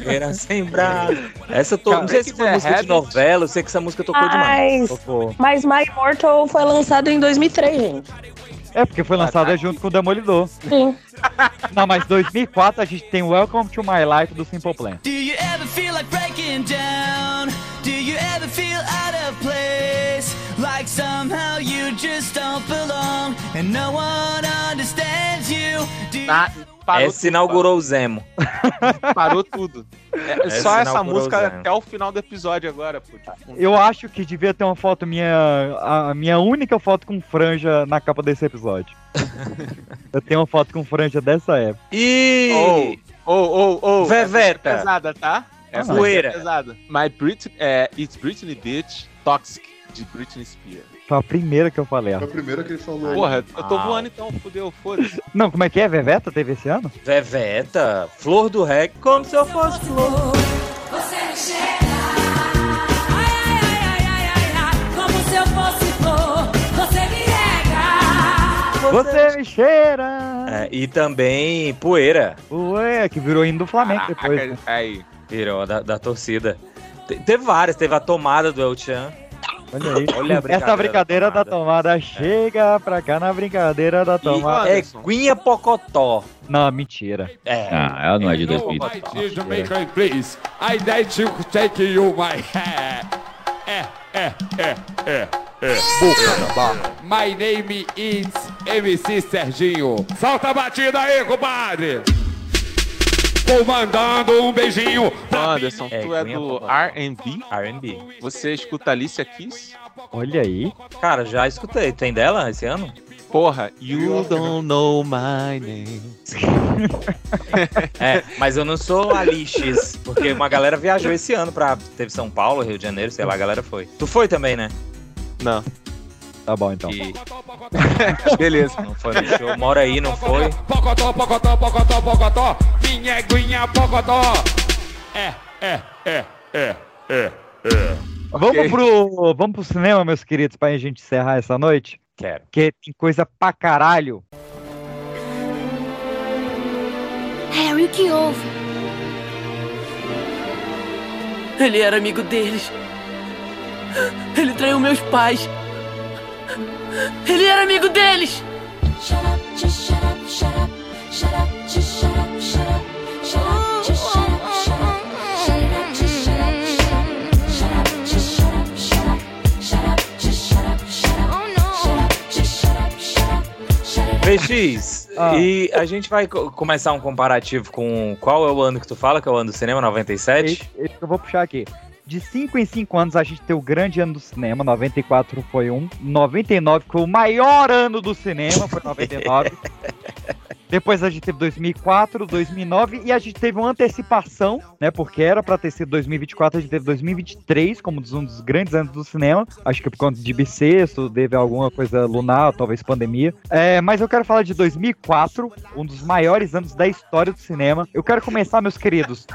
Speaker 2: era sem braço. Essa eu tô, não sei se foi música de novela, eu sei que essa música tocou demais.
Speaker 12: Mas,
Speaker 2: Tocou.
Speaker 12: mas My Immortal foi lançado em 2003, gente.
Speaker 4: É, porque foi lançada junto com o Demolidor.
Speaker 12: Sim.
Speaker 4: Não, mas 2004 a gente tem Welcome to My Life do Simple Plan.
Speaker 22: Do you ever feel like breaking down? Do you ever feel out of place? Like somehow you just don't belong and no one understands you? Do you
Speaker 1: Parou
Speaker 2: Essa inaugurou o Zemo.
Speaker 1: Parou tudo. É,
Speaker 2: Essa
Speaker 1: só essa
Speaker 2: inaugurou
Speaker 1: música
Speaker 2: zero.
Speaker 1: até o final do episódio agora, pô. Tipo,
Speaker 4: Eu acho que devia ter uma foto minha, a minha única foto com franja na capa desse episódio. Eu tenho uma foto com franja dessa época.
Speaker 2: E...
Speaker 1: tipo, Oh. Ô, ô, ô. essa música
Speaker 2: Veveta.
Speaker 1: é pesada, tá? Essa
Speaker 2: Poeira.
Speaker 1: música é pesada. My Brit é, It's Britney Bitch, Toxic, de Britney Spears.
Speaker 4: Foi a primeira que eu falei. ó.
Speaker 10: Foi a primeira que ele falou.
Speaker 1: Porra, eu tô voando então, fudeu, foda-se.
Speaker 4: Não, como é que é? Veveta teve esse ano?
Speaker 2: Veveta, Flor do Rec, como se eu fosse flor.
Speaker 11: Você me chega. Ai, ai, ai, ai, ai, ai, como se eu fosse flor. Você me rega.
Speaker 4: Você me cheira!
Speaker 2: É, e também Poeira,
Speaker 4: Ué, que virou hino do Flamengo depois. né?
Speaker 1: aí.
Speaker 2: virou da, da torcida. Te- teve várias, teve a tomada do El Chan.
Speaker 4: Olha aí.
Speaker 2: Olha a brincadeira
Speaker 4: Essa brincadeira da tomada, É. chega pra cá na brincadeira da tomada.
Speaker 2: É Guinha Pocotó.
Speaker 4: Não, mentira.
Speaker 2: É.
Speaker 5: Ah, ela não é de
Speaker 19: you, my
Speaker 5: 2000.
Speaker 19: dear Jamaican, please. I need to take you my hand. Eh, eh, eh, eh, eh. Boca na barra. My name is MC Serginho. Solta a batida aí, compadre. Vou mandando um beijinho
Speaker 1: Anderson, tu é do R&B?
Speaker 2: R&B.
Speaker 1: Você escuta Alicia Keys?
Speaker 4: Olha aí.
Speaker 2: Cara, já escutei. Tem dela esse ano?
Speaker 1: Porra, you don't know my name.
Speaker 2: É, mas eu não sou Alix, porque uma galera viajou esse ano pra. Teve São Paulo, Rio de Janeiro, sei lá, a galera foi. Tu foi também, né?
Speaker 1: Não.
Speaker 4: Tá bom então.
Speaker 2: E
Speaker 1: Beleza.
Speaker 2: não foi no show, mora aí, não foi.
Speaker 19: Pocotó, pocotó, pocotó, pocotó. Minha aguinha, pocotó. É, é, é, é, é, é.
Speaker 4: Vamos, pro, vamos pro cinema, meus queridos, pra gente encerrar essa noite?
Speaker 2: Quero.
Speaker 4: Porque tem coisa pra caralho.
Speaker 23: Harry, o que houve?
Speaker 24: Ele era amigo deles. Ele traiu meus pais. Ele era amigo deles.
Speaker 11: Shut up, just shut up, shut up. Shut up, just shut up, shut up. Shut up, just shut up, shut up. Shut it up, just shut up, shut up. Shut up, just shut up, shut up. Shut up, just shut up, shut up. Shut up, just shut up, shut up. Shut it up.
Speaker 2: PX,
Speaker 1: Ah.
Speaker 2: e a gente vai co- começar um comparativo com qual é o ano que tu fala, que é o ano do cinema, 97?
Speaker 4: Esse que eu vou puxar aqui. De 5 em 5 anos a gente tem o grande ano do cinema, 94 foi um, 99 foi o maior ano do cinema, foi 99. Depois a gente teve 2004, 2009 e a gente teve uma antecipação, né? Porque era pra ter sido 2024, a gente teve 2023 como dos- um dos grandes anos do cinema. Acho que por conta de bissexto, teve alguma coisa lunar, talvez pandemia. É, mas eu quero falar de 2004, um dos maiores anos da história do cinema. Eu quero começar, meus queridos,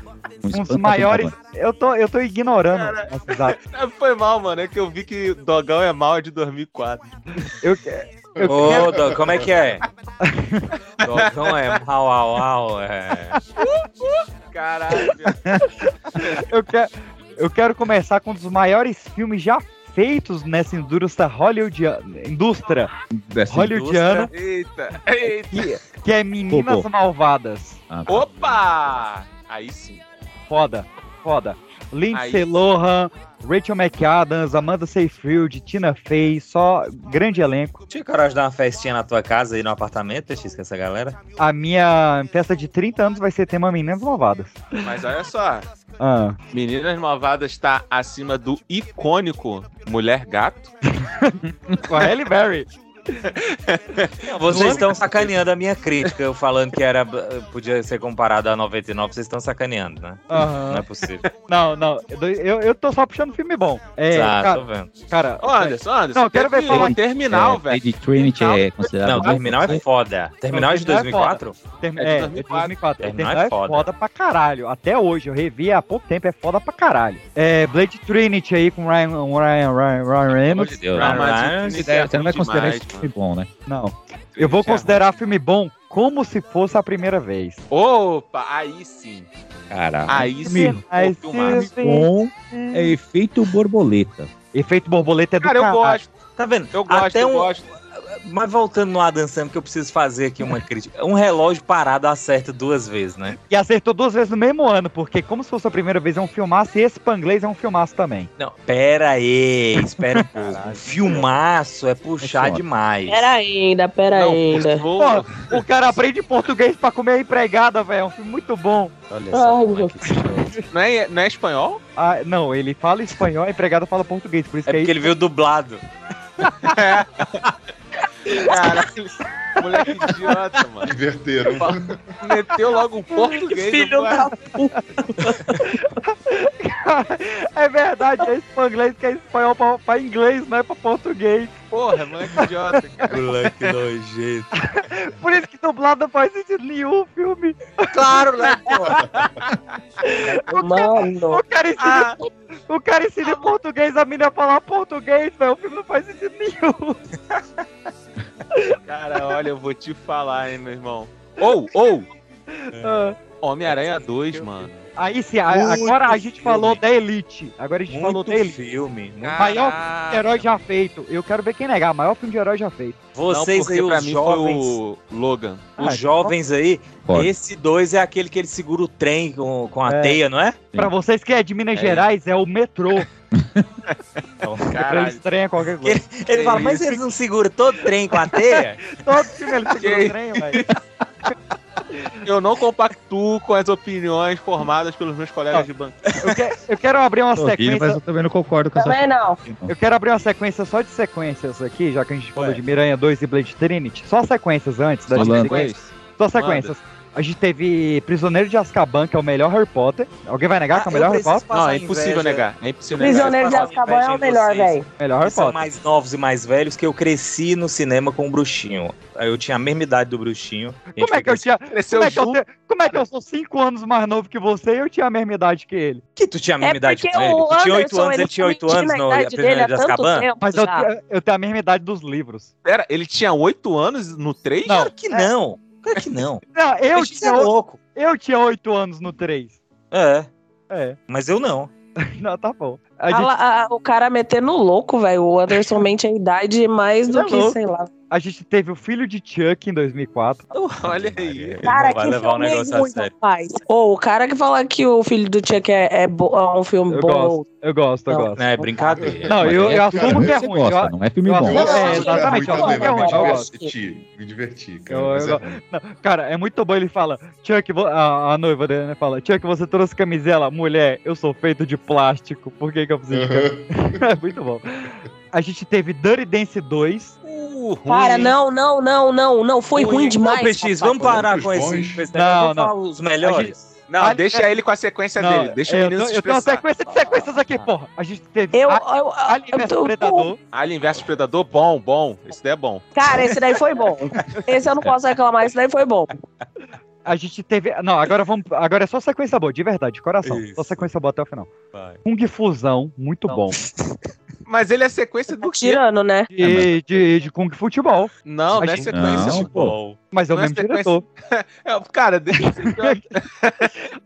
Speaker 4: um dos
Speaker 1: espanta,
Speaker 4: maiores.
Speaker 1: por
Speaker 4: Eu tô, eu tô ignorando. Nossa, exato.
Speaker 1: Foi mal, mano. É que eu vi que Dogão é mal é de 2004.
Speaker 4: Eu,
Speaker 1: eu
Speaker 2: Ô,
Speaker 1: quero-
Speaker 2: Dog, como é que é? Dogão é mau, au, au, é.
Speaker 1: Caralho.
Speaker 4: eu, quero, eu quero começar com um dos maiores filmes já feitos nessa indústria hollywoodiana. Indústria.
Speaker 5: Assim,
Speaker 4: hollywoodiana.
Speaker 1: Eita, eita.
Speaker 4: Que, que é Meninas
Speaker 1: Popô.
Speaker 4: Malvadas.
Speaker 1: Opa! Aí sim.
Speaker 4: Foda, foda. Lindsay
Speaker 1: Aí.
Speaker 4: Lohan, Rachel McAdams, Amanda Seyfried, Tina Fey, só grande elenco.
Speaker 2: Tinha coragem de dar uma festinha na tua casa e no apartamento, X, com essa galera?
Speaker 4: A minha festa de 30 anos vai ser tema Meninas Malvadas.
Speaker 1: Mas olha só.
Speaker 4: Ah.
Speaker 1: Meninas Malvadas está acima do icônico Mulher Gato.
Speaker 4: Com a Halle Berry.
Speaker 2: Não,
Speaker 4: é
Speaker 2: vocês estão sacaneando a minha crítica, eu falando que era podia ser comparado a 99, vocês estão sacaneando, né?
Speaker 4: Aham.
Speaker 2: Não é possível.
Speaker 4: Não, não, eu, eu tô só puxando filme bom. É,
Speaker 2: Tá,
Speaker 4: cara,
Speaker 2: tô vendo.
Speaker 4: Cara,
Speaker 1: Ô, Anderson, Anderson,
Speaker 4: Não, eu quero
Speaker 1: tem
Speaker 4: ver
Speaker 1: que-
Speaker 4: falar
Speaker 1: Terminal,
Speaker 5: é,
Speaker 1: velho.
Speaker 5: Lady Trinity
Speaker 4: Então,
Speaker 5: é considerado.
Speaker 2: Não, Terminal é foda. Terminal é de 2004?
Speaker 4: Termi-
Speaker 1: É de
Speaker 4: É,
Speaker 1: 2004.
Speaker 4: 2004.
Speaker 1: Terminal
Speaker 4: Terminal,
Speaker 1: é
Speaker 4: é foda. pra caralho. Até hoje, eu revi há pouco tempo, é foda pra caralho. É, Blade Trinity aí com Ryan, um Ryan, Ryan, Ryan Reynolds.
Speaker 5: Deus, né? Mas você não vai considerar esse filme bom, né?
Speaker 4: Não.
Speaker 1: é
Speaker 4: Eu vou considerar filme bom como se fosse a primeira vez.
Speaker 1: Opa, aí sim.
Speaker 5: Caralho.
Speaker 1: Aí
Speaker 5: Filme
Speaker 1: sim.
Speaker 4: Aí
Speaker 1: pô, filmaço.
Speaker 4: sim.
Speaker 5: bom é efeito borboleta.
Speaker 4: Efeito borboleta é do
Speaker 1: Cara, eu
Speaker 4: caralho.
Speaker 1: gosto.
Speaker 2: Tá vendo?
Speaker 1: Eu gosto,
Speaker 2: Até
Speaker 1: eu
Speaker 2: um-
Speaker 1: gosto.
Speaker 2: Mas voltando no Adam Sandler, que eu preciso fazer aqui uma crítica. Um relógio parado acerta duas vezes, né?
Speaker 4: E acertou duas vezes no mesmo ano, porque como se fosse a primeira vez é um filmaço e esse panglês é um filmaço também.
Speaker 2: Não, pera aí, espera um pouco. Um Filmaço é puxar
Speaker 4: foda.
Speaker 2: demais.
Speaker 12: Pera ainda, pera ainda.
Speaker 4: Porra, o cara aprende português pra comer a empregada, velho. É um filme muito bom.
Speaker 2: Olha é
Speaker 12: Ai, meu
Speaker 1: Não é, não é espanhol?
Speaker 4: Ah, não, ele fala espanhol, a empregada fala português, por isso
Speaker 2: É
Speaker 4: que aí-
Speaker 2: porque ele veio dublado.
Speaker 1: Caralho, moleque idiota, mano.
Speaker 10: Inverteram.
Speaker 1: Meteu logo um português. "Ah, Filho da
Speaker 4: É verdade, é espanglês que é espanhol pra, pra inglês, não é pra português.
Speaker 1: Porra, moleque idiota, cara.
Speaker 2: Moleque é nojento.
Speaker 4: Por isso que dublado não faz sentido nenhum o filme.
Speaker 1: Claro, né,
Speaker 12: Mano.
Speaker 4: O cara ensina, o cara ensina em português, a menina falar português, velho. O filme não faz sentido nenhum.
Speaker 1: Cara, olha, eu vou te falar, hein, meu irmão. Ou, ou.
Speaker 4: Ah.
Speaker 1: Homem-Aranha 2, mano.
Speaker 4: Aí sim, a-
Speaker 1: Muito
Speaker 4: agora a gente
Speaker 1: filme.
Speaker 4: falou da Elite. Agora a gente falou
Speaker 2: Muito
Speaker 4: da Elite.
Speaker 2: filme. muito-
Speaker 4: Maior filme de herói já feito. Eu quero ver quem negar. Maior filme de herói já feito.
Speaker 2: Vocês
Speaker 1: Não, porque
Speaker 2: aí,
Speaker 1: pra
Speaker 2: os
Speaker 1: mim
Speaker 2: jovens.
Speaker 1: foi o Logan.
Speaker 4: Ah,
Speaker 2: Os jovens aí,
Speaker 1: Pode.
Speaker 2: esse 2 é aquele que ele segura o trem com, com a
Speaker 4: É.
Speaker 2: teia, não é?
Speaker 4: Pra vocês que é de Minas
Speaker 2: É.
Speaker 4: Gerais, é o metrô. Pra
Speaker 2: Caralho.
Speaker 4: estranha qualquer coisa.
Speaker 2: Ele fala, mas eles não seguram todo o trem com a teia?
Speaker 4: Todo filme ele segura o
Speaker 1: Que-
Speaker 4: trem, velho.
Speaker 1: Eu não compactuo com as opiniões formadas pelos meus colegas de banco.
Speaker 4: Eu, que- eu quero abrir uma
Speaker 5: Tô ouvindo, mas
Speaker 4: sequência.
Speaker 5: eu também não concordo com
Speaker 12: Também
Speaker 5: essa.
Speaker 12: não.
Speaker 4: Eu quero abrir uma sequência só de sequências aqui, já que a gente falou de Miranha 2 e Blade Trinity. Só sequências antes da
Speaker 5: Falando.
Speaker 4: sequências. Só sequências. A gente teve Prisioneiro de Azkaban, que é o melhor Harry Potter. Alguém vai
Speaker 2: Ah,
Speaker 4: negar que é o melhor Harry Potter?
Speaker 1: Não, é impossvel negar. É impossível negar.
Speaker 12: Prisioneiro de Azkaban é o melhor, velho.
Speaker 4: Melhor Harry
Speaker 2: Vocês são
Speaker 4: Potter.
Speaker 2: é mais novos e mais velhos que eu cresci no cinema com o bruxinho. Eu tinha a mesma idade do bruxinho.
Speaker 4: Como é que eu tinha.
Speaker 1: Cresceu
Speaker 4: Como é que eu,
Speaker 1: junto.
Speaker 4: te- como é que eu sou 5 anos mais novo que você e eu tinha a mesma idade que ele?
Speaker 2: Que tu tinha a mesma
Speaker 12: É
Speaker 2: idade
Speaker 12: porque
Speaker 2: com ele?
Speaker 12: o
Speaker 2: Tu tinha 8
Speaker 12: Anderson,
Speaker 2: anos,
Speaker 12: ele
Speaker 2: ele tinha 8
Speaker 12: tinha
Speaker 2: anos
Speaker 12: a
Speaker 2: no
Speaker 12: idade dele
Speaker 2: Prisioneiro de
Speaker 12: há tanto
Speaker 2: Azkaban?
Speaker 12: tempo.
Speaker 4: Mas eu,
Speaker 12: Já.
Speaker 4: te- eu tenho a mesma idade dos livros.
Speaker 1: Pera, ele tinha 8 anos no 3?
Speaker 4: Não,
Speaker 2: Que não, claro que não.
Speaker 4: não É. eu,
Speaker 2: Esse é
Speaker 4: tinha, o-
Speaker 2: louco.
Speaker 4: eu tinha 8 anos no 3.
Speaker 2: É,
Speaker 4: É,
Speaker 2: mas eu não.
Speaker 4: não, tá bom. A
Speaker 12: A
Speaker 4: gente-
Speaker 12: "Ah, la- a- o cara metendo louco, velho. O Anderson mente a idade mais do
Speaker 4: Ele é
Speaker 12: que,
Speaker 4: louco.
Speaker 12: sei lá.
Speaker 4: a gente teve o filho de Chuck em 2004.
Speaker 1: Olha aí.
Speaker 12: Cara, que
Speaker 2: um
Speaker 12: filme ruim, rapaz. Ô, o cara que fala que o filho do Chuck é, é bo- é um filme
Speaker 4: Eu
Speaker 12: bom.
Speaker 4: gosto, eu gosto, eu
Speaker 12: Não,
Speaker 4: gosto.
Speaker 2: É brincadeira.
Speaker 4: Não, eu, eu assumo que é
Speaker 5: Você
Speaker 4: ruim.
Speaker 5: gosta,
Speaker 4: eu-
Speaker 5: não é filme
Speaker 4: eu
Speaker 5: bom.
Speaker 4: assumo- É, exatamente, eu assumo que é
Speaker 10: Eu me
Speaker 4: ruim. eu gosto.
Speaker 10: diverti, me diverti, cara.
Speaker 4: Eu- eu
Speaker 10: mas é
Speaker 4: go-
Speaker 10: ruim.
Speaker 4: Não, cara, é muito bom. Ele fala, Chuck, vo- a, a noiva dele né, fala, Chuck, você trouxe camisela? Mulher, eu sou feito de plástico, por que, que eu preciso de
Speaker 1: Uhum.
Speaker 4: camisela? é muito bom. A gente teve Dirty Dance 2.
Speaker 12: Para, não, não, não, não, não. Foi ruim, demais.
Speaker 4: PX,
Speaker 12: rapaz.
Speaker 4: vamos parar com esse. com esse negócio, vamos falar os melhores.
Speaker 1: Não,
Speaker 4: Ali-
Speaker 1: deixa ele com a sequência
Speaker 4: Não,
Speaker 1: dele. Deixa
Speaker 4: é,
Speaker 1: o
Speaker 4: eu
Speaker 1: menino
Speaker 4: tô-
Speaker 1: se
Speaker 4: eu tô
Speaker 1: expressar.
Speaker 4: até com essas sequências aqui, porra. A gente teve
Speaker 12: Eu-
Speaker 4: a-
Speaker 12: eu-
Speaker 4: Alien
Speaker 12: eu
Speaker 4: vs
Speaker 12: tô-
Speaker 4: é Predador.
Speaker 1: Alien vs Predador, bom, bom. Esse daí é bom.
Speaker 12: Cara, esse daí foi bom. Esse eu não posso reclamar, esse daí foi bom.
Speaker 4: A gente teve. Não, agora vamos. Agora é só sequência boa, de verdade, de coração. Só sequência boa até o final. Kung Fusão, muito bom.
Speaker 1: Mas ele é sequência do quê?
Speaker 12: Tirando, né?
Speaker 1: É,
Speaker 4: E de, de Kung Futebol.
Speaker 1: Não, não é sequência de futebol.
Speaker 4: Mas é o
Speaker 1: Não é
Speaker 4: mesmo
Speaker 1: sequência-
Speaker 4: diretor.
Speaker 1: É, cara, deixa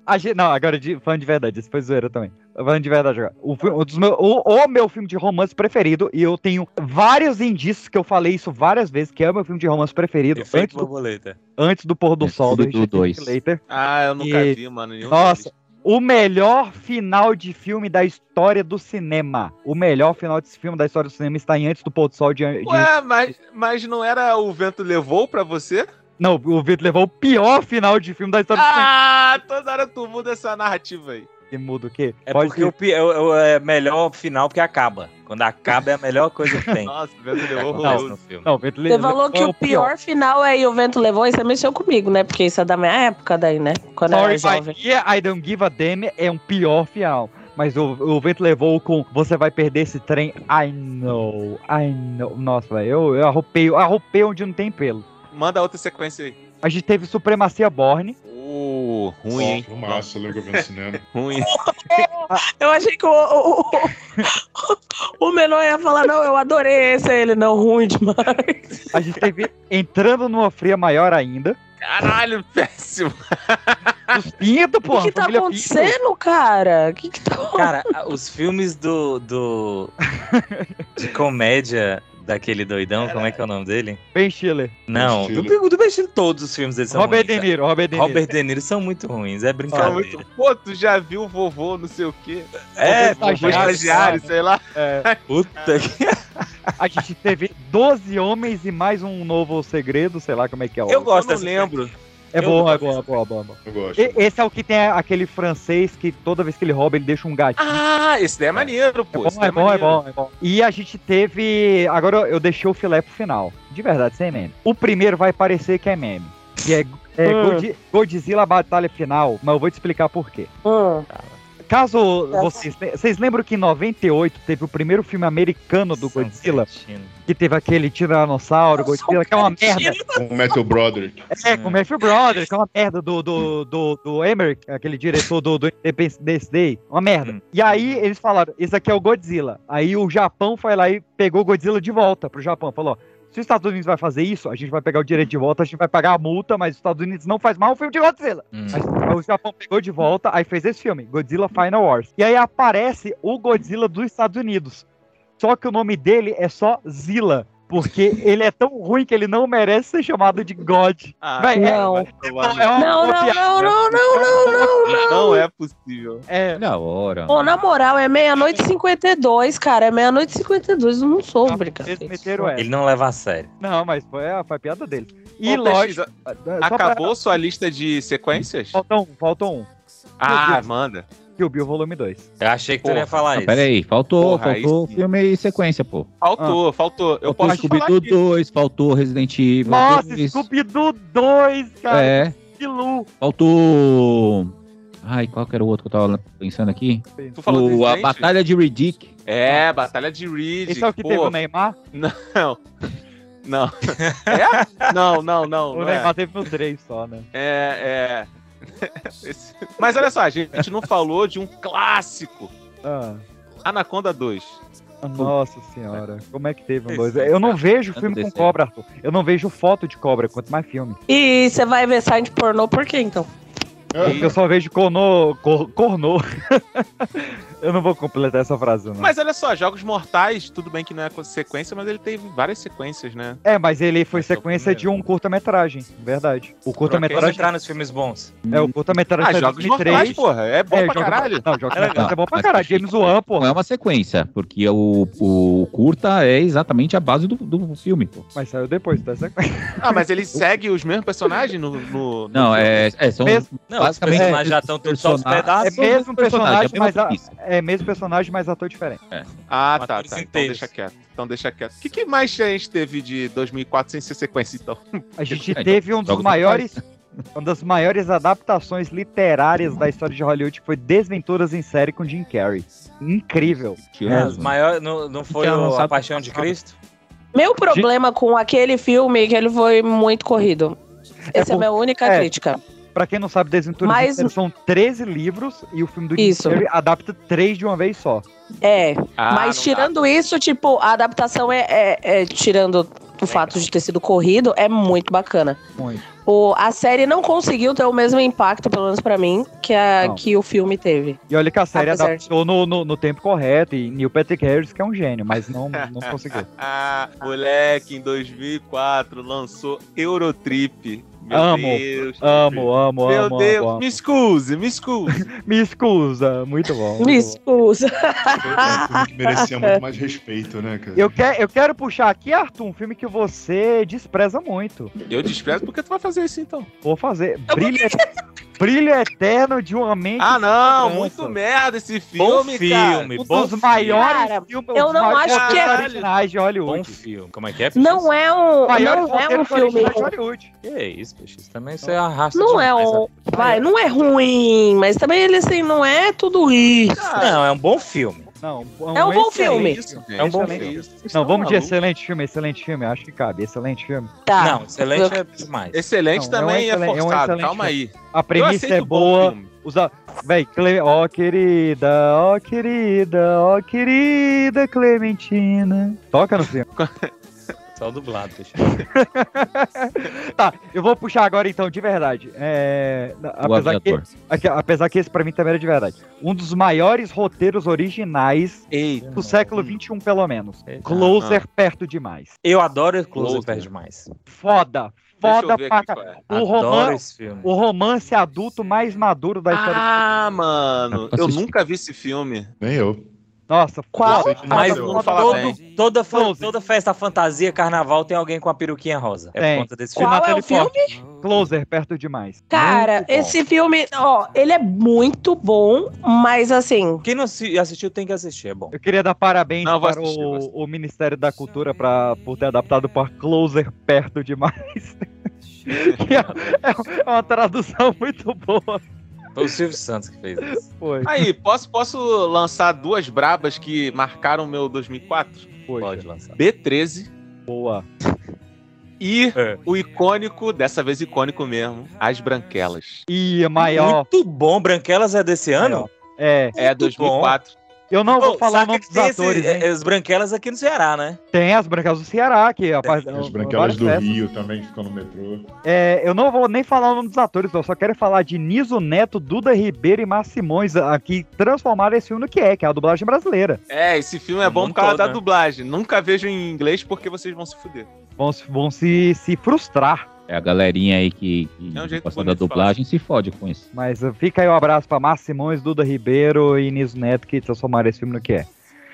Speaker 4: A gente- não, agora de, falando de verdade, isso foi zoeira também. Falando de verdade agora. O, fi- um dos meu, o, o meu filme de romance preferido, e eu tenho vários indícios que eu falei isso várias vezes, que é o meu filme de romance preferido.
Speaker 2: Efeito
Speaker 4: antes do-
Speaker 2: borboleta.
Speaker 4: Antes do pôr do sol do
Speaker 2: tudo
Speaker 4: Richard
Speaker 2: dois.
Speaker 4: Linklater.
Speaker 1: Ah, eu nunca
Speaker 4: E-
Speaker 1: vi, mano. Nenhum
Speaker 4: Nossa,
Speaker 1: deles.
Speaker 4: o melhor final de filme da história do cinema. O melhor final de filme da história do cinema está em Antes do Pôr do Sol de. de-
Speaker 1: Ué, mas, mas não era o vento levou pra você?
Speaker 4: Não, o Vitor levou o pior final de filme da história do cinema.
Speaker 1: Ah, toda hora tu muda essa narrativa aí.
Speaker 4: Você muda o quê?
Speaker 2: É
Speaker 4: Pode
Speaker 2: porque
Speaker 4: ser.
Speaker 2: o pi- é o- é o melhor final porque acaba. Quando acaba é a melhor coisa que tem.
Speaker 1: Nossa, o vento levou
Speaker 2: Acontece
Speaker 1: horroroso.
Speaker 2: no filme.
Speaker 4: Não, é o Vitor
Speaker 12: Você falou que o pior final é e o vento levou, e você mexeu comigo, né? Porque isso é da minha época daí, né? Quando eu era
Speaker 4: Sorry,
Speaker 12: jovem.
Speaker 4: but yeah, I don't give a damn é um pior final. Mas o, o vento levou com você vai perder esse trem. I know, I know. Nossa, velho, eu, eu arropei, eu arropei onde não tem pelo.
Speaker 1: Manda outra sequência aí.
Speaker 4: A gente teve Supremacia Borne.
Speaker 1: Uh, ruim, hein?
Speaker 10: Filmaço, eu lembro que eu vi no cinema.
Speaker 1: ruim.
Speaker 12: Eu achei que o, o, o, o Menor ia falar, não, eu adorei esse, aí ele, não, ruim demais.
Speaker 4: A gente teve Entrando numa Fria Maior ainda.
Speaker 1: Caralho, péssimo.
Speaker 4: Os Pinto, porra.
Speaker 12: o que tá
Speaker 4: família Pinto. Ah,
Speaker 12: acontecendo, cara? O que que tá
Speaker 2: Cara, a- os filmes do, do. de comédia daquele doidão, como é que é o nome dele?
Speaker 4: Ben Schiller.
Speaker 2: Não,
Speaker 4: Ben Stiller.
Speaker 2: do, do, do Ben Stiller, todos os filmes dele são
Speaker 4: Robert
Speaker 2: ruins.
Speaker 4: De Niro, Robert De Niro.
Speaker 2: Robert De Niro são muito ruins, é
Speaker 1: Fala
Speaker 2: brincadeira.
Speaker 1: Então, muito. Pô, tu já viu o vovô, não sei o quê.
Speaker 2: É,
Speaker 1: vovô
Speaker 2: vovô
Speaker 1: estagiário, sei lá.
Speaker 4: É.
Speaker 2: Puta que.
Speaker 4: A gente teve 12 homens e mais um novo segredo, sei lá como é que é o.
Speaker 2: Eu gosto
Speaker 1: Eu
Speaker 2: dessa
Speaker 1: não lembro.
Speaker 4: É
Speaker 2: eu
Speaker 4: bom,
Speaker 2: gosto
Speaker 4: é bom, é bom, é bom, é bom.
Speaker 10: Eu gosto.
Speaker 4: E- Esse é o que tem aquele francês que toda vez que ele rouba, ele deixa um gatinho.
Speaker 1: Ah, esse daí é maneiro, pô. esse
Speaker 4: Bom,
Speaker 1: daí
Speaker 4: é bom, é
Speaker 1: maneiro.
Speaker 4: bom, é bom. E a gente teve. Agora eu deixei o filé pro final. De verdade, sem meme. O primeiro vai parecer que é meme. Que é, é
Speaker 1: Ah.
Speaker 12: Hum.
Speaker 4: God- Godzilla Batalha Final, mas eu vou te explicar por quê.
Speaker 12: Hum.
Speaker 4: Caso vocês. Vocês lembram que em 98 teve o primeiro filme americano do Godzilla? Que teve aquele Tiranossauro, Godzilla, que é uma merda.
Speaker 10: Com o Metal Brother.
Speaker 4: É, com o Matthew Brothers, que é uma merda do, do, do, do Emmerich, aquele diretor do, do Independence Day, uma merda. E aí eles falaram, esse aqui é o Godzilla. Aí o Japão foi lá e pegou o Godzilla de volta pro Japão, falou, ó, se os Estados Unidos vai fazer isso, a gente vai pegar o direito de volta, a gente vai pagar a multa, mas os Estados Unidos não faz mal um filme de Godzilla.
Speaker 2: Hum.
Speaker 4: Aí o Japão pegou de volta, aí fez esse filme, Godzilla Final Wars. E aí aparece o Godzilla dos Estados Unidos. Só que o nome dele é só Zilla. Porque ele é tão ruim que ele não merece ser chamado de God.
Speaker 1: Ah,
Speaker 4: Véi, é-
Speaker 12: não.
Speaker 1: vai tomar no-
Speaker 4: é uma-
Speaker 12: Não,
Speaker 4: uma
Speaker 12: não,
Speaker 4: piada.
Speaker 12: não, não, não, não, não, não.
Speaker 1: Não é possível.
Speaker 4: É,
Speaker 5: Da hora.
Speaker 12: Pô, na moral, é meia-noite e 52, cara. É meia-noite e 52, eu não sou obrigado.
Speaker 4: Eles meteram essa.
Speaker 2: Ele não leva a sério.
Speaker 4: Não, mas foi, a- foi a piada dele. E
Speaker 1: Ô,
Speaker 4: lógico. é
Speaker 1: PX, Acabou sua lista de sequências?
Speaker 4: Falta um, falta um.
Speaker 1: Ah,
Speaker 4: Deus.
Speaker 1: manda.
Speaker 4: Kill Bill Volume 2.
Speaker 2: Eu achei que tu não ia falar
Speaker 5: Não,
Speaker 2: isso.
Speaker 5: peraí, faltou,
Speaker 1: Porra, aí
Speaker 5: faltou filme e sequência, pô.
Speaker 1: Faltou,
Speaker 4: Ah.
Speaker 1: faltou. Eu posso
Speaker 4: um
Speaker 5: Faltou
Speaker 1: falar
Speaker 5: Scooby-Doo
Speaker 1: aqui.
Speaker 5: 2, faltou Resident Evil
Speaker 4: Nossa,
Speaker 5: 2.
Speaker 4: Scooby-Doo 2, cara.
Speaker 5: É,
Speaker 4: Que lu.
Speaker 5: faltou... Ai, qual que era o outro que eu tava pensando aqui?
Speaker 1: Tu falou do
Speaker 5: o, a
Speaker 1: Resident?
Speaker 5: Batalha de Riddick.
Speaker 1: É, Batalha de Reed.
Speaker 4: Esse é o que
Speaker 1: pô.
Speaker 4: teve o Neymar?
Speaker 1: Não. Não. É? Não, não, não.
Speaker 4: O
Speaker 1: não
Speaker 4: Neymar
Speaker 1: é.
Speaker 4: teve no 3 só, né?
Speaker 1: É, é. Esse- Mas olha só, a gente a gente não falou de um clássico.
Speaker 4: Ah,
Speaker 1: Anaconda 2.
Speaker 4: nossa senhora. Como é que teve um 2? Eu não vejo filme com
Speaker 5: desse
Speaker 4: cobra, Arthur. Eu não vejo foto de cobra, quanto mais filme.
Speaker 12: E você vai ver site pornô por quê, então?
Speaker 1: Ah.
Speaker 4: Eu só vejo corno. cor- corno. Eu não vou completar essa frase, não.
Speaker 1: Hum. Mas olha só, Jogos Mortais, tudo bem que não é sequência, mas ele teve várias sequências, né?
Speaker 4: É, mas ele foi sequência de um curta-metragem, verdade. O
Speaker 2: Vamos
Speaker 4: curta-metragem.
Speaker 2: entrar nos filmes bons.
Speaker 4: É, o curta-metragem
Speaker 2: Ah,
Speaker 4: foi em
Speaker 2: Jogos
Speaker 4: 2003.
Speaker 2: Mortais, porra, é bom pra
Speaker 4: Jogos-
Speaker 2: caralho.
Speaker 4: Não, Jogos Mortais é bom pra
Speaker 5: Mas
Speaker 4: caralho. James
Speaker 2: tipo,
Speaker 4: Wan,
Speaker 5: Não
Speaker 4: porra.
Speaker 5: é uma sequência, porque o, o curta é exatamente a base do, do filme, pô.
Speaker 4: Mas saiu depois tá da sequência.
Speaker 1: Ah, mas ele segue os mesmos personagens no. no-
Speaker 5: Não, é, é são
Speaker 4: Mesmo-
Speaker 2: Não, os personagens já estão todos só os
Speaker 4: É
Speaker 2: pedaços.
Speaker 5: um
Speaker 4: mesmo personagem,
Speaker 1: é a mesma
Speaker 4: mas a-
Speaker 1: premissa.
Speaker 4: é mesmo personagem, mas ator diferente.
Speaker 1: Ah,
Speaker 4: Mas
Speaker 1: tá,
Speaker 4: todos
Speaker 1: tá. Então deixa quieto. Então deixa quieto. O que, que mais a gente teve de 2004 sem ser sequência, então?
Speaker 2: Tipo,
Speaker 4: A
Speaker 2: é,
Speaker 4: gente teve um dos maiores, uma das maiores adaptações literárias da história de Hollywood, que foi Desventuras em Série com Jim Carrey. Incrível.
Speaker 2: É, os maiores- não, não foi
Speaker 4: Tinha
Speaker 2: o,
Speaker 4: lançado- um
Speaker 2: A Paixão de Cristo?
Speaker 12: Meu problema com aquele filme é que ele foi muito corrido. Essa é, a minha única
Speaker 4: é.
Speaker 12: crítica.
Speaker 4: Pra quem não sabe, Desventuras
Speaker 12: Mas-
Speaker 4: em Série são 13 livros e o filme do
Speaker 12: Isso.
Speaker 4: Jim Carrey adapta três de uma vez só.
Speaker 12: É,
Speaker 4: Ah,
Speaker 12: mas
Speaker 4: não
Speaker 12: tirando isso, tipo, a adaptação é, é- é- tirando o fato de ter sido corrido, é muito bacana.
Speaker 4: Muito.
Speaker 12: O, a série não conseguiu ter o mesmo impacto, pelo menos pra mim, que, a,
Speaker 4: Não.
Speaker 12: que o filme teve.
Speaker 4: E olha que a série
Speaker 12: Apesar de-
Speaker 4: adaptou no, no, no tempo correto e Neil Patrick Harris, que é um gênio, mas não, não conseguiu.
Speaker 1: Ah, moleque, em 2004 lançou Eurotrip. Meu
Speaker 4: Amo,
Speaker 1: Deus.
Speaker 4: amo, amo,
Speaker 1: Meu
Speaker 4: amo,
Speaker 1: Deus,
Speaker 4: amo, amo.
Speaker 1: me excuse, me excuse.
Speaker 4: Me excusa, muito bom.
Speaker 12: Me excusa.
Speaker 10: Que merecia muito mais respeito, né, cara?
Speaker 4: Eu, que- eu quero puxar aqui, Arthur, um filme que você despreza muito.
Speaker 1: Eu desprezo porque tu vai fazer isso então.
Speaker 4: Vou fazer. Brilho, Brilho Eterno de uma mente.
Speaker 1: Ah, não,
Speaker 4: sem
Speaker 1: muito
Speaker 4: Lembrança.
Speaker 1: merda esse filme, cara.
Speaker 4: Um dos maiores filmes.
Speaker 12: eu
Speaker 4: os
Speaker 12: não
Speaker 4: maiores
Speaker 12: acho que é-
Speaker 4: originais de Hollywood.
Speaker 2: Bom filme. Como é que é?
Speaker 12: Não é um,
Speaker 4: Maiores
Speaker 12: não é um
Speaker 4: roteiros
Speaker 12: filme.
Speaker 4: originais de Hollywood.
Speaker 2: Que é isso, Peixes? Também você arrasta
Speaker 12: Não é
Speaker 2: demais, né?
Speaker 12: um. Vai, não é ruim, mas também ele assim, não é tudo isso.
Speaker 2: Não, é um bom filme.
Speaker 4: Não,
Speaker 12: É um bom filme.
Speaker 4: excelente filme.
Speaker 2: É um bom
Speaker 4: Excelente.
Speaker 2: filme.
Speaker 4: Não, vamos de
Speaker 2: malucos?
Speaker 4: excelente filme, excelente filme. Acho que cabe. Excelente filme.
Speaker 12: Tá.
Speaker 2: Não, excelente é demais.
Speaker 1: Excelente
Speaker 4: Não,
Speaker 1: também é,
Speaker 4: um excelente- um
Speaker 1: forçado,
Speaker 4: excelente
Speaker 1: calma aí.
Speaker 4: filme. A premissa
Speaker 1: aceito
Speaker 4: é
Speaker 1: bom
Speaker 4: boa.
Speaker 1: filme.
Speaker 4: Usa... Véi, Cle... ó querida, ó querida, ó querida Clementina. Toca no filme.
Speaker 2: Só o dublado, Peixes.
Speaker 4: tá, eu vou puxar agora então, de verdade. É, na-
Speaker 2: O
Speaker 4: apesar, que,
Speaker 2: aviador.
Speaker 4: aqui, apesar que esse pra mim também era de verdade. Um dos maiores roteiros originais do século XXI, pelo menos.
Speaker 2: Ah.
Speaker 4: Closer perto demais.
Speaker 2: Eu adoro é o Close Perde Mais.
Speaker 4: Foda.
Speaker 2: Deixa eu
Speaker 4: Foda
Speaker 2: ver
Speaker 4: pra
Speaker 2: aqui qual
Speaker 4: caralho.
Speaker 2: é.
Speaker 4: O,
Speaker 2: Adoro
Speaker 4: roman-
Speaker 2: esse filme.
Speaker 4: o romance adulto mais maduro da história.
Speaker 1: Ah, mano, eu nunca vi esse filme.
Speaker 10: Nem eu.
Speaker 4: Nossa,
Speaker 2: Qual?
Speaker 4: foda-
Speaker 2: Mas
Speaker 4: foda-
Speaker 2: todo-
Speaker 4: foda-
Speaker 2: toda, fa- toda festa fantasia, carnaval, tem alguém com a peruquinha rosa. É
Speaker 4: Tem.
Speaker 2: por conta desse
Speaker 4: Qual
Speaker 2: filme.
Speaker 4: é o
Speaker 2: Natalie Portman.
Speaker 4: Closer perto demais.
Speaker 12: Cara,
Speaker 4: Muito bom.
Speaker 12: esse filme, ó, ele é muito bom, mas assim.
Speaker 2: Quem não assi- assistiu tem que assistir, é bom.
Speaker 4: Eu queria dar parabéns
Speaker 2: Não, vou
Speaker 4: para
Speaker 2: assistir, vou
Speaker 4: o, o Ministério da Cultura pra, por ter adaptado para Closer perto demais. Que é, é um- é uma tradução muito boa.
Speaker 2: Foi o Silvio Santos que fez isso.
Speaker 4: Foi.
Speaker 1: Aí, posso, posso lançar duas brabas que marcaram meu 2004?
Speaker 2: Pode lançar.
Speaker 1: B13.
Speaker 4: Boa.
Speaker 1: E o icônico, dessa vez icônico mesmo, As Branquelas.
Speaker 4: Ih, é maior.
Speaker 2: Muito bom, Branquelas é desse ano?
Speaker 4: É.
Speaker 1: É, 2004.
Speaker 4: Eu não vou
Speaker 2: Ô,
Speaker 4: falar o
Speaker 2: saca
Speaker 4: nome
Speaker 2: que
Speaker 4: dos
Speaker 2: tem esse-
Speaker 4: atores, hein?
Speaker 2: é, As Branquelas aqui no Ceará, né?
Speaker 4: Tem as Branquelas do Ceará, que rapaz,
Speaker 10: As branquelas
Speaker 4: várias
Speaker 10: do
Speaker 4: festas.
Speaker 10: Rio também, que ficam no metrô.
Speaker 4: É, eu não vou nem falar o nome dos atores, eu só quero falar de Niso Neto, Duda Ribeiro e Márcio Simões, a- que transformaram esse filme no que é, que é a dublagem brasileira.
Speaker 1: É, esse filme é bom por causa
Speaker 4: todo,
Speaker 1: da
Speaker 4: né?
Speaker 1: dublagem. Nunca vejo em inglês porque vocês vão se fuder.
Speaker 4: Vão se, vão se, se frustrar.
Speaker 5: É a galerinha aí que, que
Speaker 1: É um jeito
Speaker 5: gosta da
Speaker 1: bonito de
Speaker 5: dublagem se fode com isso.
Speaker 4: Mas uh, fica aí um abraço pra Márcio Simões, Duda Ribeiro e Niso Neto, que transformaram esse filme no que é.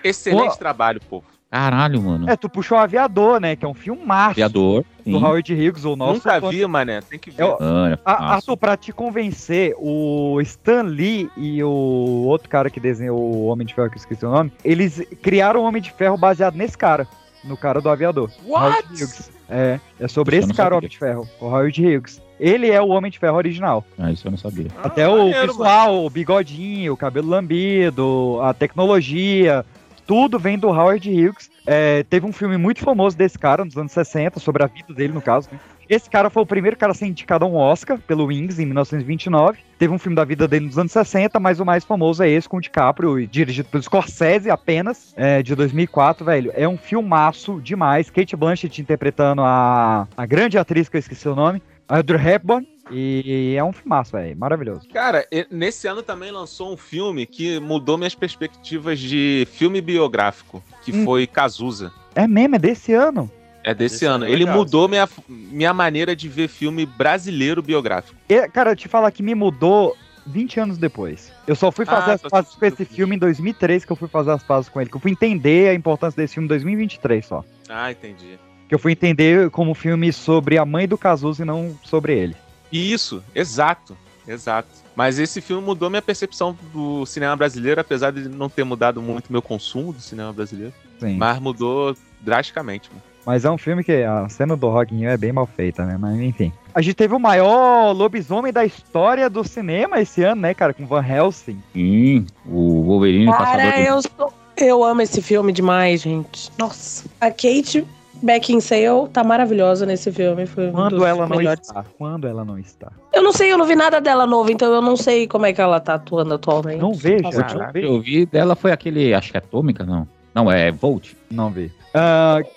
Speaker 1: Excelente
Speaker 4: Ô.
Speaker 1: trabalho, povo.
Speaker 5: Caralho, mano.
Speaker 4: É, tu puxou o Aviador, né, que é um filmaço
Speaker 5: Criador.
Speaker 4: do Howard Higgs, o nosso...
Speaker 1: Nunca vi, mané. Tem que ver.
Speaker 4: Eu-
Speaker 5: Ah, é
Speaker 4: A,
Speaker 5: fácil.
Speaker 4: Arthur, pra te convencer, o Stan Lee e o outro cara que desenhou o Homem de Ferro, que eu esqueci o nome, eles criaram o Homem de Ferro baseado nesse cara, no cara do aviador.
Speaker 12: What?
Speaker 4: Howard Hughes. É, é sobre
Speaker 5: Isso eu
Speaker 4: esse
Speaker 5: não
Speaker 4: cara, o
Speaker 5: sabia.
Speaker 4: Homem de Ferro, o Howard Hughes. Ele é o Homem de Ferro original.
Speaker 5: Ah, isso eu não sabia.
Speaker 4: Até o visual, o bigodinho, o cabelo lambido, a tecnologia, tudo vem do Howard Hughes. É, teve um filme muito famoso desse cara, nos anos 60, sobre a vida dele, no caso. né? Esse cara foi o primeiro cara a ser indicado a um Oscar pelo Wings em 1929. Teve um filme da vida dele nos anos 60, mas o mais famoso é esse com o DiCaprio, e dirigido pelo Scorsese apenas, é, de 2004, velho. É um filmaço demais. Kate Blanchett interpretando a, a grande atriz, que eu esqueci o nome, a Audrey Hepburn. E é um filmaço, velho. Maravilhoso.
Speaker 1: Cara, e- nesse ano também lançou um filme que mudou minhas perspectivas de filme biográfico, que
Speaker 4: Hum.
Speaker 1: foi Cazuza.
Speaker 4: É mesmo, é desse ano.
Speaker 1: É desse, ano.
Speaker 4: ano é
Speaker 1: Ele
Speaker 4: legal,
Speaker 1: mudou minha, minha maneira de ver filme brasileiro biográfico.
Speaker 4: E, cara, eu te falar que me mudou 20 anos depois. Eu só fui fazer
Speaker 1: Ah,
Speaker 4: as
Speaker 1: tô
Speaker 4: pazes com esse filme em 2003, que eu fui fazer as pazes com ele. Que eu fui entender a importância desse filme em 2023 só.
Speaker 1: Ah, entendi.
Speaker 4: Que eu fui entender como um filme sobre a mãe do Cazuza e não sobre ele.
Speaker 1: Isso, exato, exato. Mas esse filme mudou minha percepção do cinema brasileiro, apesar de não ter mudado muito meu consumo do cinema brasileiro.
Speaker 4: Sim.
Speaker 1: Mas mudou drasticamente. Mano.
Speaker 4: Mas é um filme que a cena do Roguinho é bem mal feita, né? Mas enfim. A gente teve o maior lobisomem da história do cinema esse ano, né, cara? Com Van Helsing.
Speaker 5: Sim, o Wolverine Caçador
Speaker 12: Cara,
Speaker 5: do-
Speaker 12: eu, sou- eu amo esse filme demais, gente. Nossa. A Kate Beckinsale tá maravilhosa nesse filme. Foi um
Speaker 4: Quando
Speaker 12: dos
Speaker 4: ela não
Speaker 12: melhores.
Speaker 4: está. Quando ela não está.
Speaker 12: Eu não sei, eu não vi nada dela novo, então eu não sei como é que ela tá atuando atualmente.
Speaker 4: Não vejo,
Speaker 5: O último que eu vi dela foi aquele, acho que é Atômica, não. Não, é Volt.
Speaker 4: Não Ah, vi.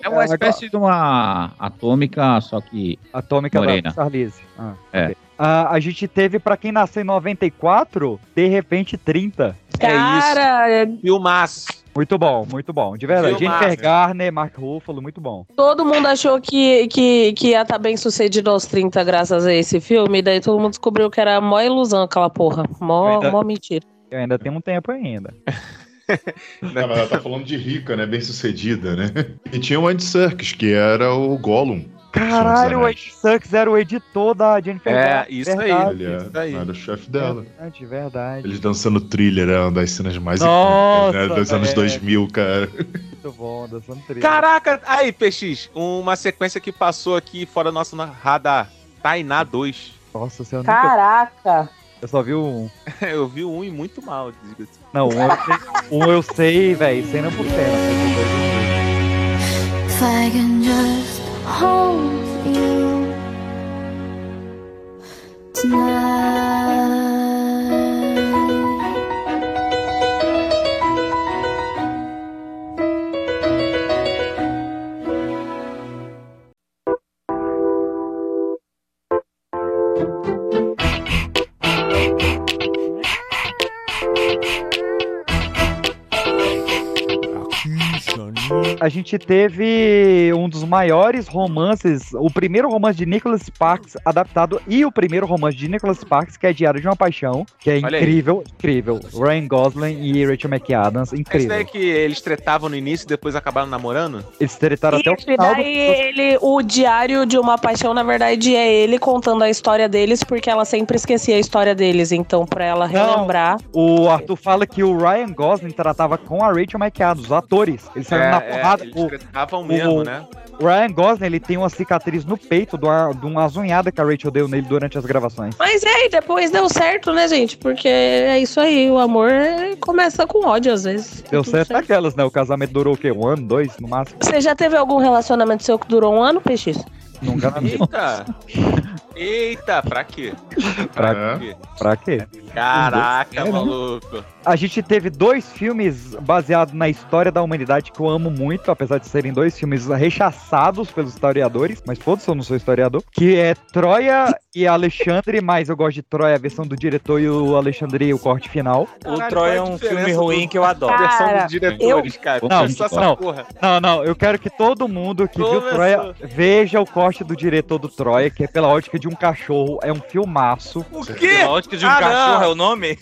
Speaker 5: é uma espécie de uma atômica, só que
Speaker 4: Atômica
Speaker 5: morena.
Speaker 4: da Charlize. Ah.
Speaker 5: É.
Speaker 4: Ah, a gente teve, pra quem nasceu em 94, de repente 30.
Speaker 12: Cara, é
Speaker 1: Filmaço.
Speaker 4: Muito bom, muito bom. De verdade.
Speaker 12: Filmaço.
Speaker 4: Jennifer Garner, Mark Ruffalo, muito bom.
Speaker 12: Todo mundo achou que, que, que ia estar bem sucedido aos 30 graças a esse filme, e daí todo mundo descobriu que era mó ilusão aquela porra. Mó,
Speaker 4: Verdade.
Speaker 12: mó mentira.
Speaker 4: Eu ainda tenho um tempo ainda.
Speaker 10: Ah, mas ela tá falando de rica, né? Bem sucedida, né? E tinha o Andy Serkis, que era o Gollum.
Speaker 4: Caralho, o Ed Sucks era o editor da Jennifer
Speaker 10: É,
Speaker 4: Garner.
Speaker 10: isso
Speaker 4: verdade.
Speaker 10: aí. Ele era, era o chefe dela.
Speaker 4: Verdade, verdade.
Speaker 10: Eles dançando thriller, era uma das cenas mais
Speaker 4: Nossa,
Speaker 10: icônicas, né, dos anos
Speaker 4: velho.
Speaker 10: 2000, cara.
Speaker 4: Muito bom, dançando trilha.
Speaker 1: Caraca! Aí, PX, uma sequência que passou aqui fora do nosso radar. Tainá 2.
Speaker 4: Nossa, se eu nunca-
Speaker 12: Caraca!
Speaker 4: Eu só vi um.
Speaker 1: eu vi um e muito mal, diga-se.
Speaker 4: Não, um eu sei, um eu sei, velho, cena por cena.
Speaker 11: If I can just hold you tonight.
Speaker 4: A gente teve um dos maiores romances, o primeiro romance de Nicholas Sparks adaptado e o primeiro romance de Nicholas Sparks, que é Diário de uma Paixão, que é
Speaker 1: Olha aí.
Speaker 4: incrível, incrível. Ryan Gosling e Rachel McAdams,
Speaker 1: Esse daí
Speaker 4: incrível.
Speaker 1: que eles tretavam no início e depois acabaram namorando?
Speaker 4: Eles tretaram até o
Speaker 12: E
Speaker 4: final.
Speaker 12: daí ele, o diário de uma paixão, na verdade, é ele contando a história deles, porque ela sempre esquecia a história deles. Então, pra ela relembrar.
Speaker 4: O Arthur fala que o Ryan Gosling tratava com a Rachel McAdams, os atores. Eles saíram na porrada.
Speaker 1: É, eles
Speaker 4: o-
Speaker 1: tretavam mesmo,
Speaker 4: o-
Speaker 1: né?
Speaker 4: O Ryan Gosling ele tem uma cicatriz no peito do ar- de uma azunhada que a Rachel deu nele durante as gravações.
Speaker 12: Mas é, e depois deu certo, né, gente? Porque é isso aí, o amor é- começa com ódio às vezes.
Speaker 4: Deu certo aquelas, né? O casamento durou o quê? Um ano, dois, no máximo?
Speaker 12: Você já teve algum relacionamento seu que durou um ano, Peixe?
Speaker 4: Nunca na vida.
Speaker 1: Eita! Eita, pra quê?
Speaker 4: Pra,
Speaker 1: quê?
Speaker 4: pra quê?
Speaker 1: Caraca,
Speaker 4: É, né?
Speaker 1: maluco.
Speaker 4: A gente teve dois filmes baseados na história da humanidade que eu amo muito, apesar de serem dois filmes rechaçados pelos historiadores, mas foda-se, eu não sou historiador, que é Troia e Alexandre, mas eu gosto de Troia, a versão do diretor e o Alexandre e o corte final.
Speaker 2: O Troy é um filme ruim que eu adoro.
Speaker 1: Versão dos diretores, cara.
Speaker 4: Não,
Speaker 1: Pensa essa
Speaker 4: não,
Speaker 1: porra.
Speaker 4: não, não, eu quero que todo mundo que viu
Speaker 1: Começou.
Speaker 4: Troia veja o corte do diretor do Troia, que é pela ótica de um cachorro, é um filmaço.
Speaker 2: O quê? Lógico de um
Speaker 4: Ah, não.
Speaker 2: cachorro é o nome?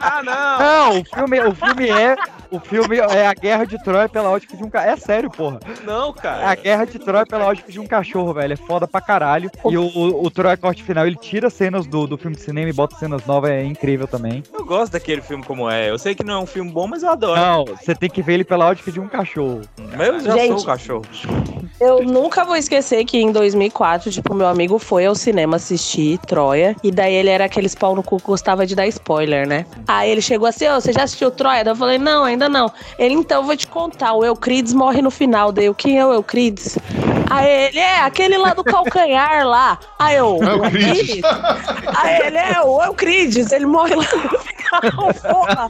Speaker 1: Ah,
Speaker 4: Não, o filme, o filme é. O filme é a guerra de Troia pela ótica de um cachorro. É sério, porra.
Speaker 1: Não, cara.
Speaker 4: A guerra de Troia pela ótica de um cachorro, velho. É foda pra caralho. E o, o, o Troia corte final, ele tira cenas do, do filme de cinema e bota cenas novas, é incrível também.
Speaker 2: Eu gosto daquele filme como é. Eu sei que não é um filme bom, mas eu adoro.
Speaker 4: Não, você tem que ver ele pela ótica de um cachorro.
Speaker 2: Mas eu já sou
Speaker 12: Gente.
Speaker 2: o cachorro.
Speaker 12: Eu nunca vou esquecer que em 2004, tipo, meu amigo foi ao cinema assistir Troia. E daí ele era aqueles pau no cu que gostava de dar spoiler, né? Aí ele chegou assim, ô, você já assistiu Troia? Daí eu falei, não, ainda não. Ele, então, eu vou te contar, o Euclides morre no final. Daí eu, quem é o Euclides? Aí ele, é, aquele lá do calcanhar lá. Aí eu,
Speaker 11: É o
Speaker 12: Euclides?
Speaker 11: Euclides.
Speaker 12: Aí ele, é, o Euclides, ele morre lá no final, porra.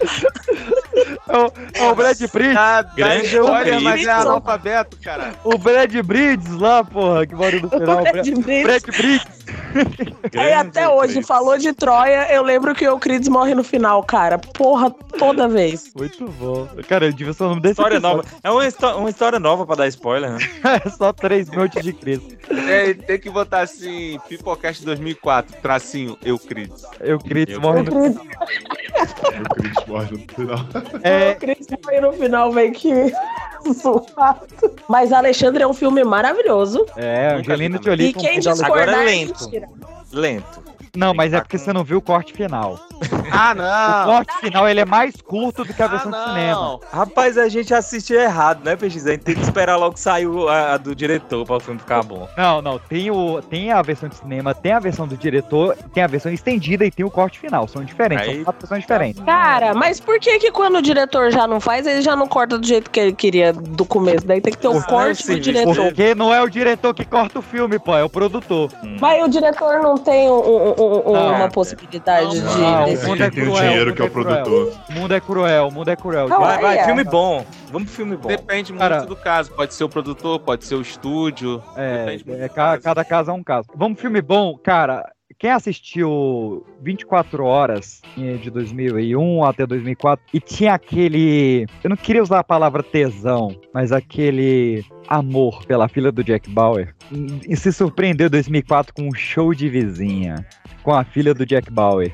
Speaker 4: É o Brad Pitt.
Speaker 1: Grande história, mas é analfabeto, cara.
Speaker 4: O Brad Bridges lá, porra, que mora no final.
Speaker 1: Brad
Speaker 4: Brad
Speaker 1: Bridges.
Speaker 4: Brad Bridges.
Speaker 12: Aí É, até hoje, falou de Troia, eu lembro que o Crides morre no final, cara. Porra, toda vez.
Speaker 4: Muito bom. Cara, eu devia ser o nome desse
Speaker 2: História
Speaker 4: episódio.
Speaker 2: nova. É uma, histó- uma história nova pra dar spoiler, né?
Speaker 4: É só três mil antes de Cristo.
Speaker 1: É, tem que botar assim, Pipocast 2004, tracinho, Euclides.
Speaker 4: Euclides morre no-
Speaker 10: É Euclides morre no final.
Speaker 4: É,
Speaker 12: O Cris foi no final meio que zoado. Mas Alexandre é um filme maravilhoso.
Speaker 4: É, Angelina Jolie.
Speaker 12: E quem
Speaker 4: confundiu a-
Speaker 12: discordar é mentira.
Speaker 2: Lento.
Speaker 4: Não, mas é porque você não viu o corte final.
Speaker 1: Ah,
Speaker 4: O corte final ele é mais curto do que a versão do cinema.
Speaker 2: Rapaz, a gente assistiu errado, né, PX? A gente tem que esperar logo sair o- a, a do diretor pra o filme ficar bom.
Speaker 4: Não, não, tem, o, tem a versão de cinema, tem a versão do diretor, tem a versão estendida e tem o corte final. São diferentes, são quatro
Speaker 12: tá.
Speaker 4: versões diferentes.
Speaker 12: Cara, mas por que que quando o diretor já não faz, ele já não corta do jeito que ele queria do começo? Daí tem que ter um corte do diretor.
Speaker 4: Porque não é o diretor que corta o filme, pô, é o produtor.
Speaker 12: Mas o diretor não tem um- um- um- um-
Speaker 4: Não.
Speaker 12: uma possibilidade de...
Speaker 4: Ah,
Speaker 12: desse-
Speaker 4: o mundo é
Speaker 10: Tem o
Speaker 4: cruel.
Speaker 10: dinheiro que é o
Speaker 4: mundo é
Speaker 10: produtor.
Speaker 4: cruel. O mundo é cruel, o mundo é cruel.
Speaker 12: Não, Vai, vai, é. filme
Speaker 2: bom. Vamos pro filme bom.
Speaker 1: Depende muito
Speaker 4: Cara-
Speaker 1: do caso. Pode ser o produtor, pode ser o estúdio.
Speaker 4: É,
Speaker 1: Depende muito do
Speaker 4: é, ca-
Speaker 1: caso.
Speaker 4: cada caso é um caso. Vamos filme bom, cara. Quem assistiu 24 horas eh, de 2001 até 2004 e tinha aquele, eu não queria usar a palavra tesão, mas aquele amor pela filha do Jack Bauer e se surpreendeu em 2004 com um show de vizinha com a filha do Jack Bauer.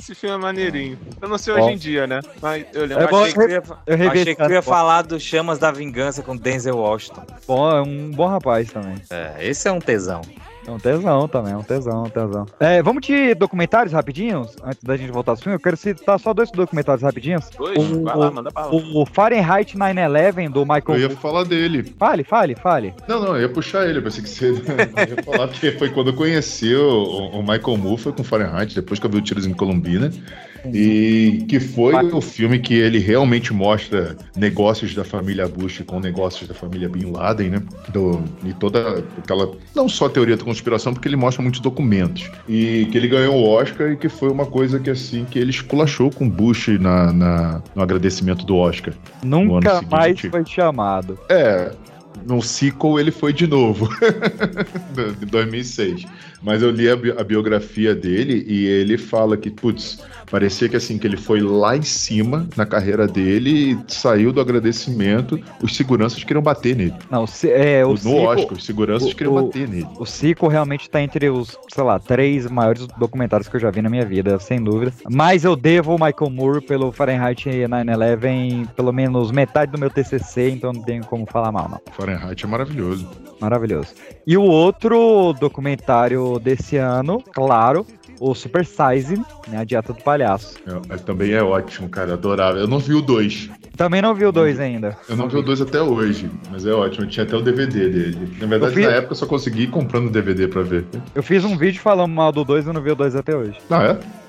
Speaker 1: Esse filme é maneirinho. Eu não sei hoje
Speaker 4: Bom.
Speaker 1: em dia, né? Mas eu lembro.
Speaker 4: É bom,
Speaker 2: achei que eu ia,
Speaker 4: eu revi
Speaker 2: achei que eu
Speaker 4: essa
Speaker 2: ia
Speaker 4: foto.
Speaker 2: falar do Chamas da Vingança com Denzel Washington.
Speaker 4: Bom, é um bom rapaz também.
Speaker 2: É, esse é um tesão.
Speaker 4: É um tesão também, é um tesão, um tesão. É, vamos de documentários rapidinhos? Antes da gente voltar ao filme, eu quero citar só dois documentários rapidinhos.
Speaker 1: Dois?
Speaker 4: O,
Speaker 1: Vai lá, manda bala.
Speaker 4: o Fahrenheit 9-11 do Michael...
Speaker 10: Eu ia falar dele.
Speaker 4: Fale, fale, fale.
Speaker 10: Não, não, eu ia puxar ele, eu pensei que você eu ia falar, porque foi quando eu conheci o, o Michael Moore, foi com Fahrenheit, depois que eu vi o Tiros em Columbina, e que foi o filme que ele realmente mostra negócios da família Bush com negócios da família Bin Laden, né? Do, e toda aquela, não só teoria da conspiração, porque ele mostra muitos documentos, e que ele ganhou o Oscar e que foi uma coisa que, assim, que ele esculachou com Bush na, na- no agradecimento do Oscar.
Speaker 4: Nunca
Speaker 10: seguinte.
Speaker 4: mais foi chamado.
Speaker 10: É, no sequel ele foi de novo, de 2006. Mas eu li a, bi- a biografia dele e ele fala que, putz, parecia que assim, que ele foi lá em cima na carreira dele e saiu do agradecimento, os seguranças queriam bater nele.
Speaker 4: Não, se, é, o
Speaker 10: no
Speaker 4: Cico-
Speaker 10: Oscar, os seguranças
Speaker 4: o-
Speaker 10: queriam
Speaker 4: o-
Speaker 10: bater nele.
Speaker 4: O Cico realmente tá entre os, sei lá, três maiores documentários que eu já vi na minha vida, sem dúvida. Mas eu devo o Michael Moore pelo Fahrenheit 9-11 pelo menos metade do meu TCC, então não tenho como falar mal, não.
Speaker 10: Fahrenheit é maravilhoso.
Speaker 4: Maravilhoso. E o outro documentário desse ano, claro, o Super Size, né? A Dieta do Palhaço.
Speaker 10: É, mas também é ótimo, cara, adorável. Eu não vi o dois.
Speaker 4: Também não vi o dois ainda.
Speaker 10: Eu não vi o dois até hoje, mas é ótimo. Eu tinha até o DVD dele. Na verdade,
Speaker 4: vi-
Speaker 10: na época eu só consegui ir comprando DVD pra ver.
Speaker 4: Eu fiz um vídeo falando mal do dois e não vi o dois até hoje.
Speaker 10: Ah,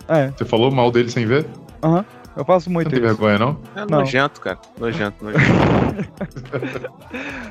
Speaker 10: é?
Speaker 4: É.
Speaker 10: Você falou mal dele sem ver?
Speaker 4: Aham. Eu faço muito
Speaker 10: Não tem
Speaker 4: isso.
Speaker 10: vergonha, não?
Speaker 1: É
Speaker 4: Não.
Speaker 1: nojento, cara. Nojento, nojento.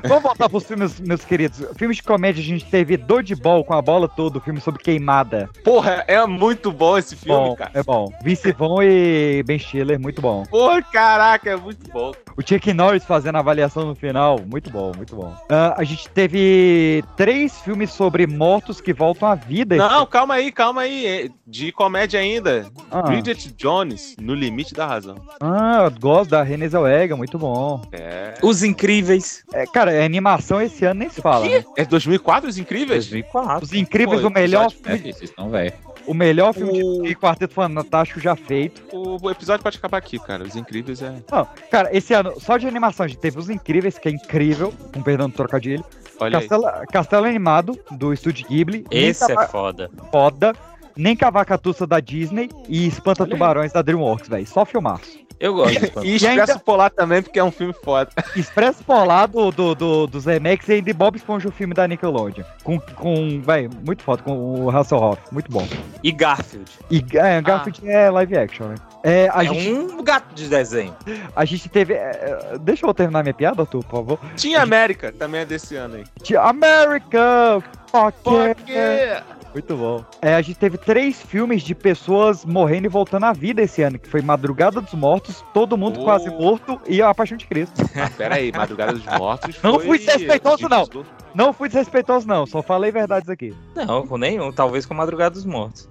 Speaker 4: Vamos voltar pros filmes, meus queridos. Filmes de comédia, a gente teve Dodgeball com a bola toda, o filme sobre queimada.
Speaker 1: Porra, é muito bom esse filme,
Speaker 4: Bom,
Speaker 1: cara.
Speaker 4: é bom. Vince Vaughn e Ben Stiller, muito bom.
Speaker 1: Porra, caraca, é muito bom.
Speaker 4: O Chuck Norris fazendo a avaliação no final, muito bom, muito bom. Ah, a gente teve três filmes sobre mortos que voltam à vida.
Speaker 1: Não, calma aí, calma aí. É De comédia ainda.
Speaker 4: Ah.
Speaker 1: Bridget Jones, No Limite da Razão.
Speaker 4: Ah, eu gosto da Renée Zellweger, muito bom.
Speaker 1: É.
Speaker 2: Os Incríveis.
Speaker 4: É, cara, a animação esse ano nem se fala. né?
Speaker 1: É 2004 Os Incríveis?
Speaker 2: 2004.
Speaker 4: Os Incríveis,
Speaker 1: Pô,
Speaker 4: o melhor
Speaker 1: episódio-
Speaker 4: filme,
Speaker 5: Vocês estão velho.
Speaker 4: o melhor filme de Quarteto Fantástico já feito.
Speaker 1: O o episódio pode acabar aqui, cara. Os Incríveis é.
Speaker 4: Não, cara, esse ano, só de animação, a gente teve Os Incríveis, que é incrível, com perdão do trocadilho.
Speaker 1: Olha aí.
Speaker 4: Castelo, Castelo Animado, do Estúdio Ghibli.
Speaker 2: Esse é
Speaker 4: Nunca-
Speaker 2: foda.
Speaker 4: foda. Nem Cavacatuça da Disney e Espanta Tubarões da DreamWorks, velho. Só filmar.
Speaker 2: Eu gosto. desse
Speaker 1: E
Speaker 2: filme.
Speaker 1: Expresso Polar também, porque é um filme foda.
Speaker 4: Expresso Polar do, do, do, do Zemex e ainda Bob Esponja, o filme da Nickelodeon. Com, com velho, muito foda, com o Hasselhoff. Muito bom.
Speaker 2: E Garfield.
Speaker 4: E é, Garfield é live action, né? É, a,
Speaker 2: é
Speaker 4: gente,
Speaker 2: um gato de desenho.
Speaker 4: a gente teve... é, é, deixa eu terminar minha piada, tu, por favor.
Speaker 1: Tinha América, também é desse ano aí.
Speaker 4: De America! Fuck,
Speaker 1: Porque.
Speaker 4: yeah. Muito bom. É, a gente teve três filmes de pessoas morrendo e voltando à vida esse ano, que foi Madrugada dos Mortos, Todo Mundo
Speaker 1: Oh.
Speaker 4: Quase Morto e A Paixão de Cristo.
Speaker 1: Ah, pera aí, Madrugada dos Mortos.
Speaker 4: Não
Speaker 1: foi-
Speaker 4: fui desrespeitoso, não. Não fui desrespeitoso, não. Só falei verdades aqui.
Speaker 2: Não, com nenhum. Talvez com a Madrugada dos Mortos.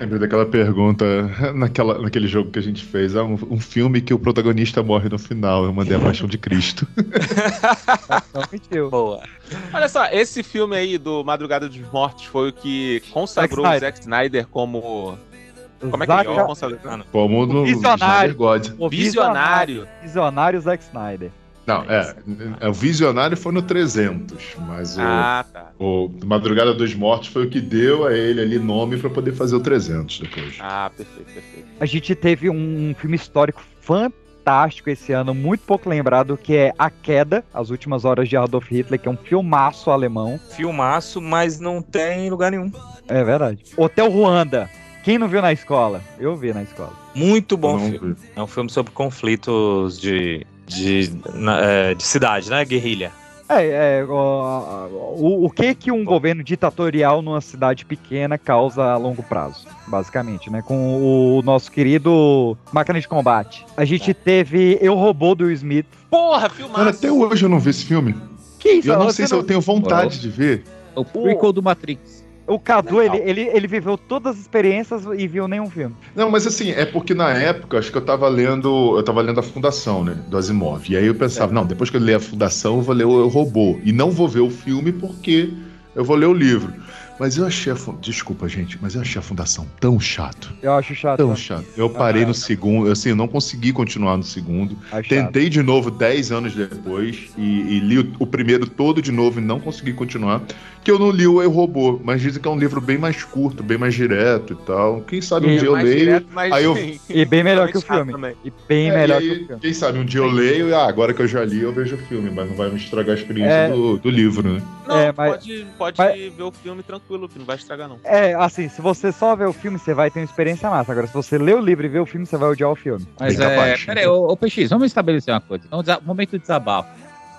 Speaker 10: Lembra daquela pergunta naquela, naquele jogo que a gente fez? Ah, um, um filme que o protagonista morre no final. Eu mandei a Paixão de Cristo.
Speaker 1: Boa. Olha só, esse filme aí do Madrugada dos Mortos foi o que consagrou
Speaker 4: Zack
Speaker 1: o Zack Snyder como. Como é que
Speaker 4: Zack-
Speaker 1: ele é consagrado?
Speaker 10: Como no
Speaker 4: Visionário.
Speaker 10: Snyder God.
Speaker 4: O visionário. Visionário Zack Snyder.
Speaker 10: Não, é. é, O Visionário foi no 300,
Speaker 1: É.
Speaker 10: mas o,
Speaker 4: Ah, tá.
Speaker 10: o Madrugada dos Mortos foi o que deu a ele ali nome pra poder fazer o 300 depois.
Speaker 1: Ah, perfeito, perfeito.
Speaker 4: A gente teve um filme histórico fantástico esse ano, muito pouco lembrado, que é A Queda, As Últimas Horas de Adolf Hitler, que é um filmaço alemão.
Speaker 2: Filmaço, mas não tem lugar nenhum.
Speaker 4: É verdade. Hotel Ruanda. Quem não viu na escola? Eu vi na escola.
Speaker 2: Muito bom filme. É um filme sobre conflitos de, de, na- é, de cidade, né? Guerrilha.
Speaker 4: É, é, ó, o, o que que um governo ditatorial numa cidade pequena causa a longo prazo, basicamente, né? Com o, nosso querido máquina de combate. A gente teve Eu Robô do Will Smith.
Speaker 1: Porra, filmado!
Speaker 10: Cara, até hoje eu não vi esse filme.
Speaker 4: Que isso,
Speaker 10: E Eu não
Speaker 4: você
Speaker 10: sei se eu tenho vontade de ver.
Speaker 5: É O prequel do Matrix.
Speaker 4: O Cadu,
Speaker 10: Legal.
Speaker 4: ele, ele, ele viveu todas as experiências e viu nenhum filme.
Speaker 10: Não, mas assim, é porque na época, acho que eu tava lendo, eu tava lendo a Fundação, né, do Asimov. E aí eu pensava,
Speaker 4: É.
Speaker 10: não, depois que eu ler a Fundação, eu vou ler o Eu, Robô e não vou ver o filme porque eu vou ler o livro. Mas eu achei a fun... desculpa, gente, mas eu achei a Fundação tão chato.
Speaker 4: Eu acho chato.
Speaker 10: Tão
Speaker 4: né?
Speaker 10: chato. Eu parei no segundo, assim, eu não consegui continuar no segundo.
Speaker 4: Acho
Speaker 10: Tentei de novo 10 anos depois e, e li o, o primeiro todo de novo e não consegui continuar. Que eu não li o Eu Robô, mas dizem que é um livro bem mais curto, bem mais direto e tal. Quem sabe um
Speaker 4: E
Speaker 10: dia eu
Speaker 4: mais
Speaker 10: leio.
Speaker 4: direto, mas
Speaker 10: aí eu...
Speaker 4: sim. E bem melhor que o filme. E bem
Speaker 10: É,
Speaker 4: melhor
Speaker 10: e aí,
Speaker 4: que o filme.
Speaker 10: Quem sabe um dia eu leio e ah, agora que eu já li, eu vejo o filme, mas não vai me estragar a experiência
Speaker 4: É.
Speaker 10: do, do livro, né?
Speaker 1: Não,
Speaker 4: É, mas-
Speaker 1: pode, pode ver o filme tranquilo, que não vai estragar, não.
Speaker 4: É, assim, se você só vê o filme, você vai ter uma experiência massa. Agora, se você lê o livro e vê o filme, você vai odiar o filme.
Speaker 5: Mas é. Peraí, ô, ô PX, vamos estabelecer uma coisa. Então, desa- momento de desabafo.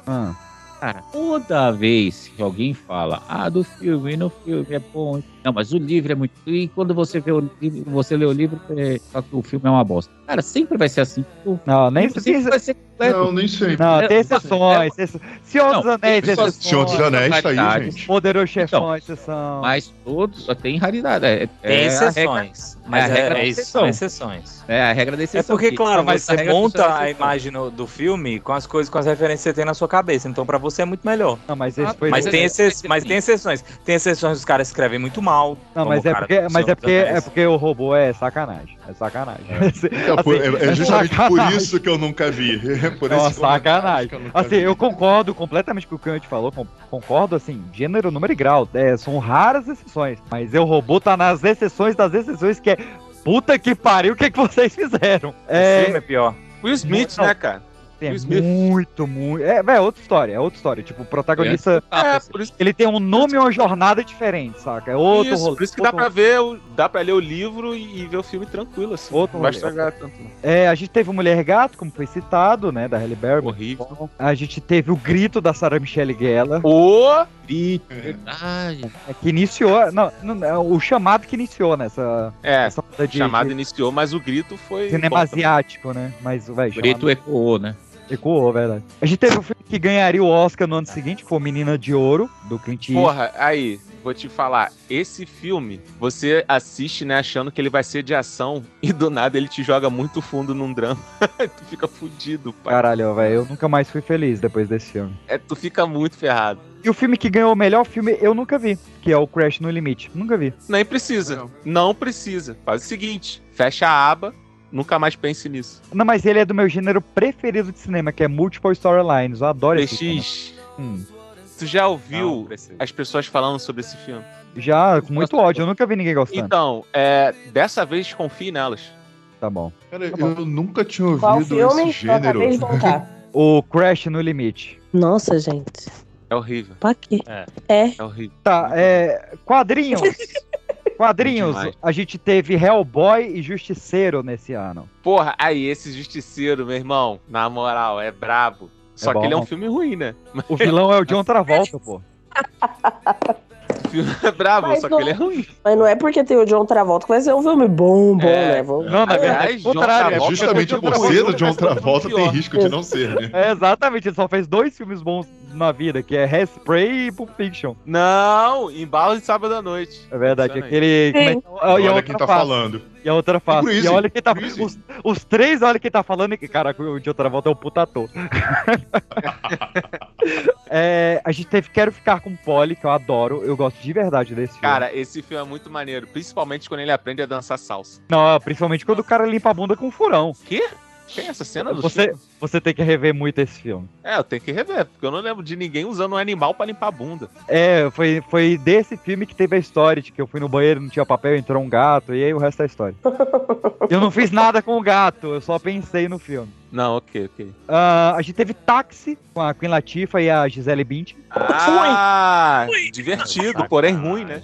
Speaker 4: Ah.
Speaker 5: Cara, toda vez que alguém fala, ah, do filme, no filme é bom. Não, mas o livro é muito. E quando você vê o livro, você lê o livro, é- só que o filme é uma bosta. Cara, sempre vai ser assim. O
Speaker 4: Não, nem
Speaker 5: livro sempre vai ser completo.
Speaker 10: Não, nem sempre.
Speaker 4: Não, tem
Speaker 5: É-
Speaker 4: exceções. exce- Senhor dos
Speaker 5: Não,
Speaker 4: Anéis,
Speaker 5: tem
Speaker 4: exceções.
Speaker 5: exceções. Senhor dos Anéis tá aí,
Speaker 4: Raridades.
Speaker 5: gente.
Speaker 4: Poderoso Chefão,
Speaker 5: Então,
Speaker 4: exceção.
Speaker 5: Mas todos só tem raridade. É,
Speaker 2: Tem
Speaker 5: é a
Speaker 2: exceções,
Speaker 5: regra-
Speaker 2: mas
Speaker 5: a regra
Speaker 2: é-
Speaker 5: da
Speaker 2: é isso,
Speaker 5: exceção.
Speaker 2: são exceções.
Speaker 5: É a regra da
Speaker 2: É
Speaker 5: exceção.
Speaker 2: porque,
Speaker 5: que-
Speaker 2: claro,
Speaker 5: né? mas
Speaker 2: você
Speaker 5: regra funciona
Speaker 2: monta
Speaker 5: da
Speaker 2: a
Speaker 5: exceção. é
Speaker 2: imagem no- do filme com as coisas, com as referências que você tem na sua cabeça. Então, pra você é muito melhor.
Speaker 4: Não, mas esse foi-
Speaker 2: mas,
Speaker 4: mas
Speaker 2: tem
Speaker 4: é-
Speaker 2: exce- mas tem exceções. Tem exceções dos caras que escrevem muito mal.
Speaker 4: Não,
Speaker 2: como
Speaker 4: mas
Speaker 2: o
Speaker 4: é
Speaker 2: cara
Speaker 4: porque,
Speaker 2: do
Speaker 4: mas
Speaker 2: Senhor
Speaker 4: é
Speaker 2: dos
Speaker 4: porque, é
Speaker 2: Anéis.
Speaker 4: porque o robô é sacanagem. É sacanagem. Assim,
Speaker 10: É, por- é- é justamente por isso que eu nunca vi. É por
Speaker 4: É uma
Speaker 10: esse comentário
Speaker 4: sacanagem.
Speaker 10: que eu nunca
Speaker 4: Assim,
Speaker 10: vi.
Speaker 1: né?
Speaker 4: eu concordo completamente com o que o Kant falou. com- concordo, assim, gênero, número e grau. É, são raras exceções. Mas eu robô tá nas exceções das exceções que é. Puta que pariu, o que, que vocês fizeram?
Speaker 2: O filme é pior.
Speaker 1: Will Smith, né, cara?
Speaker 4: É
Speaker 1: Will Smith.
Speaker 4: muito, muito. É, véi, é outra história, é outra história. Tipo, o protagonista.
Speaker 5: Ah,
Speaker 1: É, por isso-
Speaker 4: Ele tem um nome e uma jornada diferente, saca? É outro
Speaker 1: isso,
Speaker 4: rolê.
Speaker 1: por isso que dá
Speaker 4: outro
Speaker 1: pra
Speaker 4: rolê.
Speaker 1: ver, o- dá pra ler o livro e, e ver o filme tranquilo, assim.
Speaker 4: Outro
Speaker 1: não vai
Speaker 4: rolê.
Speaker 1: estragar tanto. não.
Speaker 4: É, a gente teve o Mulher Gato, como foi citado, né? Da Halle Berry.
Speaker 1: Horrível.
Speaker 4: A gente teve o grito da Sarah Michelle Gellar.
Speaker 1: O
Speaker 4: grito.
Speaker 1: Verdade.
Speaker 4: que iniciou. Não, não, é o chamado que iniciou nessa.
Speaker 1: É,
Speaker 4: essa
Speaker 1: o
Speaker 4: onda de-
Speaker 1: chamado
Speaker 4: de
Speaker 1: iniciou, mas o grito foi.
Speaker 4: cinema asiático, né? Mas,
Speaker 2: É
Speaker 4: velho.
Speaker 1: O grito
Speaker 5: ecoou, né?
Speaker 4: Ecoou, verdade. A gente teve o filme que ganharia o Oscar no ano seguinte, que foi Menina de Ouro, do Clint Eastwood.
Speaker 1: Porra, aí, vou te falar. Esse filme, você assiste, né, achando que ele vai ser de ação e do nada ele te joga muito fundo num drama. tu fica fudido, pai.
Speaker 4: Caralho, velho, eu nunca mais fui feliz depois desse filme.
Speaker 1: É, tu fica muito ferrado.
Speaker 4: E o filme que ganhou o melhor filme eu nunca vi, que é o Crash no Limite. Nunca vi.
Speaker 1: Nem precisa. Não, precisa. Faz o seguinte: fecha a aba, nunca mais pense nisso.
Speaker 4: Não, mas ele é do meu gênero preferido de cinema, que é Multiple Storylines. Eu adoro esse filme.
Speaker 1: PX,
Speaker 4: Hum.
Speaker 1: tu já ouviu as pessoas falando sobre esse filme?
Speaker 4: Já, com muito ódio, eu nunca vi ninguém gostando.
Speaker 1: Então, é, dessa vez confie nelas.
Speaker 4: Tá bom.
Speaker 10: Cara, eu nunca tinha
Speaker 1: Qual
Speaker 10: ouvido
Speaker 1: filme?
Speaker 10: esse
Speaker 1: Eu acabei
Speaker 10: gênero.
Speaker 1: de voltar.
Speaker 4: O Crash no Limite.
Speaker 12: Tá. Nossa, gente. Tá
Speaker 1: É horrível.
Speaker 12: Pra quê?
Speaker 1: É. É horrível.
Speaker 4: Tá, é. Quadrinhos. quadrinhos.
Speaker 1: Demais.
Speaker 4: A gente teve Hellboy e Justiceiro nesse ano.
Speaker 1: Porra, aí esse justiceiro, meu irmão, na moral, é brabo. Só
Speaker 4: bom.
Speaker 1: que ele é um filme ruim, né?
Speaker 4: O vilão é o John Travolta, pô.
Speaker 1: O filme é brabo, só que ele é ruim.
Speaker 12: Mas não é porque tem o John Travolta que vai ser um filme bom, bom, né? Vamos-
Speaker 4: Não, na verdade,
Speaker 1: Aliás,
Speaker 4: é o contrário.
Speaker 10: É justamente por ser do John Travolta tem risco de não ser, né?
Speaker 4: É, exatamente, ele só fez dois filmes bons na vida, que é Hairspray e Pulp Fiction.
Speaker 1: Não, embalos de sábado à noite.
Speaker 4: É verdade, aquele... como é que-
Speaker 10: Olha
Speaker 4: e a outra
Speaker 10: quem tá
Speaker 4: face.
Speaker 10: falando. Tipo
Speaker 4: E a outra face.
Speaker 10: Greasy,
Speaker 4: E olha quem tá... Os, os três, olha quem tá falando. e que Caraca, o de outra volta é um puta ator. É, a gente teve Quero Ficar com Polly, que eu adoro. Eu gosto de verdade desse filme.
Speaker 1: Cara, esse filme é muito maneiro, principalmente quando ele aprende a dançar salsa.
Speaker 4: Não, principalmente quando o cara limpa a bunda com um furão.
Speaker 1: Quê? Tem essa cena do
Speaker 4: Você,
Speaker 1: filme?
Speaker 4: você tem que rever muito esse filme.
Speaker 1: É, eu tenho que rever, porque eu não lembro de ninguém usando um animal pra limpar a bunda.
Speaker 4: É, foi, foi desse filme que teve a história de que eu fui no banheiro, não tinha papel, entrou um gato, e aí o resto é história. eu não fiz nada com o gato, eu só pensei no filme.
Speaker 1: Não, ok, ok.
Speaker 4: Ah, a gente teve Táxi com a Queen Latifah e a Gisele Bündchen.
Speaker 1: Ah, divertido, porém ruim, né?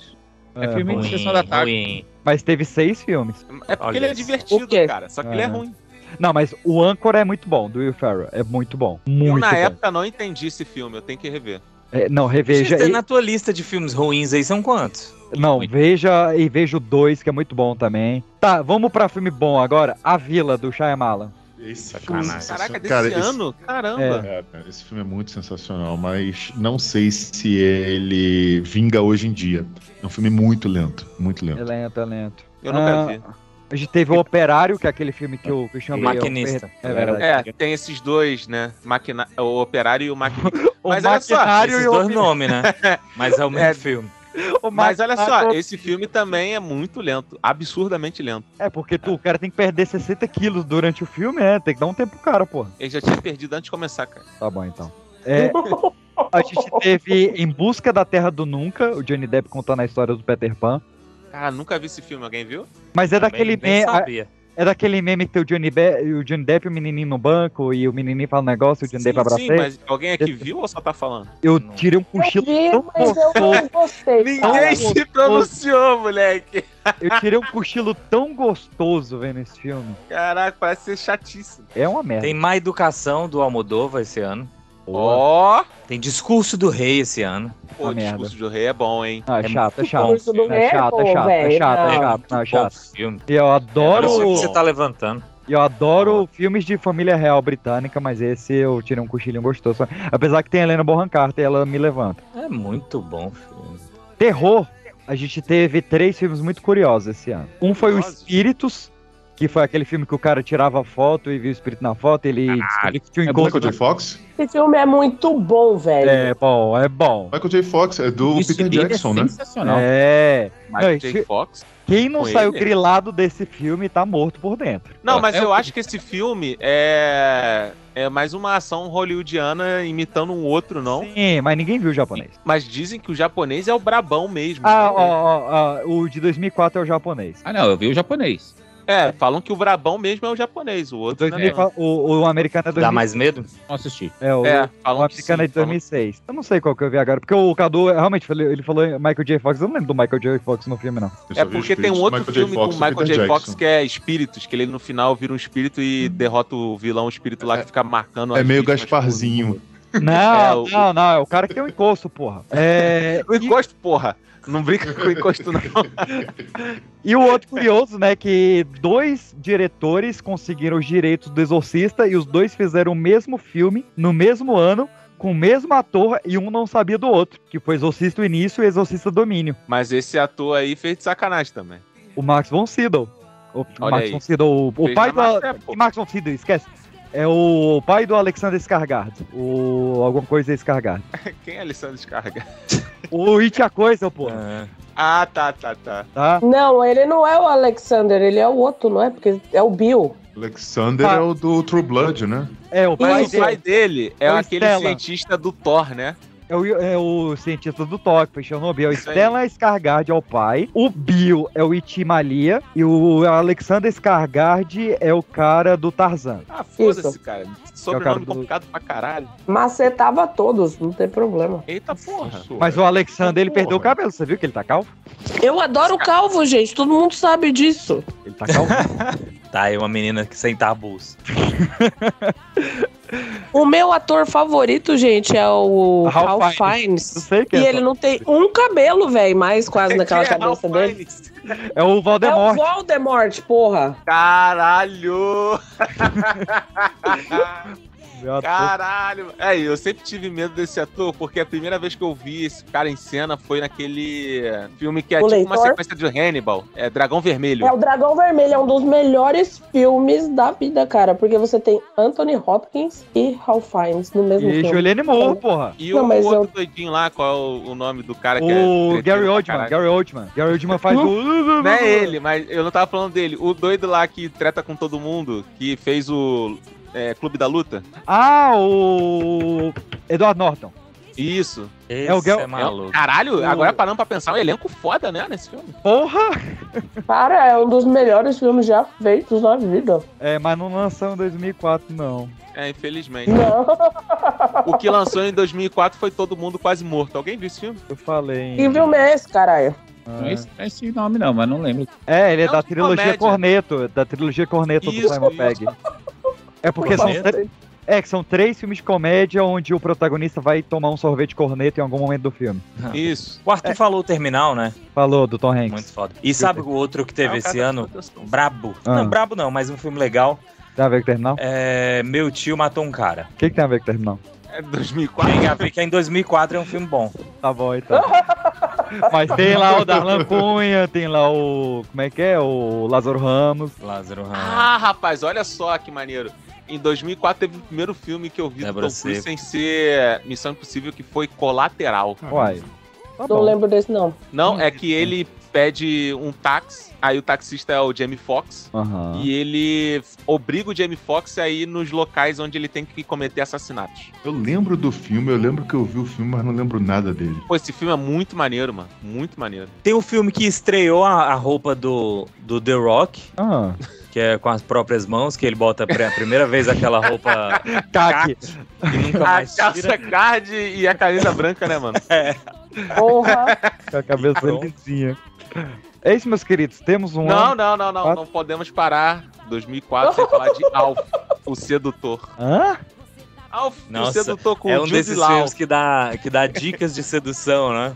Speaker 1: É filme de sessão da tarde.
Speaker 4: Mas teve seis filmes.
Speaker 1: É porque ele é divertido, cara, só que ele é ruim.
Speaker 4: Não, mas o Anchor é muito bom, do Will Ferrell. É muito bom.
Speaker 1: Eu,
Speaker 4: Muito
Speaker 1: na
Speaker 4: bom.
Speaker 1: época, não entendi esse filme, eu tenho que rever.
Speaker 4: É, não, reveja.
Speaker 2: Você, tá
Speaker 4: e-
Speaker 2: Na tua lista de filmes ruins aí, são quantos?
Speaker 1: assim
Speaker 4: Não, veja e veja o 2, que é muito bom também. Tá, vamos pra filme bom agora. A Vila, do Shyamalan.
Speaker 10: Esse é
Speaker 1: Sacanagem. Caraca, desse
Speaker 10: Cara, esse-
Speaker 1: ano? Caramba.
Speaker 10: É, cara, esse filme é muito sensacional, mas não sei se ele vinga hoje em dia. É um filme muito lento, muito lento.
Speaker 4: É lento, é lento.
Speaker 1: Eu nunca
Speaker 4: Ah,
Speaker 1: vi.
Speaker 4: A gente teve o Operário, que é aquele filme que o Christian Bale-
Speaker 1: Maquinista.
Speaker 4: É verdade.
Speaker 1: É, tem esses dois, né? Maquina... O operário e o maquinista.
Speaker 4: O
Speaker 1: Mas olha só.
Speaker 4: maquinário
Speaker 2: Esses dois nomes, né? Mas é o mesmo filme.
Speaker 1: Mas olha só,
Speaker 4: maquinário-
Speaker 1: esse filme também é muito lento. Absurdamente lento.
Speaker 4: É, porque tu, o cara tem que perder 60 quilos durante o filme, né? Tem que dar um tempo pro cara, porra.
Speaker 1: Ele já tinha perdido antes de começar, cara.
Speaker 4: Tá bom, então. É, a gente teve Em Busca da Terra do Nunca, o Johnny Depp contando a história do Peter Pan.
Speaker 1: Cara, nunca vi esse filme. Alguém viu?
Speaker 4: Mas é daquele
Speaker 1: nem
Speaker 4: meme.
Speaker 1: sabia.
Speaker 4: É daquele meme que tem o Johnny, Be- o Johnny Depp e o menininho no banco, e o menininho fala um negócio, o Johnny Depp abraça
Speaker 1: Sim,
Speaker 4: ele.
Speaker 1: mas alguém aqui viu ou só tá falando?
Speaker 4: Eu tirei um cochilo tão gostoso.
Speaker 12: gostei.
Speaker 1: Ninguém se pronunciou, moleque.
Speaker 4: Eu tirei um cochilo tão gostoso vendo esse filme.
Speaker 1: Caraca, parece ser chatíssimo.
Speaker 4: É uma merda.
Speaker 2: Tem Má Educação do Almodóvar esse ano.
Speaker 1: Ó!
Speaker 2: Tem Discurso do Rei esse ano.
Speaker 1: Pô, o discurso do rei é bom, hein?
Speaker 4: Ah, é chato, é
Speaker 2: muito
Speaker 4: chato.
Speaker 2: bom
Speaker 4: É
Speaker 2: esse
Speaker 4: chato, é
Speaker 2: filme.
Speaker 4: chato, é chato, é chato, é chato, não, é chato. E Eu adoro.
Speaker 2: Olha o filme que você tá levantando.
Speaker 4: Eu adoro filmes de família real britânica, mas esse eu tirei um cochilinho gostoso. Apesar que tem a Helena Bonham Carter, ela me levanta.
Speaker 2: É muito bom, filho.
Speaker 4: Terror, a gente teve três filmes muito curiosos esse ano. Um foi o Espíritos, que foi aquele filme que o cara tirava foto e via o espírito na foto, ele descobriu que tinha um
Speaker 10: é
Speaker 4: encontro...
Speaker 10: Michael J. Fox?
Speaker 12: Esse filme é muito bom, velho.
Speaker 4: É bom, é bom.
Speaker 10: Michael J. Fox é do
Speaker 4: Isso
Speaker 10: Peter
Speaker 4: dele é
Speaker 10: Jackson, né?
Speaker 4: sensacional. É.
Speaker 1: Michael
Speaker 4: Não,
Speaker 1: J.
Speaker 4: esse-
Speaker 1: Fox.
Speaker 4: Quem não
Speaker 1: Com
Speaker 4: saiu
Speaker 1: ele?
Speaker 4: grilado desse filme tá morto por dentro.
Speaker 1: Não, mas eu acho que esse filme é. É mais uma ação hollywoodiana imitando um outro, não?
Speaker 4: Sim, mas ninguém viu o japonês.
Speaker 1: Mas dizem que o japonês é o brabão mesmo.
Speaker 4: Ah, ó, ó, ó, o de 2004 é o japonês.
Speaker 5: Ah, não, eu vi o japonês.
Speaker 1: É, falam que o brabão mesmo é o japonês, o outro não é não.
Speaker 4: 2004 O, o americano é 2004.
Speaker 2: medo?
Speaker 5: Não assisti.
Speaker 4: É, o,
Speaker 1: É,
Speaker 4: o americano é de 2006. Eu não sei qual que eu vi agora, porque o Cadu realmente falou- ele falou Michael J. Fox. Eu não lembro do Michael J. Fox no filme, não.
Speaker 1: É porque tem um outro filme com o Michael J. Fox que é Espíritos, que ele no final vira um espírito e
Speaker 4: Hum.
Speaker 1: derrota o vilão espírito lá que fica marcando.
Speaker 10: É
Speaker 1: as
Speaker 10: meio
Speaker 1: vítimas.
Speaker 10: Gasparzinho.
Speaker 1: É,
Speaker 4: Não,
Speaker 1: o-
Speaker 4: não, não. É o cara que tem um encosto, porra. É,
Speaker 1: O encosto, porra. Não brinca com o encosto, não.
Speaker 4: E o outro curioso, né, que dois diretores conseguiram os direitos do Exorcista e os dois fizeram o mesmo filme no mesmo ano, com o mesmo ator e um não sabia do outro, que foi Exorcista o Início e Exorcista Domínio.
Speaker 1: Mas esse ator aí fez de sacanagem também.
Speaker 4: O Max von Sydow. O
Speaker 1: Olha
Speaker 4: Max
Speaker 1: aí.
Speaker 4: von Sydow, o, o
Speaker 1: Fez
Speaker 4: pai
Speaker 1: na
Speaker 4: do...
Speaker 1: maré,
Speaker 4: Max von Sydow, esquece. É o pai do Alexander Skarsgård, o alguma coisa Skarsgård.
Speaker 1: Quem é Alessandro Descarga?
Speaker 4: O It a coisa, pô.
Speaker 1: Ah, tá, tá, tá.
Speaker 4: Tá?
Speaker 12: Não, ele não é o Alexander, ele é o outro, não é? Porque é o Bill.
Speaker 10: Alexander é o do True Blood, né?
Speaker 4: É, o pai
Speaker 1: Mas o
Speaker 4: dele.
Speaker 1: pai dele é
Speaker 4: É o
Speaker 1: aquele
Speaker 4: Stella.
Speaker 1: cientista do Thor, né?
Speaker 4: É o, é o cientista do Tóquio, foi Chernobyl. É o Stellan Skarsgård é o pai. O Bill é o Itimalia. E o Alexander Skarsgård é o cara do Tarzan.
Speaker 1: Ah, foda-se,
Speaker 4: Isso.
Speaker 12: É
Speaker 1: cara.
Speaker 4: cara
Speaker 1: Sobrenome
Speaker 4: do-
Speaker 1: complicado pra caralho.
Speaker 12: Macetava todos, não tem problema.
Speaker 1: Eita porra.
Speaker 4: Mas o Alexander, ele perdeu o cabelo. Você viu que ele tá calvo?
Speaker 12: Eu adoro o calvo, gente. Todo mundo sabe disso.
Speaker 4: Ele tá calvo.
Speaker 2: Tá, é uma menina que sem tabus.
Speaker 12: O meu ator favorito, gente, é o Ralph,
Speaker 2: Ralph
Speaker 12: Fiennes.
Speaker 4: quem
Speaker 12: e
Speaker 4: é
Speaker 12: ele não tem um cabelo, velho, mais quase naquela
Speaker 1: Quem é
Speaker 12: cabeça dele.
Speaker 4: É o Voldemort.
Speaker 12: É o Voldemort, porra.
Speaker 1: Caralho!
Speaker 4: Meu ator.
Speaker 1: Caralho! É, eu sempre tive medo desse ator, porque a primeira vez que eu vi esse cara em cena foi naquele filme que é
Speaker 12: O
Speaker 1: tipo uma
Speaker 12: Leitor?
Speaker 1: sequência de Hannibal. É Dragão Vermelho.
Speaker 12: É, o Dragão Vermelho é um dos melhores filmes da vida, cara, porque você tem Anthony Hopkins e Ralph Fiennes no mesmo filme.
Speaker 4: porra.
Speaker 1: E
Speaker 12: Não,
Speaker 1: o
Speaker 12: mas
Speaker 1: outro doidinho lá, qual é o, o nome do cara que é...
Speaker 4: O
Speaker 1: treteiro
Speaker 4: Gary
Speaker 1: pra
Speaker 4: Oldman,
Speaker 1: caralho?
Speaker 4: Gary Oldman. Gary Oldman faz o.
Speaker 1: Não é ele, mas eu não tava falando dele. O doido lá que treta com todo mundo, que fez o é, Clube da Luta.
Speaker 4: Ah, o. Eduardo Norton.
Speaker 1: Isso.
Speaker 4: É o Gal- é maluco.
Speaker 1: Caralho,
Speaker 4: O-
Speaker 1: agora parando pra pensar, um elenco foda, né, nesse filme.
Speaker 4: Porra!
Speaker 12: Cara, é um dos melhores filmes já feitos na vida.
Speaker 4: É, mas não lançou em 2004, não.
Speaker 1: É, infelizmente. O que lançou em 2004 foi Todo Mundo Quase Morto. Alguém viu esse filme?
Speaker 4: Eu falei. Ah,
Speaker 12: Que filme é esse, caralho?
Speaker 9: Ah.
Speaker 5: Não é esse, não é esse nome, não, mas não lembro.
Speaker 4: É, ele é,
Speaker 5: É um
Speaker 4: da
Speaker 5: de
Speaker 4: trilogia
Speaker 5: comédia.
Speaker 4: Corneto, da trilogia Corneto
Speaker 5: Isso,
Speaker 4: do Simon Pegg. É porque são,
Speaker 5: Corneto?
Speaker 4: tre- é, que são três filmes de comédia onde o protagonista vai tomar um sorvete corneto em algum momento do filme.
Speaker 1: Isso.
Speaker 2: O Arthur falou o terminal, né?
Speaker 4: Falou do Tom Hanks.
Speaker 2: Muito foda. E sabe o outro que teve
Speaker 1: um
Speaker 4: É o cara
Speaker 2: esse
Speaker 4: da
Speaker 2: ano? Brabo.
Speaker 4: Ah.
Speaker 2: Não, brabo não, mas um filme legal.
Speaker 4: Tem a ver com o terminal?
Speaker 2: É, Meu tio matou um cara.
Speaker 4: O que, que tem a ver com o terminal?
Speaker 1: É 2004.
Speaker 2: Tem a ver que é em 2004 é um filme bom.
Speaker 4: Tá bom, então. Mas tem lá o Darlan Cunha, tem lá o. Como é que é? O Lázaro Ramos.
Speaker 2: Lázaro
Speaker 1: Ah, rapaz, olha só que maneiro. Em 2004 teve o primeiro filme que eu vi
Speaker 2: Débora
Speaker 1: do Tom Cruise
Speaker 2: Seco.
Speaker 1: sem ser Missão Impossível, que foi Colateral.
Speaker 4: Uai. Tá
Speaker 12: não lembro desse, não.
Speaker 1: Não, é que ele pede um táxi, aí o taxista é o Jamie Foxx,
Speaker 2: Ah.
Speaker 4: Aham.
Speaker 1: e ele obriga o Jamie Foxx a ir nos locais onde ele tem que cometer assassinatos.
Speaker 10: Eu lembro do filme, eu lembro que eu vi o filme, mas não lembro nada dele.
Speaker 1: Pô, esse filme é muito maneiro, mano. Muito maneiro.
Speaker 2: Tem um filme que estreou a, a roupa do, do The Rock,
Speaker 4: Ah.
Speaker 2: que é com as próprias mãos, que ele bota pre- a primeira vez aquela roupa
Speaker 4: caque.
Speaker 2: E nunca
Speaker 1: A
Speaker 2: mais
Speaker 1: calça card e a camisa branca, né, mano?
Speaker 2: É.
Speaker 12: Porra!
Speaker 4: Com a cabeça lisinha. É isso, meus queridos. Temos um.
Speaker 1: Não,
Speaker 4: ano-
Speaker 1: não, não, não. Não podemos parar 2004 sem falar de Alf, o sedutor.
Speaker 4: Hã?
Speaker 1: Alf, o
Speaker 2: Nossa,
Speaker 1: sedutor com
Speaker 2: é
Speaker 1: o
Speaker 2: um
Speaker 1: Jude
Speaker 2: desses
Speaker 1: Law.
Speaker 2: filmes que dá, que dá dicas de sedução, né?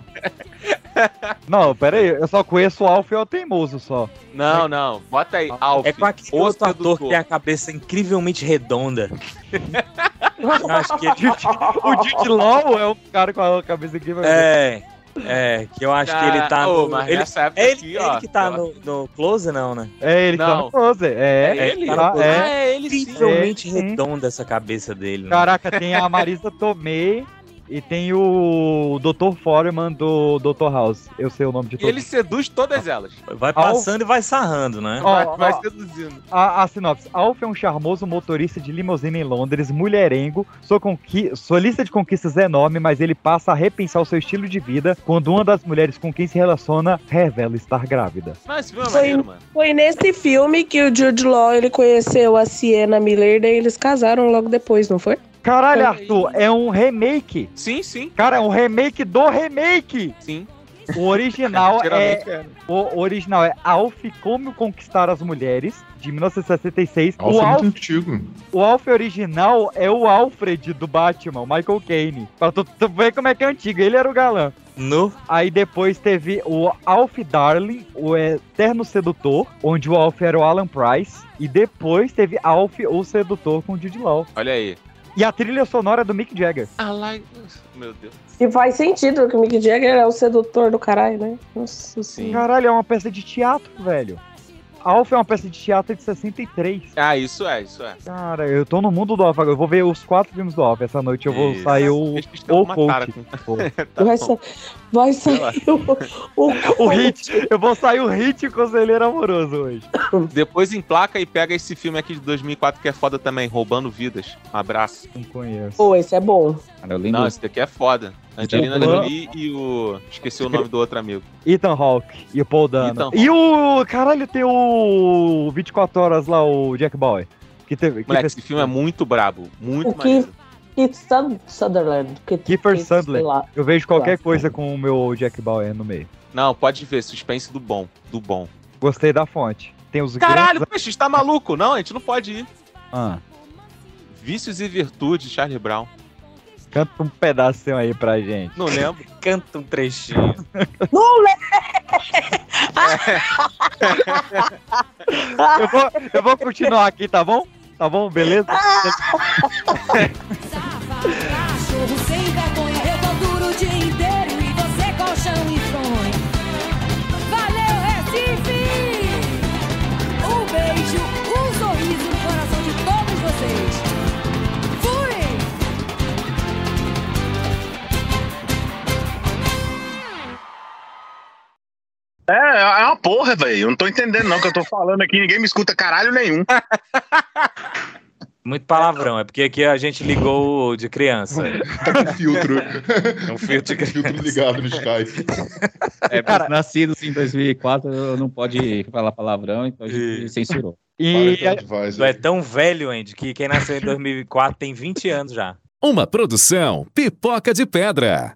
Speaker 4: Não, pera aí. Eu só conheço o Alf e é o Teimoso só.
Speaker 1: Não, não. Bota aí, Alf.
Speaker 2: É com aquele
Speaker 1: o
Speaker 2: outro ator que
Speaker 1: sedutor.
Speaker 2: tem a cabeça incrivelmente redonda. Eu acho que ele...
Speaker 4: O Jude Law é o cara com a cabeça aqui. vai ver.
Speaker 2: É, é, que eu acho que ele tá
Speaker 1: Ah, ô,
Speaker 2: no...
Speaker 1: mas
Speaker 2: ele,
Speaker 1: nessa época
Speaker 2: é ele,
Speaker 1: aqui,
Speaker 2: ele
Speaker 1: ó,
Speaker 2: que tá
Speaker 1: ó.
Speaker 2: no, no close, não, né?
Speaker 4: É ele que tá
Speaker 2: Não.
Speaker 4: no close. É,
Speaker 2: É ele?
Speaker 4: Tá,
Speaker 2: Ah,
Speaker 4: é.
Speaker 1: é ele sim.
Speaker 2: Incrivelmente
Speaker 4: É, sim.
Speaker 2: redonda essa cabeça dele. né?
Speaker 4: Caraca, tem a Marisa Tomei e tem o Dr. Foreman do Dr. House. Eu sei o nome de
Speaker 1: E
Speaker 4: todos.
Speaker 1: ele seduz todas elas.
Speaker 2: Vai passando e vai sarrando, né?
Speaker 1: Vai,
Speaker 4: Ó,
Speaker 1: vai
Speaker 4: ó.
Speaker 1: seduzindo.
Speaker 4: A, a sinopse. Alf é um charmoso motorista de limusine em Londres, mulherengo. Sua, conqui- sua lista de conquistas é enorme, mas ele passa a repensar o seu estilo de vida quando uma das mulheres com quem se relaciona revela estar grávida.
Speaker 1: Não, esse filme é
Speaker 12: Foi,
Speaker 1: maneiro, mano.
Speaker 12: foi nesse filme que o Jude Law ele conheceu a Sienna Miller, daí eles casaram logo depois, não foi?
Speaker 4: Caralho, Arthur, é um remake.
Speaker 1: Sim, sim.
Speaker 4: Cara, é um remake do remake.
Speaker 1: Sim.
Speaker 4: O original é,
Speaker 1: Geralmente é.
Speaker 4: O original é Alf Como Conquistar as Mulheres, de 1966.
Speaker 10: Alf
Speaker 4: o,
Speaker 10: é muito
Speaker 4: Alf,
Speaker 10: antigo.
Speaker 4: o Alf original é o Alfred do Batman, o Michael Caine. Pra tu, tu ver como é que é antigo, ele era o galã.
Speaker 2: No.
Speaker 4: Aí depois teve o Alf Darling, o Eterno Sedutor, onde o Alf era o Alan Price. E depois teve Alf, o Sedutor, com o Jude Law.
Speaker 1: Olha aí.
Speaker 4: E a trilha sonora é do Mick Jagger.
Speaker 1: Meu Deus.
Speaker 12: E faz sentido, porque o Mick Jagger é o sedutor do caralho, né? Nossa senhora.
Speaker 4: Caralho, é uma peça de teatro, velho. Alf é uma peça de teatro de 63.
Speaker 1: Ah, isso é, isso é.
Speaker 4: Cara, eu tô no mundo do Alpha agora. Eu vou ver os quatro filmes do Alpha essa noite. Eu vou
Speaker 1: Isso.
Speaker 4: sair o,
Speaker 1: Eles estão com
Speaker 4: o
Speaker 1: uma
Speaker 4: coach.
Speaker 1: cara
Speaker 4: Pô.
Speaker 12: vai, sa- vai sair o, o,
Speaker 4: tá O hit. Eu vou sair o hit Conselheiro Amoroso hoje.
Speaker 1: Depois emplaca e pega esse filme aqui de 2004 que é foda também, Roubando Vidas. Um abraço.
Speaker 4: Não conheço.
Speaker 12: Pô, esse é bom.
Speaker 5: eu lembro. assim.
Speaker 1: Não, esse daqui é foda. Angelina
Speaker 4: Então,
Speaker 1: Jolie e o... Esqueci o nome do outro amigo.
Speaker 4: Ethan Hawke e o Paul
Speaker 1: Ethan
Speaker 4: Dano.
Speaker 1: Hawke.
Speaker 4: E o. Caralho, tem o 24 Horas lá, o Jack Bauer. Que teve. que
Speaker 1: Moleque,
Speaker 4: fez-
Speaker 1: esse filme é muito brabo. Muito
Speaker 12: O
Speaker 1: maneiro.
Speaker 12: Keith, Keith Sun- Sutherland. Keith,
Speaker 4: Kiefer
Speaker 12: Keith-
Speaker 4: Sandler.
Speaker 12: sei lá.
Speaker 4: Eu vejo qualquer
Speaker 12: Claro.
Speaker 4: coisa com o meu Jack Bauer no meio.
Speaker 1: Não, pode ver. Suspense do bom. Do bom.
Speaker 4: Gostei da fonte. Tem os
Speaker 1: Caralho,
Speaker 4: grandes-
Speaker 1: peixe, tá maluco? Não, a gente não pode ir.
Speaker 4: Ah,
Speaker 1: Vícios e Virtudes, Charlie Brown.
Speaker 4: canta um pedacinho aí pra gente.
Speaker 1: Não lembro.
Speaker 2: Canta um trechinho.
Speaker 12: Não lembro.
Speaker 4: Eu vou, eu vou continuar aqui, tá bom? Tá bom, beleza?
Speaker 11: Cachorro sem vergonha, eu tô duro o dia inteiro e você colchão e fronha. Valeu, Recife! Um beijo, um sorriso no coração de todos vocês. Fui!
Speaker 9: É, é uma porra, velho. Eu não tô entendendo, não, o que eu
Speaker 5: É,
Speaker 9: tô falando aqui. Ninguém me escuta caralho nenhum.
Speaker 2: Muito palavrão, é porque aqui a gente ligou o de criança.
Speaker 10: Tá com filtro.
Speaker 2: É um filtro de
Speaker 10: Filtro ligado no Skype.
Speaker 5: É, para os nascidos em 2004 não pode falar palavrão, então a gente censurou.
Speaker 2: E
Speaker 5: Fala,
Speaker 2: tu é tão velho, Andy, que quem nasceu em 2004 tem 20 anos já.
Speaker 3: Uma produção pipoca de pedra.